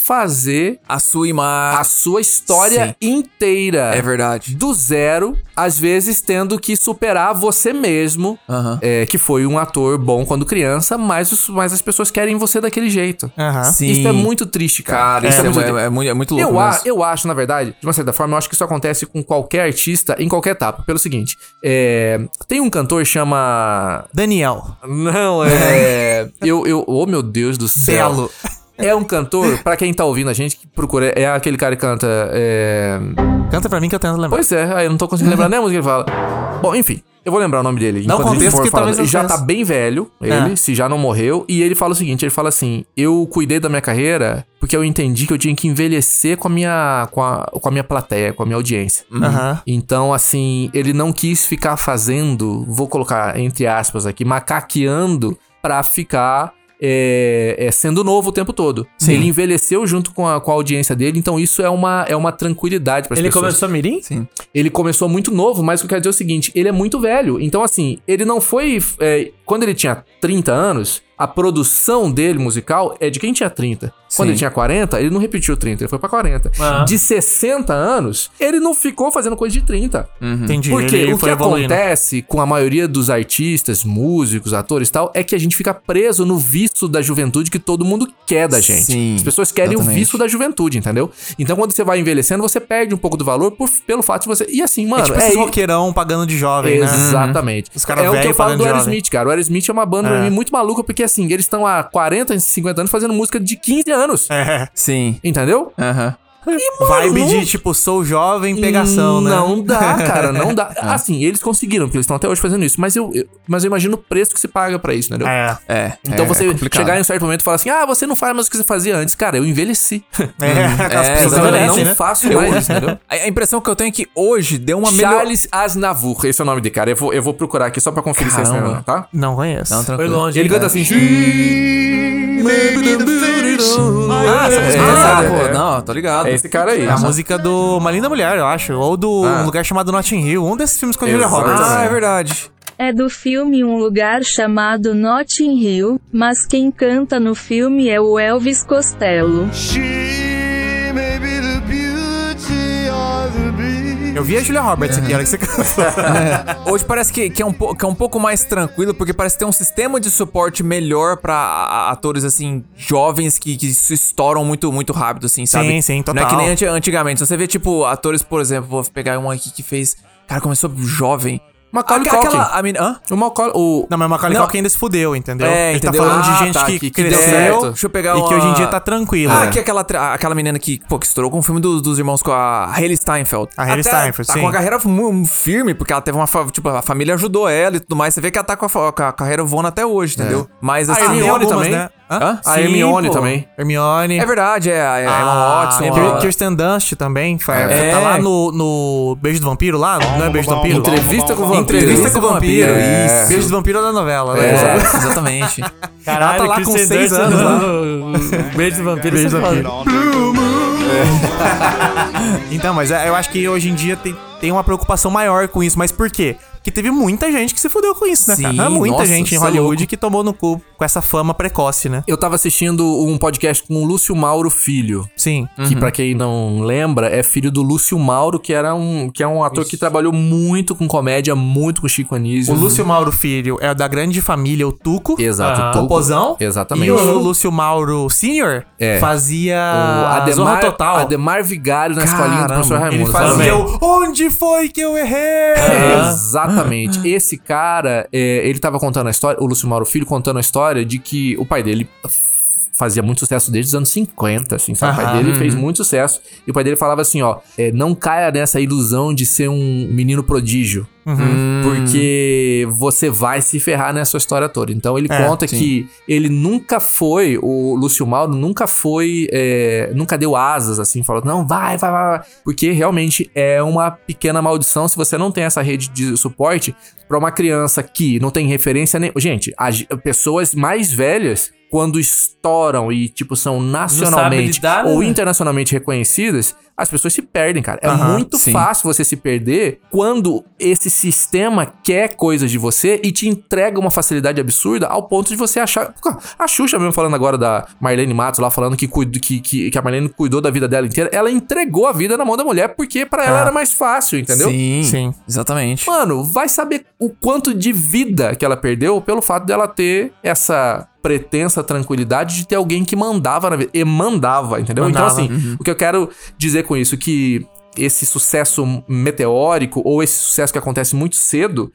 D: refazer
F: a sua imagem,
D: a sua história inteira.
F: É verdade.
D: Do zero, às vezes tendo que superar você mesmo, é, que foi um ator bom quando criança, mas, os, mas as pessoas querem você daquele jeito.
F: Sim.
D: Isso é muito triste, cara.
F: Cara,
D: Isso
F: isso é,
D: muito
F: mu-
D: triste.
F: é mu- é muito louco.
D: Eu, a-
F: mesmo.
D: eu acho, na verdade, de uma certa forma, eu acho que isso acontece com qualquer artista em qualquer etapa. Pelo seguinte, é, tem um cantor que chama.
B: Daniel.
D: Não, é. eu, eu. Oh, meu Deus do céu.
B: Belo.
D: É um cantor, pra quem tá ouvindo a gente, que procura. É aquele cara que canta. É...
B: Canta pra mim que eu tento lembrar.
D: Pois é, aí eu não tô conseguindo lembrar nem a música que ele fala. Bom, enfim, eu vou lembrar o nome dele.
B: Dá um
D: enquanto ele
B: contexto
D: for
B: que
D: falando.
B: talvez eu
D: Ele já
B: pense.
D: tá bem velho, ele,
B: É.
D: se já não morreu. E ele fala o seguinte: ele fala assim, eu cuidei da minha carreira porque eu entendi que eu tinha que envelhecer com a minha, com a, com a minha plateia, com a minha audiência.
B: Aham.
D: Então, assim, ele não quis ficar fazendo, vou colocar entre aspas aqui, macaqueando pra ficar. é, é, sendo novo o tempo todo.
C: Sim.
D: Ele envelheceu junto com a, com a audiência dele, então isso é uma, é uma tranquilidade para
C: Ele começou mirim?
F: Sim.
D: Ele começou muito novo, mas o que eu quero dizer é o seguinte: ele é muito velho. Então, assim, ele não foi. é, quando ele tinha 30 anos, a produção dele musical é de quem tinha 30. Quando
F: Sim.
D: ele tinha 40, ele não repetiu 30, ele foi pra 40.
F: Ah.
D: De 60 anos, ele não ficou fazendo coisa de 30.
B: Entendi,
D: Porque
B: ele
D: o que
B: foi evoluindo.
D: acontece com a maioria dos artistas, músicos, atores e tal, é que a gente fica preso no vício da juventude que todo mundo quer da gente.
F: Sim,
D: As pessoas querem o
F: exatamente.
D: vício da juventude, entendeu? Então quando você vai envelhecendo, você perde um pouco do valor por- pelo fato de você. E assim, mano.
B: é tipo esse
D: i-
B: roqueirão pagando de jovem, né?
D: Exatamente.
B: Os caras
D: é o que eu
B: velhos
D: falo
B: pagando
D: do
B: de jovem.
D: Aerosmith, cara. O Aerosmith é uma banda pra
B: É.
D: mim, muito maluca, porque assim, eles estão há 40, 50 anos fazendo música de 15 anos.
B: É.
F: Sim.
D: Entendeu?
F: Aham.
B: Vibe
D: não-
B: de, tipo, sou jovem, pegação, né?
D: Não dá, cara, não dá.
F: É.
D: Assim, eles conseguiram, porque eles estão até hoje fazendo isso, mas eu, eu- mas eu imagino o preço que se paga pra isso, entendeu?
B: É.
F: É.
D: Então
F: é-
D: você
F: é complicado.
D: chegar em um certo momento e falar assim: ah, você não faz mais o que você fazia antes. Cara, eu envelheci.
B: É, as
F: É,
B: pessoas
F: exatamente.
B: envelhecem,
D: não
B: né?
D: faço
F: Eu-
D: mais isso, entendeu?
F: A a impressão que eu tenho é que hoje deu uma melhor...
D: Charles Aznavour, esse é o nome de cara. Eu vou, eu vou procurar aqui só pra conferir se é esse
F: Caramba.
D: nome, tá?
B: Não conheço.
F: Não,
C: Foi
F: tranquilo.
C: longe.
D: Ele
C: hein?
D: canta assim.
B: Ah, essa música é
F: Ah,
B: essa,
F: pô,
B: pô.
F: não, tô ligado.
D: É esse cara aí.
B: É a música do Uma Linda Mulher, eu acho. Ou do
F: Ah.
B: Um Lugar Chamado Notting Hill. Um desses filmes com a Julia
D: Exato.
B: Roberts.
F: Ah, é verdade.
Q: É do filme Um Lugar Chamado Notting Hill, mas quem canta no filme é o Elvis Costello.
B: Eu vi a Julia Roberts aqui, olha que você cantou.
F: Hoje parece que, que é um po- que é um pouco mais tranquilo, porque parece ter um sistema de suporte melhor pra a- a- atores, assim, jovens que, que se estouram muito, muito rápido, assim, sabe?
B: Sim, sim,
F: Não é que
B: total.
F: nem anti- antigamente. Se Você vê, tipo, atores, por exemplo, vou pegar um aqui que fez... Cara, começou jovem.
D: Macaulay
F: Aquela-
D: Culkin.
F: a mina- hã?
D: O Macaulay. O...
B: Não, mas Macaulay
F: Não.
B: Culkin ainda se fudeu, entendeu?
F: É,
B: Ele tá
F: entendeu?
B: falando de
F: Ah,
B: gente
F: tá,
B: que,
F: que- que deu
B: cresceu
F: certo. Deixa eu pegar
B: e que
F: uma-
B: hoje em dia tá tranquilo.
F: Ah,
B: né?
F: que é aquela, tra- aquela menina que, pô, que estourou com o filme dos, dos irmãos com a Haley Steinfeld.
B: A Hailee
F: Até
B: Steinfeld,
F: tá
B: sim.
F: com a carreira mu- firme, porque ela teve uma. fa- Tipo, a família ajudou ela e tudo mais. Você vê que ela tá com a, fa- com a carreira voando até hoje, entendeu? Mas assim.
B: Ah, tem
D: Hermione
B: algumas,
D: também?
B: né? Hã?
F: Hã?
D: A
F: Sim,
D: Hermione
F: pô.
D: também.
B: Hermione.
F: É verdade, é. A,
D: um
F: a Emma
B: Ah,
F: Watson.
B: Kir-
F: a-
B: Kirsten Dunst também. fa-
F: É.
B: Tá lá no, no Beijo do Vampiro, lá? Não é Beijo do
D: Um
B: Vampiro?
D: Entrevista com o vampiro.
B: Entrevista com o Vampiro.
D: É.
B: Isso. Beijo do Vampiro é da novela,
F: É,
B: né?
F: exato, exatamente.
B: Ela tá lá com
C: Kirsten
B: seis
C: Dunst é
B: anos. lá.
C: no- Beijo do vampiro.
B: Beijo
C: você
B: do
C: fala.
B: Então, mas é, eu acho que hoje em dia tem, tem uma preocupação maior com isso. Mas por quê? que teve muita gente que se fudeu com isso, né,
D: Sim,
B: cara? Muita
D: nossa,
B: gente em
D: cê é
B: Hollywood
D: louco.
B: que tomou no cu com essa fama precoce, né?
D: Eu tava assistindo um podcast com o Lúcio Mauro Filho.
B: Sim.
D: Que
B: Uhum.
D: pra quem não lembra, é filho do Lúcio Mauro, que era um que é um ator que trabalhou muito com comédia, muito com Chico Anísio.
B: O Lúcio Mauro Filho é da grande família, o Tuco.
D: Exato,
B: o
D: Tuco.
B: Popozão.
D: Exatamente.
B: E o Lúcio Mauro Sr.
D: É.
B: fazia
D: O Ademar-
B: Zorra Total.
D: Ademar Vigário na escolinha do
B: Caramba,
D: professor Raimundo.
B: Ele fazia
D: sabe?
B: o Onde foi que eu errei?
D: É,
B: Ah.
D: Exatamente. Esse cara, é, ele tava contando a história, o Lúcio Mauro Filho contando a história de que o pai dele f- fazia muito sucesso desde os anos 50, assim, sabe? O pai
B: Aham.
D: dele fez
B: Uhum.
D: muito sucesso. E o pai dele falava assim, ó, é, não caia nessa ilusão de ser um menino prodígio.
B: Uhum.
D: Porque você vai se ferrar nessa história toda. Então ele
B: É,
D: conta
B: sim.
D: que ele nunca foi, o Lúcio Mauro nunca foi, é, nunca deu asas assim, falou, não, vai, vai, vai, vai. Porque realmente é uma pequena maldição se você não tem essa rede de suporte pra uma criança que não tem referência nem. Gente, as pessoas mais velhas. Quando estouram e, tipo, são nacionalmente
C: lidar,
D: ou
C: né?
D: internacionalmente reconhecidas, as pessoas se perdem, cara. É
C: Aham,
D: muito
C: sim.
D: fácil fácil você se perder quando esse sistema quer coisas de você e te entrega uma facilidade absurda ao ponto de você achar. A Xuxa mesmo falando agora da Marlene Matos lá, falando que, cuid- que, que, que a Marlene cuidou da vida dela inteira. Ela entregou a vida na mão da mulher porque pra ela
F: Ah.
D: era mais fácil, entendeu?
F: Sim, Sim. exatamente.
D: Mano, vai saber o quanto de vida que ela perdeu pelo fato dela ter essa pretensa tranquilidade de ter alguém que mandava na vida. E mandava, entendeu?
F: Mandava,
D: Então, assim,
F: uhum.
D: o que eu quero dizer com isso é que esse sucesso meteórico ou esse sucesso que acontece muito cedo,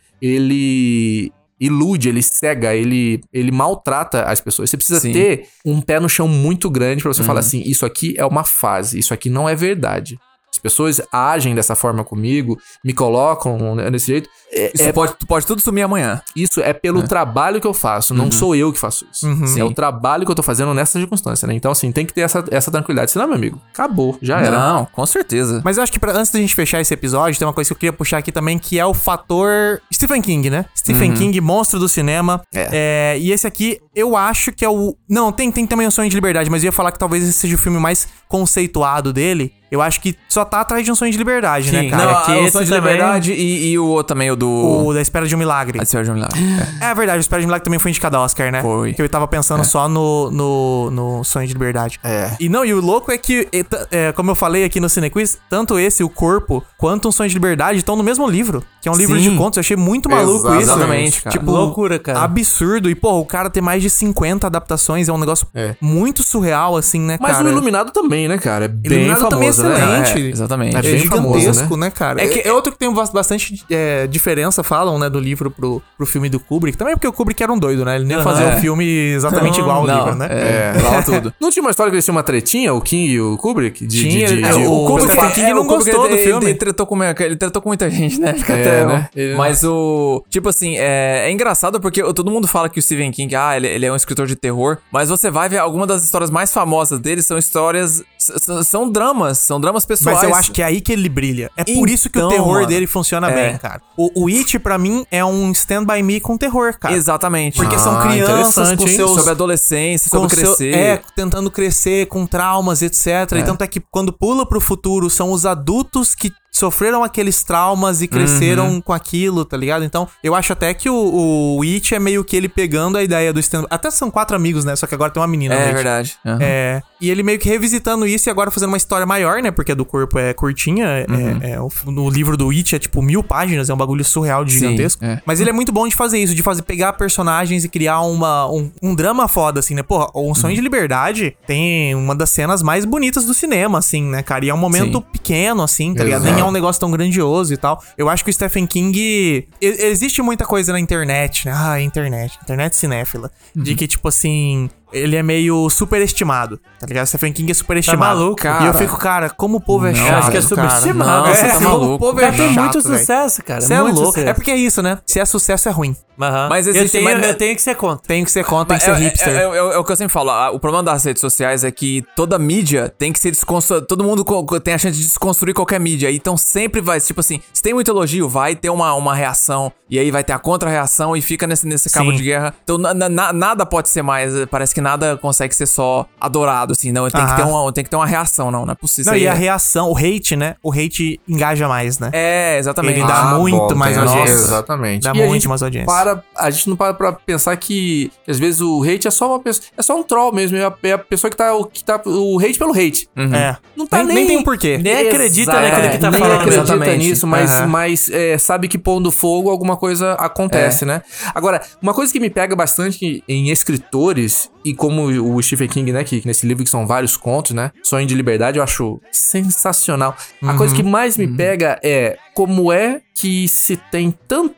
D: ele ilude, ele cega, ele, ele maltrata as pessoas. Você precisa
F: Sim.
D: ter um pé no chão muito grande pra você
F: Uhum.
D: falar assim, isso aqui é uma fase, isso aqui não é verdade. As pessoas agem dessa forma comigo, me colocam desse jeito. É-
F: Isso
D: é-
F: pode, pode tudo sumir amanhã.
D: isso é pelo trabalho que eu faço, não
F: Uhum.
D: sou eu que faço isso.
F: Uhum.
D: É o
F: Sim.
D: trabalho que eu tô fazendo nessa circunstância, né? Então, assim, tem que ter essa, essa tranquilidade. Senão, meu amigo, acabou, já era.
F: Não, com certeza.
B: Mas eu acho que pra- antes da gente fechar esse episódio, tem uma coisa que eu queria puxar aqui também, que é o fator Stephen King, né? Stephen
F: Uhum.
B: King, monstro do cinema. É, e esse aqui, eu acho que é o. Não, tem, tem também o Sonho de Liberdade, mas eu ia falar que talvez esse seja o filme mais conceituado dele. Eu acho que só tá atrás de um Sonho de Liberdade, né, cara?
F: Não,
B: que
F: a- o
B: esse
F: Sonho de
B: também-
F: Liberdade e, e o outro também, o do...
B: O da Espera de um Milagre.
F: A Espera de um Milagre.
B: É verdade, o Espera de Milagre também foi indicado ao Oscar, né? Foi. Que eu tava pensando só no, no, no Sonho de Liberdade. É. E não, e o louco é que, e t- é, como eu falei aqui no Cinequiz, tanto esse, o Corpo, quanto um Sonho de Liberdade estão no mesmo livro, que é um livro
F: Sim.
B: de contos. Eu achei muito maluco isso.
F: Exatamente, cara.
B: Tipo,
C: Loucura, cara.
B: Absurdo. E, pô, o cara ter mais de 50 adaptações é um negócio muito surreal, assim, né,
D: Mas
B: cara?
D: o Iluminado também, né, cara? É bem
B: Iluminado também é
D: famoso, né?
B: excelente.
D: É,
F: exatamente.
D: É,
B: É,
D: bem
B: gigantesco,
D: famoso,
B: né?
D: né?
B: cara?
D: É
B: É,
D: que-
B: é outro que tem bas- bastante é, diferença, falam, né, do livro pro, pro filme do Kubrick. Também porque o Kubrick era um doido, né? Ele nem ia fazer
F: É.
B: um filme exatamente
F: Não,
B: igual ao
F: não,
B: livro, né?
F: é, fala tudo.
D: Não tinha uma história que eles tinham uma tretinha, o King e o Kubrick? De,
B: Tinha,
D: de, de,
B: é,
D: de-
B: o Kubrick-
D: pessoal-
B: Stephen King não
F: o Kubrick,
B: gostou do
F: ele-
B: filme.
F: Ele tratou com, ele tratou com muita gente, né? Fica
D: É,
F: até-
D: né? Ele-
F: Mas o. Tipo assim, é, é engraçado porque todo mundo fala que o Stephen King, ah, ele, ele é um escritor de terror. Mas você vai ver algumas das histórias mais famosas dele são histórias. s- s- São dramas, são dramas pessoais.
B: Mas eu acho que é aí que ele brilha. É por isso que o
F: Então,
B: terror
F: mano,
B: dele funciona
F: é.
B: bem, cara. O, o It, pra mim, é um Stand By Me com terror, cara.
F: Exatamente.
B: Tá. Porque são
F: Ah,
B: crianças
F: interessante,
B: com
F: hein?
B: seus...
F: Sobre adolescência, sobre
B: com seu-
F: crescer.
B: é, tentando crescer, com traumas, etc. E tanto é que quando pula pro futuro, são os adultos que sofreram aqueles traumas e cresceram
F: Uhum.
B: com aquilo, tá ligado? Então, eu acho até que o, o It é meio que ele pegando a ideia do stand Até são quatro amigos, né? Só que agora tem uma menina. no
F: É
B: It.
F: verdade. Aham.
B: É, e ele meio que revisitando isso e agora fazendo uma história maior, né? Porque a do corpo é curtinha. é-
F: Uhum.
B: É, o, f- no livro do It é tipo mil páginas, é um bagulho surreal, de
F: Sim,
B: gigantesco.
F: é.
B: Mas ele é muito bom de fazer isso, de fazer pegar personagens e criar uma, um, um drama foda, assim, né? Porra, um
C: Uhum.
B: sonho de liberdade tem uma das cenas mais bonitas do cinema, assim, né, cara? E é um momento
F: Sim.
B: pequeno, assim, tá ligado?
F: Exato.
B: Nem é um negócio tão grandioso e tal. Eu acho que o Stephen King. e- Existe muita coisa na internet, né? Ah, internet. Internet cinéfila.
C: Uhum.
B: De que, tipo assim. Ele é meio superestimado, tá ligado? Stephen King é superestimado.
C: Tá maluco,
B: E eu
C: cara.
B: fico, cara, como o povo é
C: Não,
B: chato.
C: acho que é superestimado.
B: Cara.
C: Nossa, tá
B: como
C: maluco.
B: O povo é
C: Cara, tem
B: chato,
C: muito
B: velho.
C: sucesso, cara,
B: Você é
C: muito
B: louco.
C: sucesso.
B: É porque é isso, né? Se é sucesso, é ruim.
F: Mas
C: Eu
F: existe.
C: tenho-
F: mas-
D: é
C: eu tenho que ser contra.
B: Tem que ser contra, tem que
F: é,
B: ser
F: é-
B: é, hipster.
F: É, é- é o que eu sempre falo. ah, O problema das redes sociais é que toda mídia tem que ser desconstruída. Todo mundo co- co- tem a chance de desconstruir qualquer mídia. Então sempre vai, tipo assim, se tem muito elogio, vai ter uma, uma reação. E aí vai ter a contra-reação e fica nesse, nesse cabo
C: Sim.
F: de guerra. Então na- na- na- nada pode ser mais. eh, Parece que nada consegue ser só adorado, assim. Não, tem,
B: Ah.
F: que, ter uma, tem que ter uma reação, não. Não é possível.
B: Não,
F: Isso
B: e
F: aí
B: a
F: é-
B: reação, o hate, né? O hate engaja mais, né?
F: É, exatamente.
B: Ele dá
D: Ah,
B: muito
D: bom,
B: mais
D: tem-
B: audiência.
D: Nossa, Exatamente.
B: Dá
D: E a
B: muito
D: gente
B: mais audiência.
D: Para, a gente não para pra pensar que, que às vezes o hate é só uma pessoa, é só um troll mesmo, é a, é a pessoa que tá, o- que tá o hate pelo hate.
B: É.
D: Não tá nem,
B: nem tem um porquê.
C: Nem acredita naquilo que tá
D: é, nem
C: falando.
D: acredita
C: Exatamente.
D: nisso, mas,
C: Aham.
D: mas é, sabe que pondo fogo alguma coisa acontece,
C: É.
D: né? Agora, uma coisa que me pega bastante em escritores, e como o Stephen King, né, que nesse livro que são vários contos, né? Sonho de Liberdade, eu acho sensacional. A
C: Uhum.
D: coisa que mais me pega é como é que se tem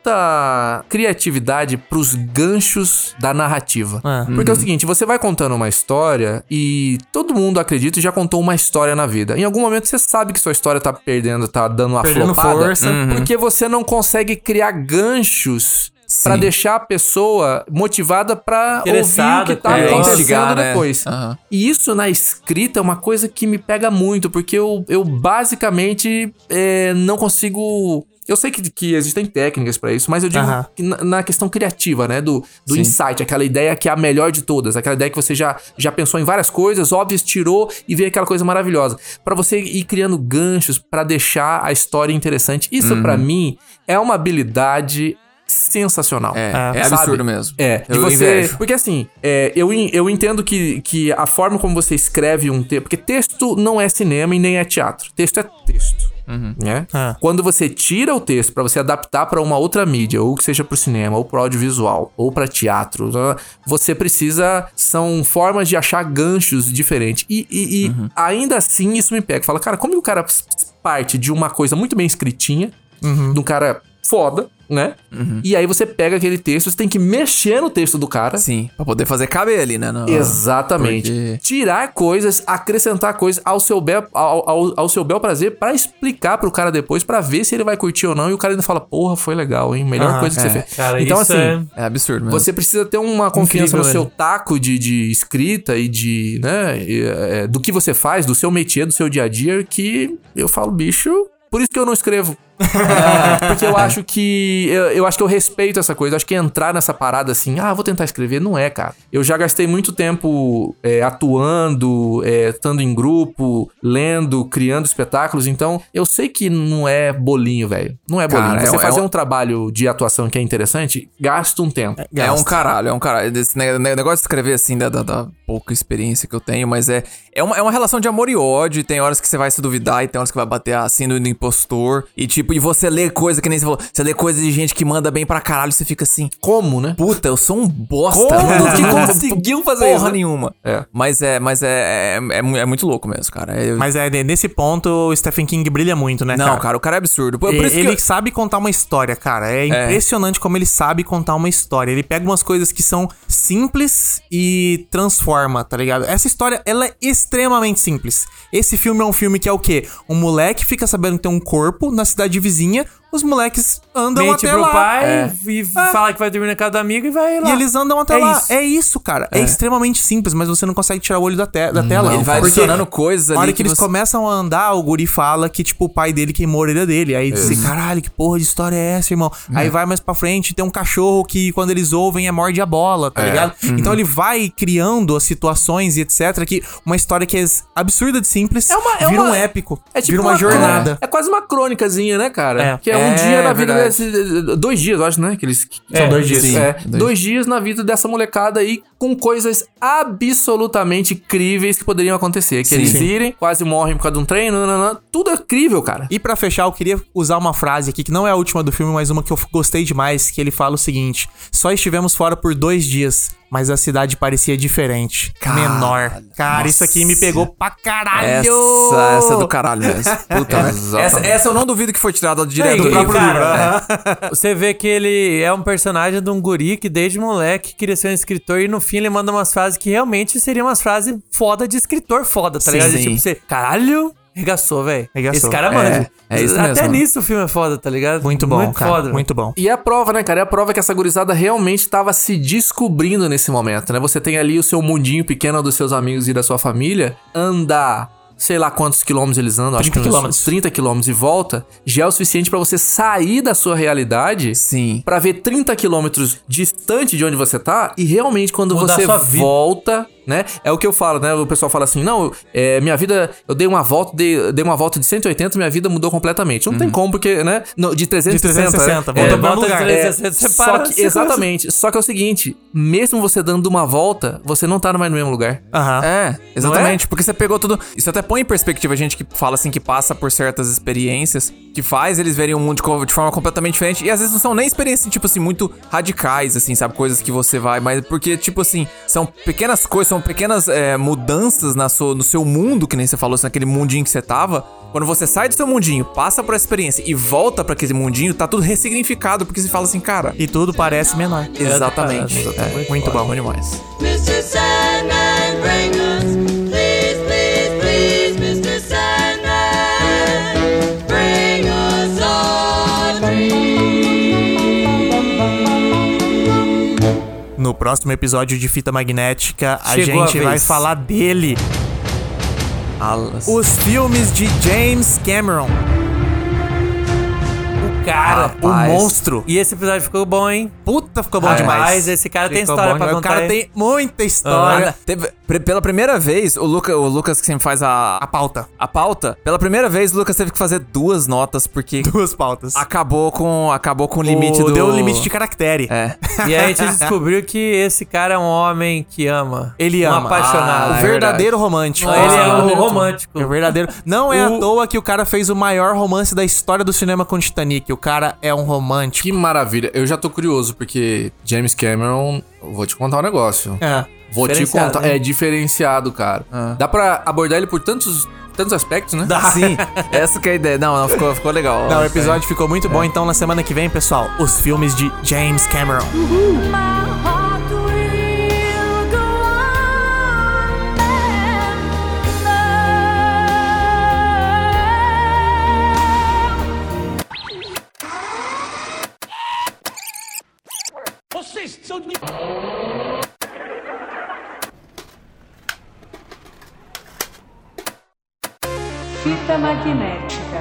D: tanta criatividade pros ganchos da narrativa. Porque é
C: Uhum.
D: o seguinte, você vai contando uma história e todo mundo acredita já contou uma história na vida. Em algum momento você sabe que sua história tá perdendo, tá dando uma
B: Perdendo
D: flopada,
B: força. Uhum.
D: porque você não consegue criar ganchos pra deixar a pessoa motivada pra ouvir o que
C: Interessada,
D: tá
C: é,
D: acontecendo
C: investigar, né?
D: depois.
C: Aham.
D: E isso na escrita é uma coisa que me pega muito, porque eu, eu basicamente é, não consigo. Eu sei que, que existem técnicas pra isso, mas eu digo
B: Aham.
D: que na, na questão criativa, né? Do, do
B: Sim.
D: insight, aquela ideia que é a melhor de todas, aquela ideia que você já, já pensou em várias coisas, óbvias, tirou e veio aquela coisa maravilhosa. Pra você ir criando ganchos pra deixar a história interessante. Isso pra
F: Uhum.
D: mim é uma habilidade sensacional.
F: É, é
D: Sabe?
F: absurdo mesmo.
D: É, de
F: Eu
D: você-
F: invejo.
D: porque assim, é, eu, en- eu entendo que, que a forma como você escreve um texto. Porque texto não é cinema e nem é teatro. Texto é texto. Né? Quando você tira o texto pra você adaptar pra uma outra mídia, ou que seja pro cinema, ou pro audiovisual, ou pra teatro, né, você precisa. São formas de achar ganchos diferentes. E, e- e
F: Uhum.
D: ainda assim isso me pega. Fala, cara, como que o cara parte de uma coisa muito bem escritinha,
F: Uhum.
D: de um cara foda, né? E aí você pega aquele texto, você tem que mexer no texto do cara.
F: Sim, pra poder fazer caber ali, né? No-
D: Exatamente.
F: Porque-
D: Tirar coisas, acrescentar coisas ao seu bel, ao, ao- ao seu bel prazer pra explicar pro cara depois, pra ver se ele vai curtir ou não. E o cara ainda fala, porra, foi legal, hein? Melhor
F: Ah,
D: coisa que
F: é.
D: você fez.
F: Cara,
D: então,
F: isso
D: assim,
F: é- é absurdo mesmo.
D: Você precisa ter uma confiança
F: Incrível,
D: no seu
F: né?
D: taco de, de escrita e de, né, e, é, do que você faz, do seu métier, do seu dia a dia, que eu falo, bicho, por isso que eu não escrevo. É, porque eu acho que eu, eu acho que eu respeito essa coisa, eu acho que entrar nessa parada assim, ah, vou tentar escrever, não é, cara. Eu já gastei muito tempo é, atuando, é, estando em grupo, lendo, criando espetáculos, então eu sei que não é bolinho, velho. Não é bolinho.
F: Cara, é
D: Você
F: um- é
D: fazer
F: um-
D: um trabalho de atuação que é interessante, gasta um tempo.
F: É um caralho, é um caralho. Esse ne- ne- negócio de escrever assim, da, da- da pouca experiência que eu tenho, mas é, é, uma, é uma relação de amor e ódio. e Tem horas que você vai se duvidar e tem horas que vai bater a síndrome do impostor. E tipo, e você lê coisa que nem você falou. Você lê coisa de gente que manda bem pra caralho você fica assim.
D: Como, né?
F: Puta, eu sou um bosta.
D: Como que
F: conseguiu fazer Porra
B: isso, né?
F: nenhuma. Mas é, mas é, é, é mu- é muito louco mesmo, cara. Eu-
B: Mas é, nesse ponto o Stephen King brilha muito, né?
F: Não, cara, o cara é absurdo. Por- por
B: E-
F: isso que
B: ele
F: eu-
B: sabe contar uma história, cara. É impressionante como ele sabe contar uma história. Ele pega umas coisas que são simples e transforma, tá ligado? Essa história, ela é extremamente simples. Esse filme é um filme que é o quê? Um moleque fica sabendo que tem um corpo na cidade vizinha, os moleques andam
C: Mente
B: até
C: pro
B: lá.
C: pai e
D: um
B: É.
C: fala que vai dormir na casa do amigo e vai lá.
B: E eles andam até
C: É
B: lá.
C: isso.
B: É isso, cara. É.
C: É.
B: extremamente simples, mas você não consegue tirar o olho da, te- da
D: é
B: tela.
D: um
F: ele vai
B: Porque
F: adicionando coisas
B: Na
F: ali
B: hora que,
F: que
B: eles
F: você-
B: começam a andar, o guri fala que, tipo, o pai dele queimou a orelha dele. Aí diz, assim, caralho, que porra de história é essa, irmão? Aí vai mais pra frente, tem um cachorro que, quando eles ouvem, é morde a bola, tá
D: É.
B: ligado?
D: Uhum.
B: Então ele vai criando as situações e etc. Que uma história que é absurda de simples vira um épico.
D: É tipo
B: vira uma, jornada.
D: É, quase uma crônicazinha, né, cara?
B: É.
D: Que é um
B: É,
D: dia na vida
B: verdade.
D: desse. Dois dias, eu acho, né? Que eles, que
B: É, sim,
D: É,
B: dois
D: dois, dias na vida dessa molecada aí com coisas absolutamente críveis que poderiam acontecer. Que
B: Sim.
D: eles
B: Sim.
D: irem, quase morrem por causa de um trem, nananã, tudo é crível, cara.
B: E pra fechar, eu queria usar uma frase aqui que não é a última do filme, mas uma que eu f- gostei demais, que ele fala o seguinte: Só estivemos fora por dois dias, mas a cidade parecia diferente, menor. Cara,
F: Nossa.
B: isso aqui me pegou pra caralho.
F: Essa, essa é do caralho mesmo. Puta, né? essa, essa eu não duvido que foi tirada direto do
C: Aí,
F: próprio
C: cara,
F: livro. né?
C: Você vê que ele é um personagem de um guri que desde moleque queria ser um escritor e no fim ele manda umas frases que realmente seriam umas frases foda de escritor foda, tá
F: Sim,
C: ligado?
F: sim.
C: Tipo, você, caralho, Regaçou, velho.
B: Regaçou.
C: Esse cara manja.
D: É, é isso
C: Até
D: mesmo.
C: nisso o filme é foda, tá ligado?
B: Muito bom, cara.
C: foda, velho.
B: muito bom.
D: E a prova, né, cara? É a prova que essa gurizada realmente tava se descobrindo nesse momento, né? Você tem ali o seu mundinho pequeno dos seus amigos e da sua família, andar, sei lá quantos quilômetros eles andam, acho que
B: 30
D: uns
B: quilômetros.
D: 30 quilômetros e volta, já é o suficiente pra você sair da sua realidade.
F: Sim.
D: Pra ver 30 quilômetros distante de onde você tá e realmente quando
C: Mudar
D: você
C: sua vida.
D: volta, né? É o que eu falo, né? O pessoal fala assim: "Não, é, minha vida, eu dei uma volta, dei, dei uma volta de 180, minha vida mudou completamente". Não tem como porque, né, Não, de 360
B: 360, volta
D: né?
B: pra
D: É,
B: um
D: volta
B: lugar.
D: de 360,
C: 360,
D: você
C: você para,
D: só que,
C: você-
D: exatamente. Só que é o seguinte, mesmo você dando uma volta, você não tá mais no mesmo lugar.
B: Aham.
F: É, exatamente, porque você pegou tudo. Isso até põe em perspectiva a gente que fala assim que passa por certas experiências, que faz eles verem o mundo de co- de forma completamente diferente. E às vezes não são nem experiências, tipo assim, muito radicais, assim, sabe? Coisas que você vai, mas porque, tipo assim, são pequenas coisas, são pequenas é, mudanças na sua, no seu mundo, que nem você falou, assim, naquele mundinho que você tava. Quando você sai do seu mundinho, passa por essa experiência e volta pra aquele mundinho, tá tudo ressignificado, porque você fala assim, cara.
B: E tudo parece menor.
F: Exatamente.
B: Exatamente.
F: É,
B: muito bom.
F: demais.
N: Mr. Sandman, bring us, please, please, please, Mr. Sandman, bring us our dreams.
B: No próximo episódio de Fita Magnética, a
C: Chegou a
B: gente vai
C: vez.
B: falar dele.
F: Alas.
B: Os filmes de James Cameron.
C: O cara,
B: O
F: Rapaz.
B: monstro.
C: E esse episódio ficou bom, hein?
B: Puta, ficou bom
C: Rapaz,
B: demais.
C: esse cara tem
B: Ficou
C: história
B: bom
C: pra
B: demais. O
C: contar,
B: cara
C: hein?
B: tem muita
F: Olha,
B: história.
F: teve- pre- pela primeira vez, o, Luca, o Lucas que sempre faz a,
B: A pauta.
F: a pauta, pela primeira vez o Lucas teve que fazer duas notas, porque
B: Duas pautas.
F: acabou com acabou com o limite
B: O-
F: do...
D: um
B: Deu o limite de caractere.
F: É.
C: E aí a gente descobriu que esse cara é um homem que ama.
B: Ele
C: um
B: ama.
C: apaixonado.
B: o
F: Ah, é
B: verdadeiro romântico.
C: Não, ele é
B: Ah,
C: um
B: o
C: romântico.
B: É o verdadeiro. Não é
C: O-
B: à toa que o cara fez o maior romance da história do cinema com o Titanic. O cara é um romântico.
D: Que maravilha. Eu já tô curioso porque James Cameron, eu vou te contar um negócio.
B: É.
D: Vou te
C: Diferenciado,
D: contar,
C: né?
D: é diferenciado, cara.
F: Ah.
D: Dá pra abordar ele por tantos tantos aspectos, né?
B: Dá.
F: Sim, essa que é a ideia. Não, não, ficou, ficou legal.
B: Não, o episódio ficou muito bom, então na semana que vem, pessoal, os filmes de James Cameron.
N: My heart will go on and on.
E: Vocês são de...
A: Fita magnética.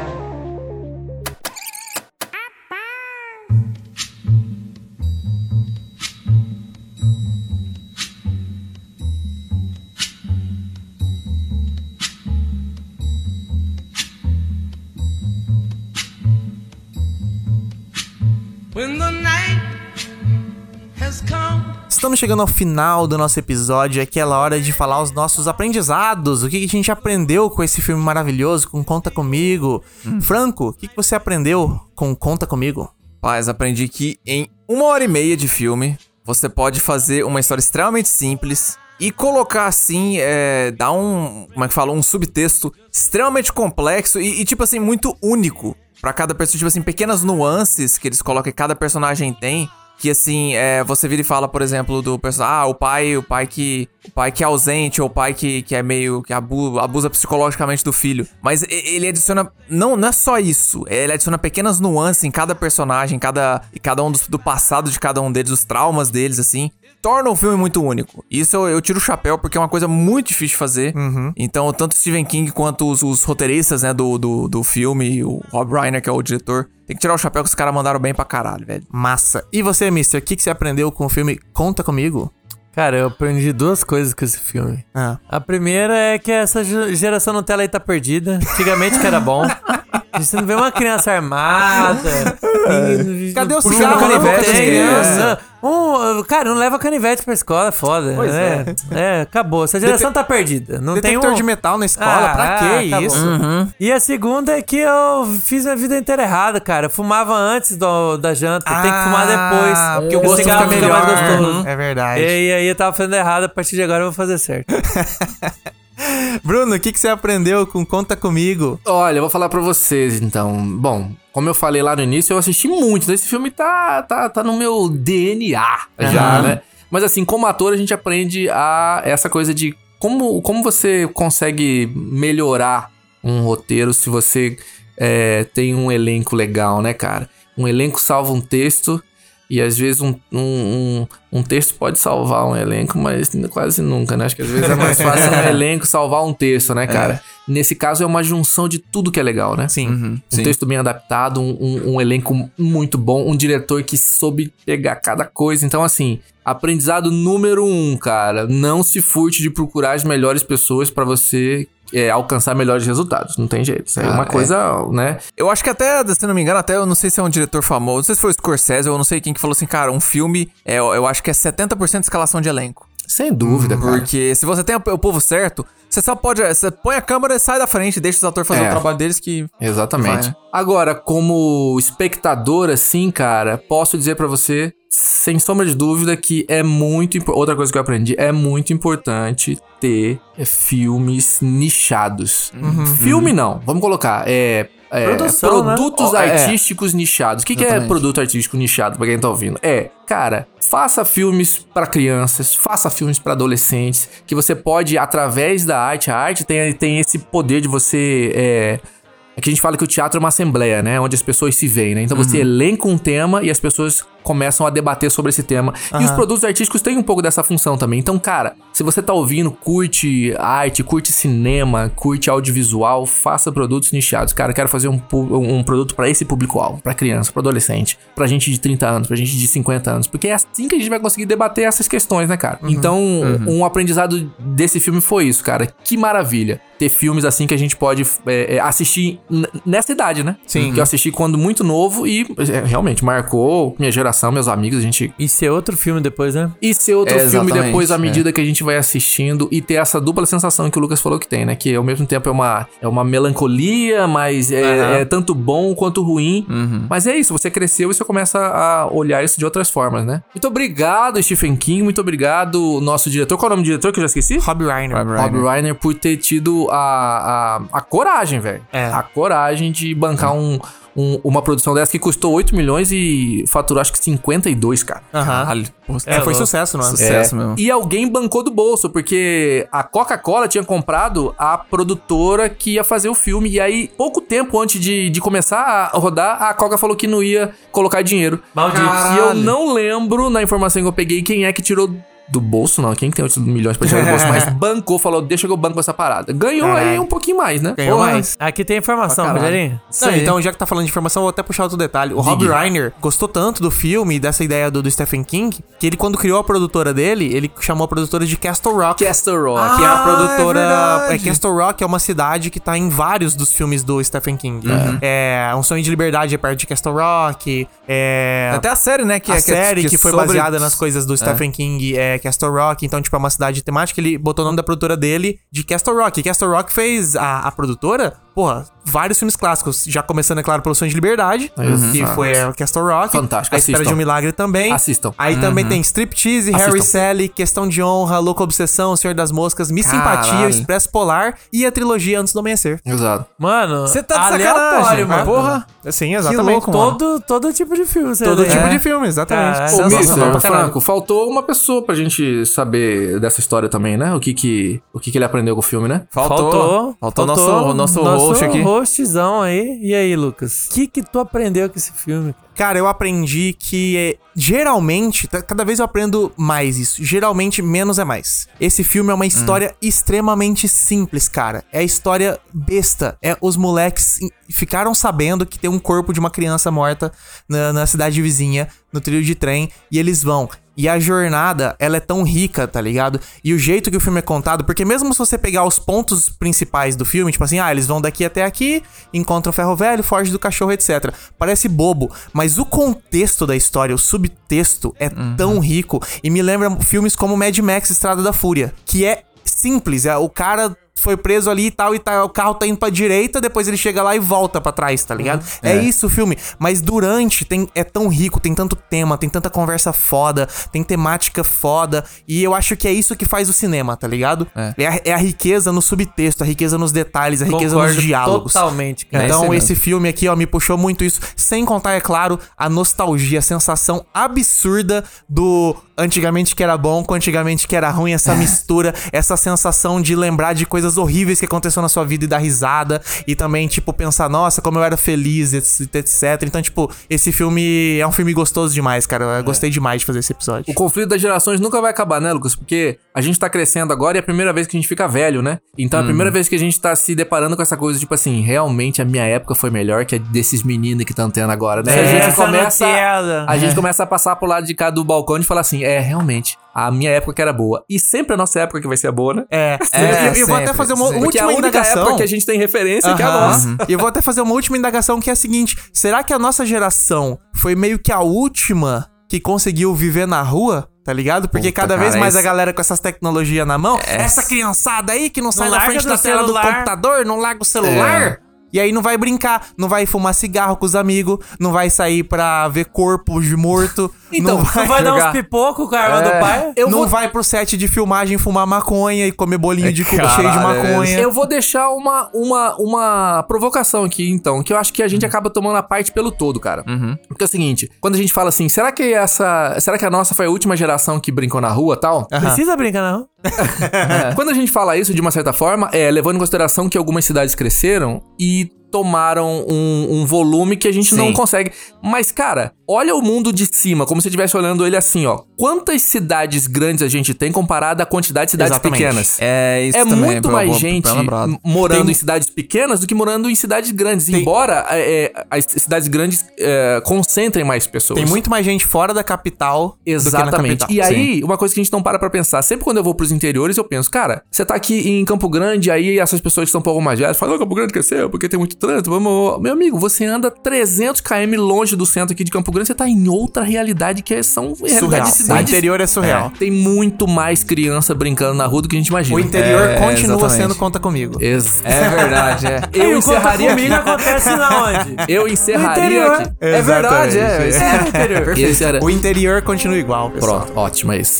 E: When the night has come.
B: Estamos chegando ao final do nosso episódio, é aquela hora de falar os nossos aprendizados, o que que a gente aprendeu com esse filme maravilhoso, com Conta Comigo. Franco, o que que você aprendeu com Conta Comigo?
F: Paz, aprendi que em uma hora e meia de filme, você pode fazer uma história extremamente simples e colocar assim, é, dar um, como é que fala, um subtexto extremamente complexo e, e, tipo assim, muito único pra cada pessoa, tipo assim, pequenas nuances que eles colocam que cada personagem tem. Que assim, é, você vira e fala, por exemplo, do personagem, ah, o pai, o pai que. O pai que é ausente, ou o pai que, que é meio. que abu- abusa psicologicamente do filho. Mas e- ele adiciona. Não, não é só isso. Ele adiciona pequenas nuances em cada personagem, em cada, em cada um dos- do passado de cada um deles, os traumas deles, assim. Torna o filme muito único. Isso eu, eu tiro o chapéu, porque é uma coisa muito difícil de fazer. Então, tanto Stephen King quanto os, os roteiristas, né, do, do, do filme, o Rob Reiner, que é o diretor, tem que tirar o chapéu que os caras mandaram bem pra caralho, velho.
B: Massa. E você, Mister, o que que você aprendeu com o filme Conta Comigo?
C: Cara, eu aprendi duas coisas com esse filme.
B: Ah.
C: A primeira é que essa ge- geração Nutella aí tá perdida. Antigamente que era bom. A gente não vê uma criança armada.
B: Cadê o
C: Puxando
B: cigarro?
C: canivete?
B: Não tem, né?
C: criança. Um, cara, não leva canivete pra escola, é foda.
B: Pois
C: né? é. acabou. Essa geração tá perdida. Não tem
B: Detector
C: um...
B: de metal na escola,
C: Ah,
B: pra que
C: acabou.
B: isso?
C: E a segunda é que eu fiz minha vida inteira errada, cara. Eu fumava antes do- da janta, tem
D: Uhum.
C: que fumar depois.
B: Ah, Porque o gosto fica
C: cigarro
B: melhor.
C: mais
F: Uhum.
C: gostoso.
B: É verdade.
C: E aí eu tava fazendo errado, a partir de agora eu vou fazer certo.
B: Bruno, o que que você aprendeu com Conta Comigo?
D: Olha, eu vou falar pra vocês então. Bom, como eu falei lá no início, eu assisti muito. né? Esse filme tá, tá, tá no meu DNA já, né? Mas assim, como ator, a gente aprende a essa coisa de como, como você consegue melhorar um roteiro se você é, tem um elenco legal, né, cara? Um elenco salva um texto e às vezes um, um, um, um texto pode salvar um elenco, mas quase nunca, né? Acho que às vezes é mais fácil um elenco salvar um texto, né, cara? Nesse caso é uma junção de tudo que é legal, né?
B: Sim.
D: um texto bem adaptado, um, um- um elenco muito bom, um diretor que soube pegar cada coisa. Então, assim, aprendizado número um, cara. Não se furte de procurar as melhores pessoas pra você é, alcançar melhores resultados. Não tem jeito. Isso aí é uma
F: Ah, é.
D: coisa, né?
F: Eu acho que até, se não me engano, até eu não sei se é um diretor famoso, não sei se foi o Scorsese ou não sei quem que falou assim, cara, um filme, é, eu eu acho que é 70% escalação de elenco.
D: Sem dúvida, cara.
F: Porque se você tem o povo certo, você só pode. Você põe a câmera e sai da frente, deixa os atores fazer
D: É.
F: o trabalho deles que.
D: Exatamente.
F: Vai, né?
D: Agora, como espectador, assim, cara, posso dizer pra você, sem sombra de dúvida, que é muito. impo- Outra coisa que eu aprendi, é muito importante ter é, filmes nichados. Filme não, vamos colocar. É. é,
C: Uhum. Produção, né?
D: produtos
C: Ó, é.
D: artísticos nichados. O que, que é
C: Exatamente.
D: produto artístico nichado, pra quem tá ouvindo? É, cara, faça filmes pra crianças, faça filmes pra adolescentes, que você pode, através da arte, a arte tem, tem esse poder de você é, Aqui a gente fala que o teatro é uma assembleia, né? Onde as pessoas se veem, né? Então você elenca um tema e as pessoas começam a debater sobre esse tema. E os
C: Aham.
D: produtos artísticos têm um pouco dessa função também. Então, cara, se você tá ouvindo, curte arte, curte cinema, curte audiovisual, faça produtos nichados. Cara, eu quero fazer um, pu- um produto pra esse público-alvo, pra criança, pra adolescente, pra gente de 30 anos, pra gente de 50 anos. Porque é assim que a gente vai conseguir debater essas questões, né, cara? Então, um aprendizado desse filme foi isso, cara. Que maravilha ter filmes assim que a gente pode é, é, assistir n- nessa idade, né? Sim. Que eu assisti quando muito novo e é, realmente marcou minha geração, meus amigos, a gente.
C: E ser outro filme depois, né?
D: E ser outro
C: É,
D: filme
C: exatamente,
D: depois à
C: é.
D: medida que a gente vai assistindo e ter essa dupla sensação que o Lucas falou que tem, né? Que ao mesmo tempo é uma, é uma melancolia, mas é,
C: Aham.
D: é tanto bom quanto ruim.
B: Uhum.
D: Mas é isso, você cresceu e você começa a olhar isso de outras formas, né? Muito obrigado, Stephen King. Muito obrigado, nosso diretor. Qual é o nome do diretor que eu já esqueci?
B: Rob Reiner.
D: Rob Reiner, por ter tido a, a, a coragem, velho.
B: É.
D: A coragem de bancar um, um- uma produção dessa que custou 8 milhões e faturou acho que 52, cara.
B: Aham. É, foi sucesso, não é?
D: É, E alguém bancou do bolso, porque a Coca-Cola tinha comprado a produtora que ia fazer o filme. E aí, pouco tempo antes de, de começar a rodar, a Coca falou que não ia colocar dinheiro.
C: Maldito.
D: E eu não lembro, na informação que eu peguei, quem é que tirou do bolso, não. Quem que tem 8 milhões pra tirar do bolso, mas bancou, falou, deixa que eu banco essa parada. Ganhou aí
B: Caralho.
D: um pouquinho mais, né?
B: Ganhou
D: Porra.
B: mais.
C: Aqui tem informação,
B: Pra caralho.
C: Rogerinho.
B: Não, então, já que tá falando de informação, eu vou até puxar outro detalhe. O Rob Reiner gostou tanto do filme, dessa ideia do, do Stephen King, que ele, quando criou a produtora dele, ele chamou a produtora de Castle Rock.
D: Castle Rock.
B: que é a
C: Ah,
B: produtora.
C: é
B: É
C: verdade.
B: Castle Rock é uma cidade que tá em vários dos filmes do Stephen King.
F: Uhum.
B: É. Um Sonho de Liberdade é perto de Castle Rock. É.
F: Até a série, né, que
B: a
F: é- que é-
B: série que,
F: que
B: foi
F: sobre-
B: baseada nas coisas do
F: É.
B: Stephen King, é Castle Rock. Então, tipo, é uma cidade temática. Ele botou o nome da produtora dele de Castle Rock. E Castle Rock fez a, a produtora, porra, vários filmes clássicos. Já começando, é claro, pelo Sonho de Liberdade,
D: Uhum.
B: que
D: Exato.
F: Ah.
B: foi a Castle Rock.
D: Fantástico,
B: A Espera
D: assistam.
B: de um Milagre também.
D: Assistam.
B: Aí também
D: Uhum.
B: tem Striptease,
D: Assistam.
B: Harry Sally, Questão de Honra, Louca Obsessão, Senhor das Moscas, Miss
D: Caralho.
B: Simpatia, O Expresso Polar e a trilogia Antes do Amanhecer.
D: Exato.
C: Mano,
B: Você tá de
C: aleatório,
B: sacanagem,
C: mano.
B: né? Porra. Sim, exatamente.
C: Que louco, mano. todo, todo tipo de filme. você
B: Todo
C: vê.
B: tipo
C: É.
B: de filme, exatamente.
C: Caralho.
D: Ô,
C: Sensacional
D: Mister,
C: pra caralho.
D: Franco, faltou uma pessoa pra gente saber dessa história também, né? O que que, o que, que ele aprendeu com o filme, né?
C: Faltou.
F: Faltou o nosso- o nosso host aqui.
C: hostzão aí. E aí, Lucas? O que que tu aprendeu com esse filme?
B: Cara, eu aprendi que é, geralmente, tá- cada vez eu aprendo mais isso. Geralmente, menos é mais. Esse filme é uma história extremamente simples, cara. É a história besta. É os moleques em- ficaram sabendo que tem um corpo de uma criança morta na, na cidade vizinha, no trilho de trem, e eles vão. E a jornada, ela é tão rica, tá ligado? E o jeito que o filme é contado, porque mesmo se você pegar os pontos principais do filme, tipo assim, ah, eles vão daqui até aqui, encontram o ferro velho, fogem do cachorro, etc. Parece bobo, mas o contexto da história, o subtexto é tão rico e me lembra filmes como Mad Max Estrada da Fúria, que é simples, é o cara foi preso ali e tal, e tal, o carro tá indo pra direita, depois ele chega lá e volta pra trás, tá ligado? É, isso o filme. Mas durante tem, é tão rico, tem tanto tema, tem tanta conversa foda, tem temática foda. E eu acho que é isso que faz o cinema, tá ligado? É, a, é a riqueza no subtexto, a riqueza nos detalhes, a riqueza
C: Concordo
B: nos diálogos.
C: totalmente, cara. É isso
B: Então,
C: mesmo.
B: esse filme aqui, ó, me puxou muito isso. Sem contar, é claro, a nostalgia, a sensação absurda É. do antigamente que era bom com antigamente que era ruim, essa mistura, essa sensação de lembrar de coisas coisas horríveis que aconteceu na sua vida e dar risada. E também, tipo, pensar, nossa, como eu era feliz, etc, etc. Então, tipo, esse filme é um filme gostoso demais, cara. Eu gostei demais de fazer esse episódio.
D: O conflito das gerações nunca vai acabar, né, Lucas? Porque a gente tá crescendo agora e é a primeira vez que a gente fica velho, né? Então é a
B: Hum.
D: primeira vez que a gente tá se deparando com essa coisa, tipo assim, realmente a minha época foi melhor que a desses meninos que estão tendo agora, né?
C: É,
D: a gente
C: essa
D: começa.
C: Nutella.
D: A gente
C: É.
D: começa a passar pro lado de cá do balcão e falar assim: é, realmente, a minha época que era boa. E sempre a nossa época que vai ser boa, né?
B: É. e eu vou até fazer uma
D: Porque é
B: última
D: a única
B: indagação.
D: época que a gente tem referência é que é a
B: Aham.
C: Uhum.
D: nossa.
B: E eu vou até fazer uma última indagação que é a seguinte: será que a nossa geração foi meio que a última que conseguiu viver na rua? Tá ligado? Porque cada
D: cara,
B: vez mais a
D: esse-
B: galera com essas tecnologias na mão, essa criançada aí que não sai da
C: É. larga
B: frente
C: do
B: da tela do
C: celular.
B: computador, não larga o celular.
C: É.
B: E aí não vai brincar, não vai fumar cigarro com os amigos, não vai sair pra ver corpo de morto.
C: Então,
B: não vai,
C: vai dar uns
B: jogar.
C: pipocos com a arma
B: É.
C: do pai?
B: não vai pro set de filmagem fumar maconha e comer
C: É,
B: bolinho de cubo cheio de
D: Caralho,
B: maconha.
D: Eu vou deixar uma, uma, uma provocação aqui, então, que eu acho que a
B: Uhum.
D: gente acaba tomando a parte pelo todo, cara. Porque é o seguinte, quando a gente fala assim, será que essa. Será que a nossa foi a última geração que brincou na rua tal? é,
C: Precisa brincar, não?
B: É.
D: Quando a gente fala isso, de uma certa forma, é levando em consideração que algumas cidades cresceram e tomaram um, um volume que a gente não
C: Sim.
D: consegue. Mas, cara, olha o mundo de cima, como se estivesse olhando ele assim, ó. Quantas cidades grandes a gente tem comparada à quantidade de cidades
F: Exatamente.
D: pequenas?
F: É, isso
D: É
F: também,
D: muito
F: boa-
D: mais
F: boa-
D: gente
F: bem lembrado.
D: morando
F: Tem-
D: em cidades pequenas do que morando em cidades grandes. Embora é, é, as cidades grandes é, concentrem mais pessoas.
B: Tem muito mais gente fora da capital do que na
D: Exatamente.
B: capital.
D: E aí, uma coisa que a gente não para pra pensar, sempre quando eu vou pros interiores, eu penso, cara, você tá aqui em Campo Grande, aí essas pessoas que estão um pouco mais velhas falam, "Ah, Campo Grande cresceu porque tem muito trânsito, vamos... Meu amigo, você anda 300 km longe do centro aqui de Campo Grande, você tá em outra realidade que é- são
B: Surreal.
D: realidades de cidades...
B: O interior é surreal.
D: tem muito mais criança brincando na rua do que a gente imagina.
B: O interior
D: É,
B: continua
D: exatamente.
B: sendo conta comigo.
D: Ex- É verdade, é.
B: E o Conta
C: Comigo acontece na onde?
D: Eu encerraria
C: interior.
D: aqui. É verdade, é.
B: Exatamente.
D: É o interior.
B: Perfeito.
D: Esse era-
B: O interior continua igual, pessoal.
D: Pronto, ótimo, é isso.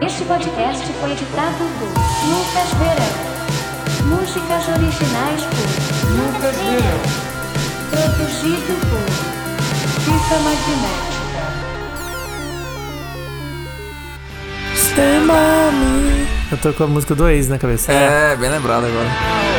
R: Este podcast foi editado por Lucas Verão. Músicas originais por Lucas Verão. Produzido por Fita Magnética.
C: Eu tô com a música do ex na cabeça.
D: É,
F: É, bem lembrado agora.